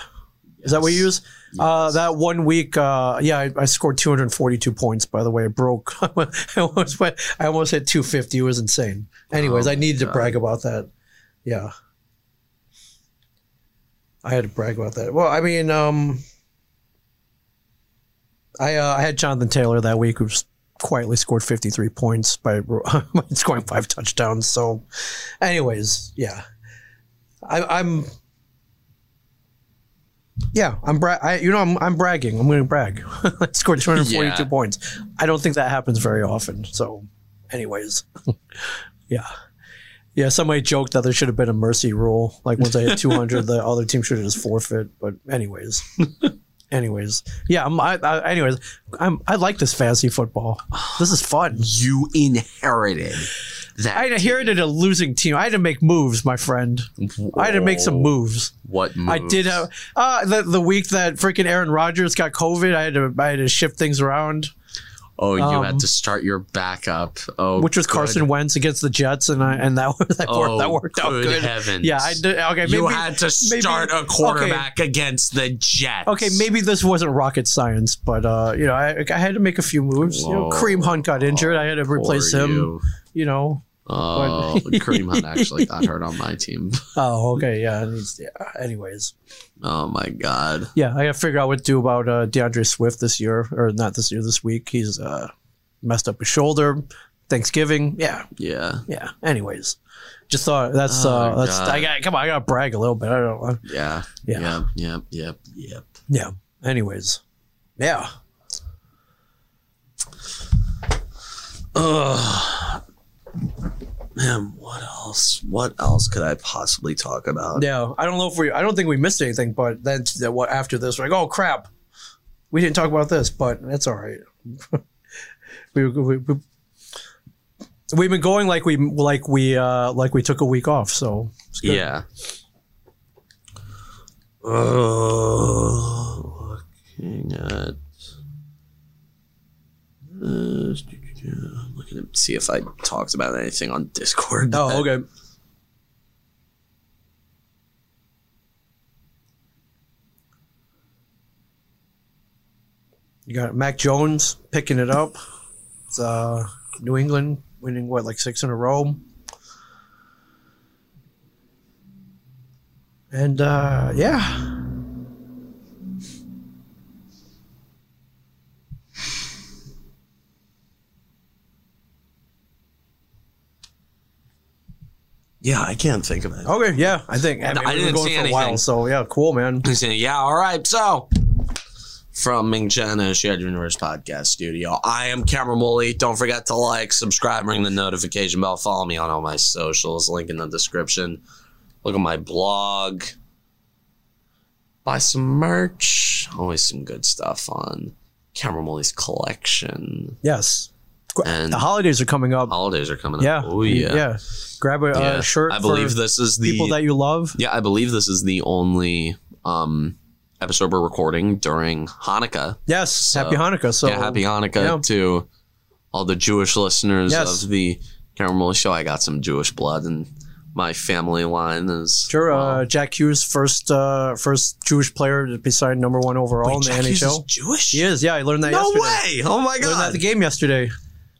S2: Is that what you use? Uh, that one week, uh, yeah, I, I scored 242 points. By the way, I broke. I almost went, I almost hit 250. It was insane. Anyways,
S1: Oh,
S2: I needed to
S1: God.
S2: brag about that. Yeah, I had to brag about that. Well, I mean, um, I uh, I had Jonathan Taylor that week, who's quietly scored 53 points by scoring five touchdowns. So, anyways, yeah, I, I'm yeah, I'm bra- I, you know I'm, I'm bragging. I'm going to brag. I scored 242
S1: Yeah.
S2: points. I don't think that happens very often. So, anyways, yeah, yeah. Somebody joked that there should have been a mercy rule. Like once I hit 200, the other team should have just forfeit. But anyways, anyways, yeah. I'm, I, I, anyways, I'm I like this fantasy football. This is fun.
S1: You inherited that.
S2: I inherited a losing team. I had to make moves, my friend. I had to make some moves.
S1: What
S2: I did
S1: Oh, moves?
S2: have uh, the the week that freaking Aaron Rodgers got COVID. I had to I had to shift things around,
S1: Oh, you
S2: um,
S1: had to start your backup. Oh,
S2: which was
S1: good.
S2: Carson Wentz against the Jets, and I and that that,
S1: Oh,
S2: worked, that worked out
S1: good
S2: good.
S1: heavens.
S2: Yeah, I did. Okay, maybe,
S6: you had to
S2: maybe-
S6: start a quarterback against the Jets.
S2: Okay, maybe this wasn't rocket science, but uh, you know, I, I had to make a few moves. You know,
S1: Whoa.
S2: Kareem Hunt got injured. I had to
S1: Poor
S2: replace him. You.
S1: you.
S2: know.
S1: Oh, Kareem Hunt actually got hurt on my team.
S2: Oh, okay, yeah. it needs- yeah. Anyways,
S1: Oh my god.
S2: yeah, I got to figure out what to do about uh, DeAndre Swift this year, or not this year, this week. He's uh, messed up his shoulder. Thanksgiving, yeah,
S1: Yeah.
S2: yeah. Anyways, just thought that's
S1: Oh,
S2: uh that's
S1: God.
S2: I got come on, I got to brag a little bit. I don't uh,
S1: Yeah.
S2: Yeah.
S1: Yep. Yep. Yep. Yep.
S2: yeah. Anyways, yeah.
S1: Ugh. Man, what else? What else could I possibly talk about?
S2: Yeah, I don't know if we I don't think we missed anything, but then that what after this we're like oh crap, we didn't talk about this, but that's all right. we, we, we we've been going like we like we uh like we took a week off, so it's good.
S1: Yeah. Oh, looking at
S7: was. I'm looking to see if I talked about anything on Discord.
S2: Oh,
S7: that-
S2: okay. You got Mac Jones picking it up. It's, uh, New England winning what, like six in a row. And uh, yeah,
S7: Yeah, I can't think of it.
S2: okay, yeah. I think I, mean,
S1: I
S2: we've been
S1: didn't
S2: going
S1: see
S2: for a
S1: anything.
S2: while, so yeah, cool, man.
S1: He said, yeah, all right. So, from Ming Chen and Shared Universe Podcast Studio, I am Cameron Woolley. Don't forget to like, subscribe, ring the notification bell, follow me on all my socials, link in the description. Look at my blog, buy some merch. Always some good stuff on Cameron Woolley's collection.
S2: Yes,
S1: And
S2: the holidays are coming up.
S1: holidays are coming
S2: Yeah,
S1: up. Oh, yeah.
S2: yeah. Grab a
S1: Yeah.
S2: uh, shirt.
S1: I believe
S2: for
S1: this is the
S2: people that you love.
S1: yeah, I believe this is the only um, episode we're recording during Hanukkah.
S2: Yes, happy Hanukkah. So
S1: yeah, happy Hanukkah
S2: yeah.
S1: to all the Jewish listeners
S2: Yes.
S1: of the Caramel Show. I got some Jewish blood, and my family line is
S2: Sure, uh, Jack Hughes, first uh, first Jewish player to be signed number one overall in the
S1: Jack Hughes
S2: NHL.
S1: is Jewish?
S2: He is. Yeah, I learned that
S1: No
S2: yesterday.
S1: way! Oh my
S2: I learned that at
S1: god!
S2: the game yesterday.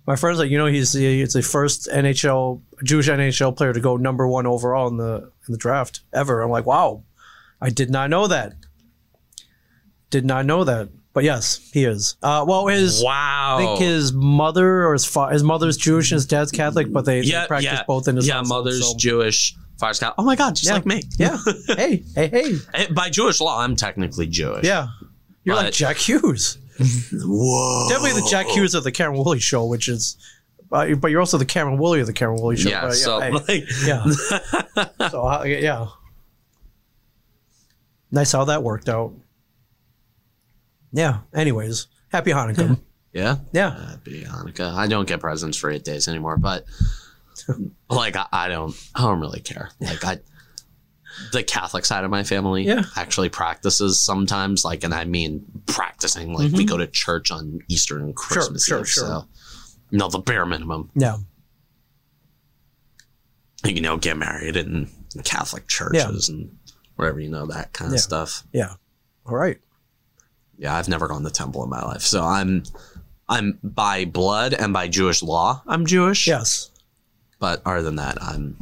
S2: My friend's like, you know, he's the, it's the first NHL Jewish NHL player to go number one overall in the in the draft ever. I'm like, wow, I did not know that. Did not know that. But yes, he is. Uh, well, his
S1: Wow.
S2: I think his mother or his fa- his mother's Jewish and his dad's Catholic, but they, they
S1: yeah,
S2: practice
S1: yeah,
S2: both in his
S1: yeah.
S2: household,
S1: Mother's
S2: so-
S1: Jewish. Father's Catholic. Oh my god! Just
S2: Yeah.
S1: like me.
S2: Yeah. hey, hey, hey.
S1: Eh, By Jewish law, I'm technically Jewish.
S2: Yeah. You're
S1: But-
S2: like Jack Hughes.
S1: Whoa.
S2: Definitely the Jack Hughes of the Cameron Woolley show, which is, uh, but you're also the Cameron Woolley of the Cameron Woolley show.
S1: Yeah.
S2: but
S1: so
S2: hey,
S1: like,
S2: yeah. so uh, yeah. Nice how that worked out. Yeah. Anyways, happy Hanukkah.
S1: yeah.
S2: Yeah.
S1: Happy Hanukkah. Uh, I don't get presents for eight days anymore, but like I, I don't, I don't really care. Like I, the Catholic side of my family
S2: Yeah.
S1: actually practices sometimes. Like, and I mean practicing. Like we go to church on Easter and Christmas.
S2: Mm-hmm. sure,
S1: Eve,
S2: sure.
S1: So, you know the bare minimum.
S2: Yeah.
S1: You know, get married in Catholic churches and wherever you know that kind
S2: Yeah.
S1: of stuff.
S2: Yeah. All right.
S1: Yeah, I've never gone to temple in my life, so I'm. I'm by blood and by Jewish law, I'm Jewish.
S2: Yes.
S1: but other than that, I'm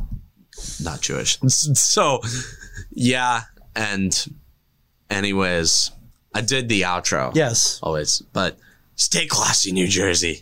S1: not Jewish. So, yeah. And, anyways, I did the outro.
S2: Yes.
S1: Always. But stay classy, New Jersey.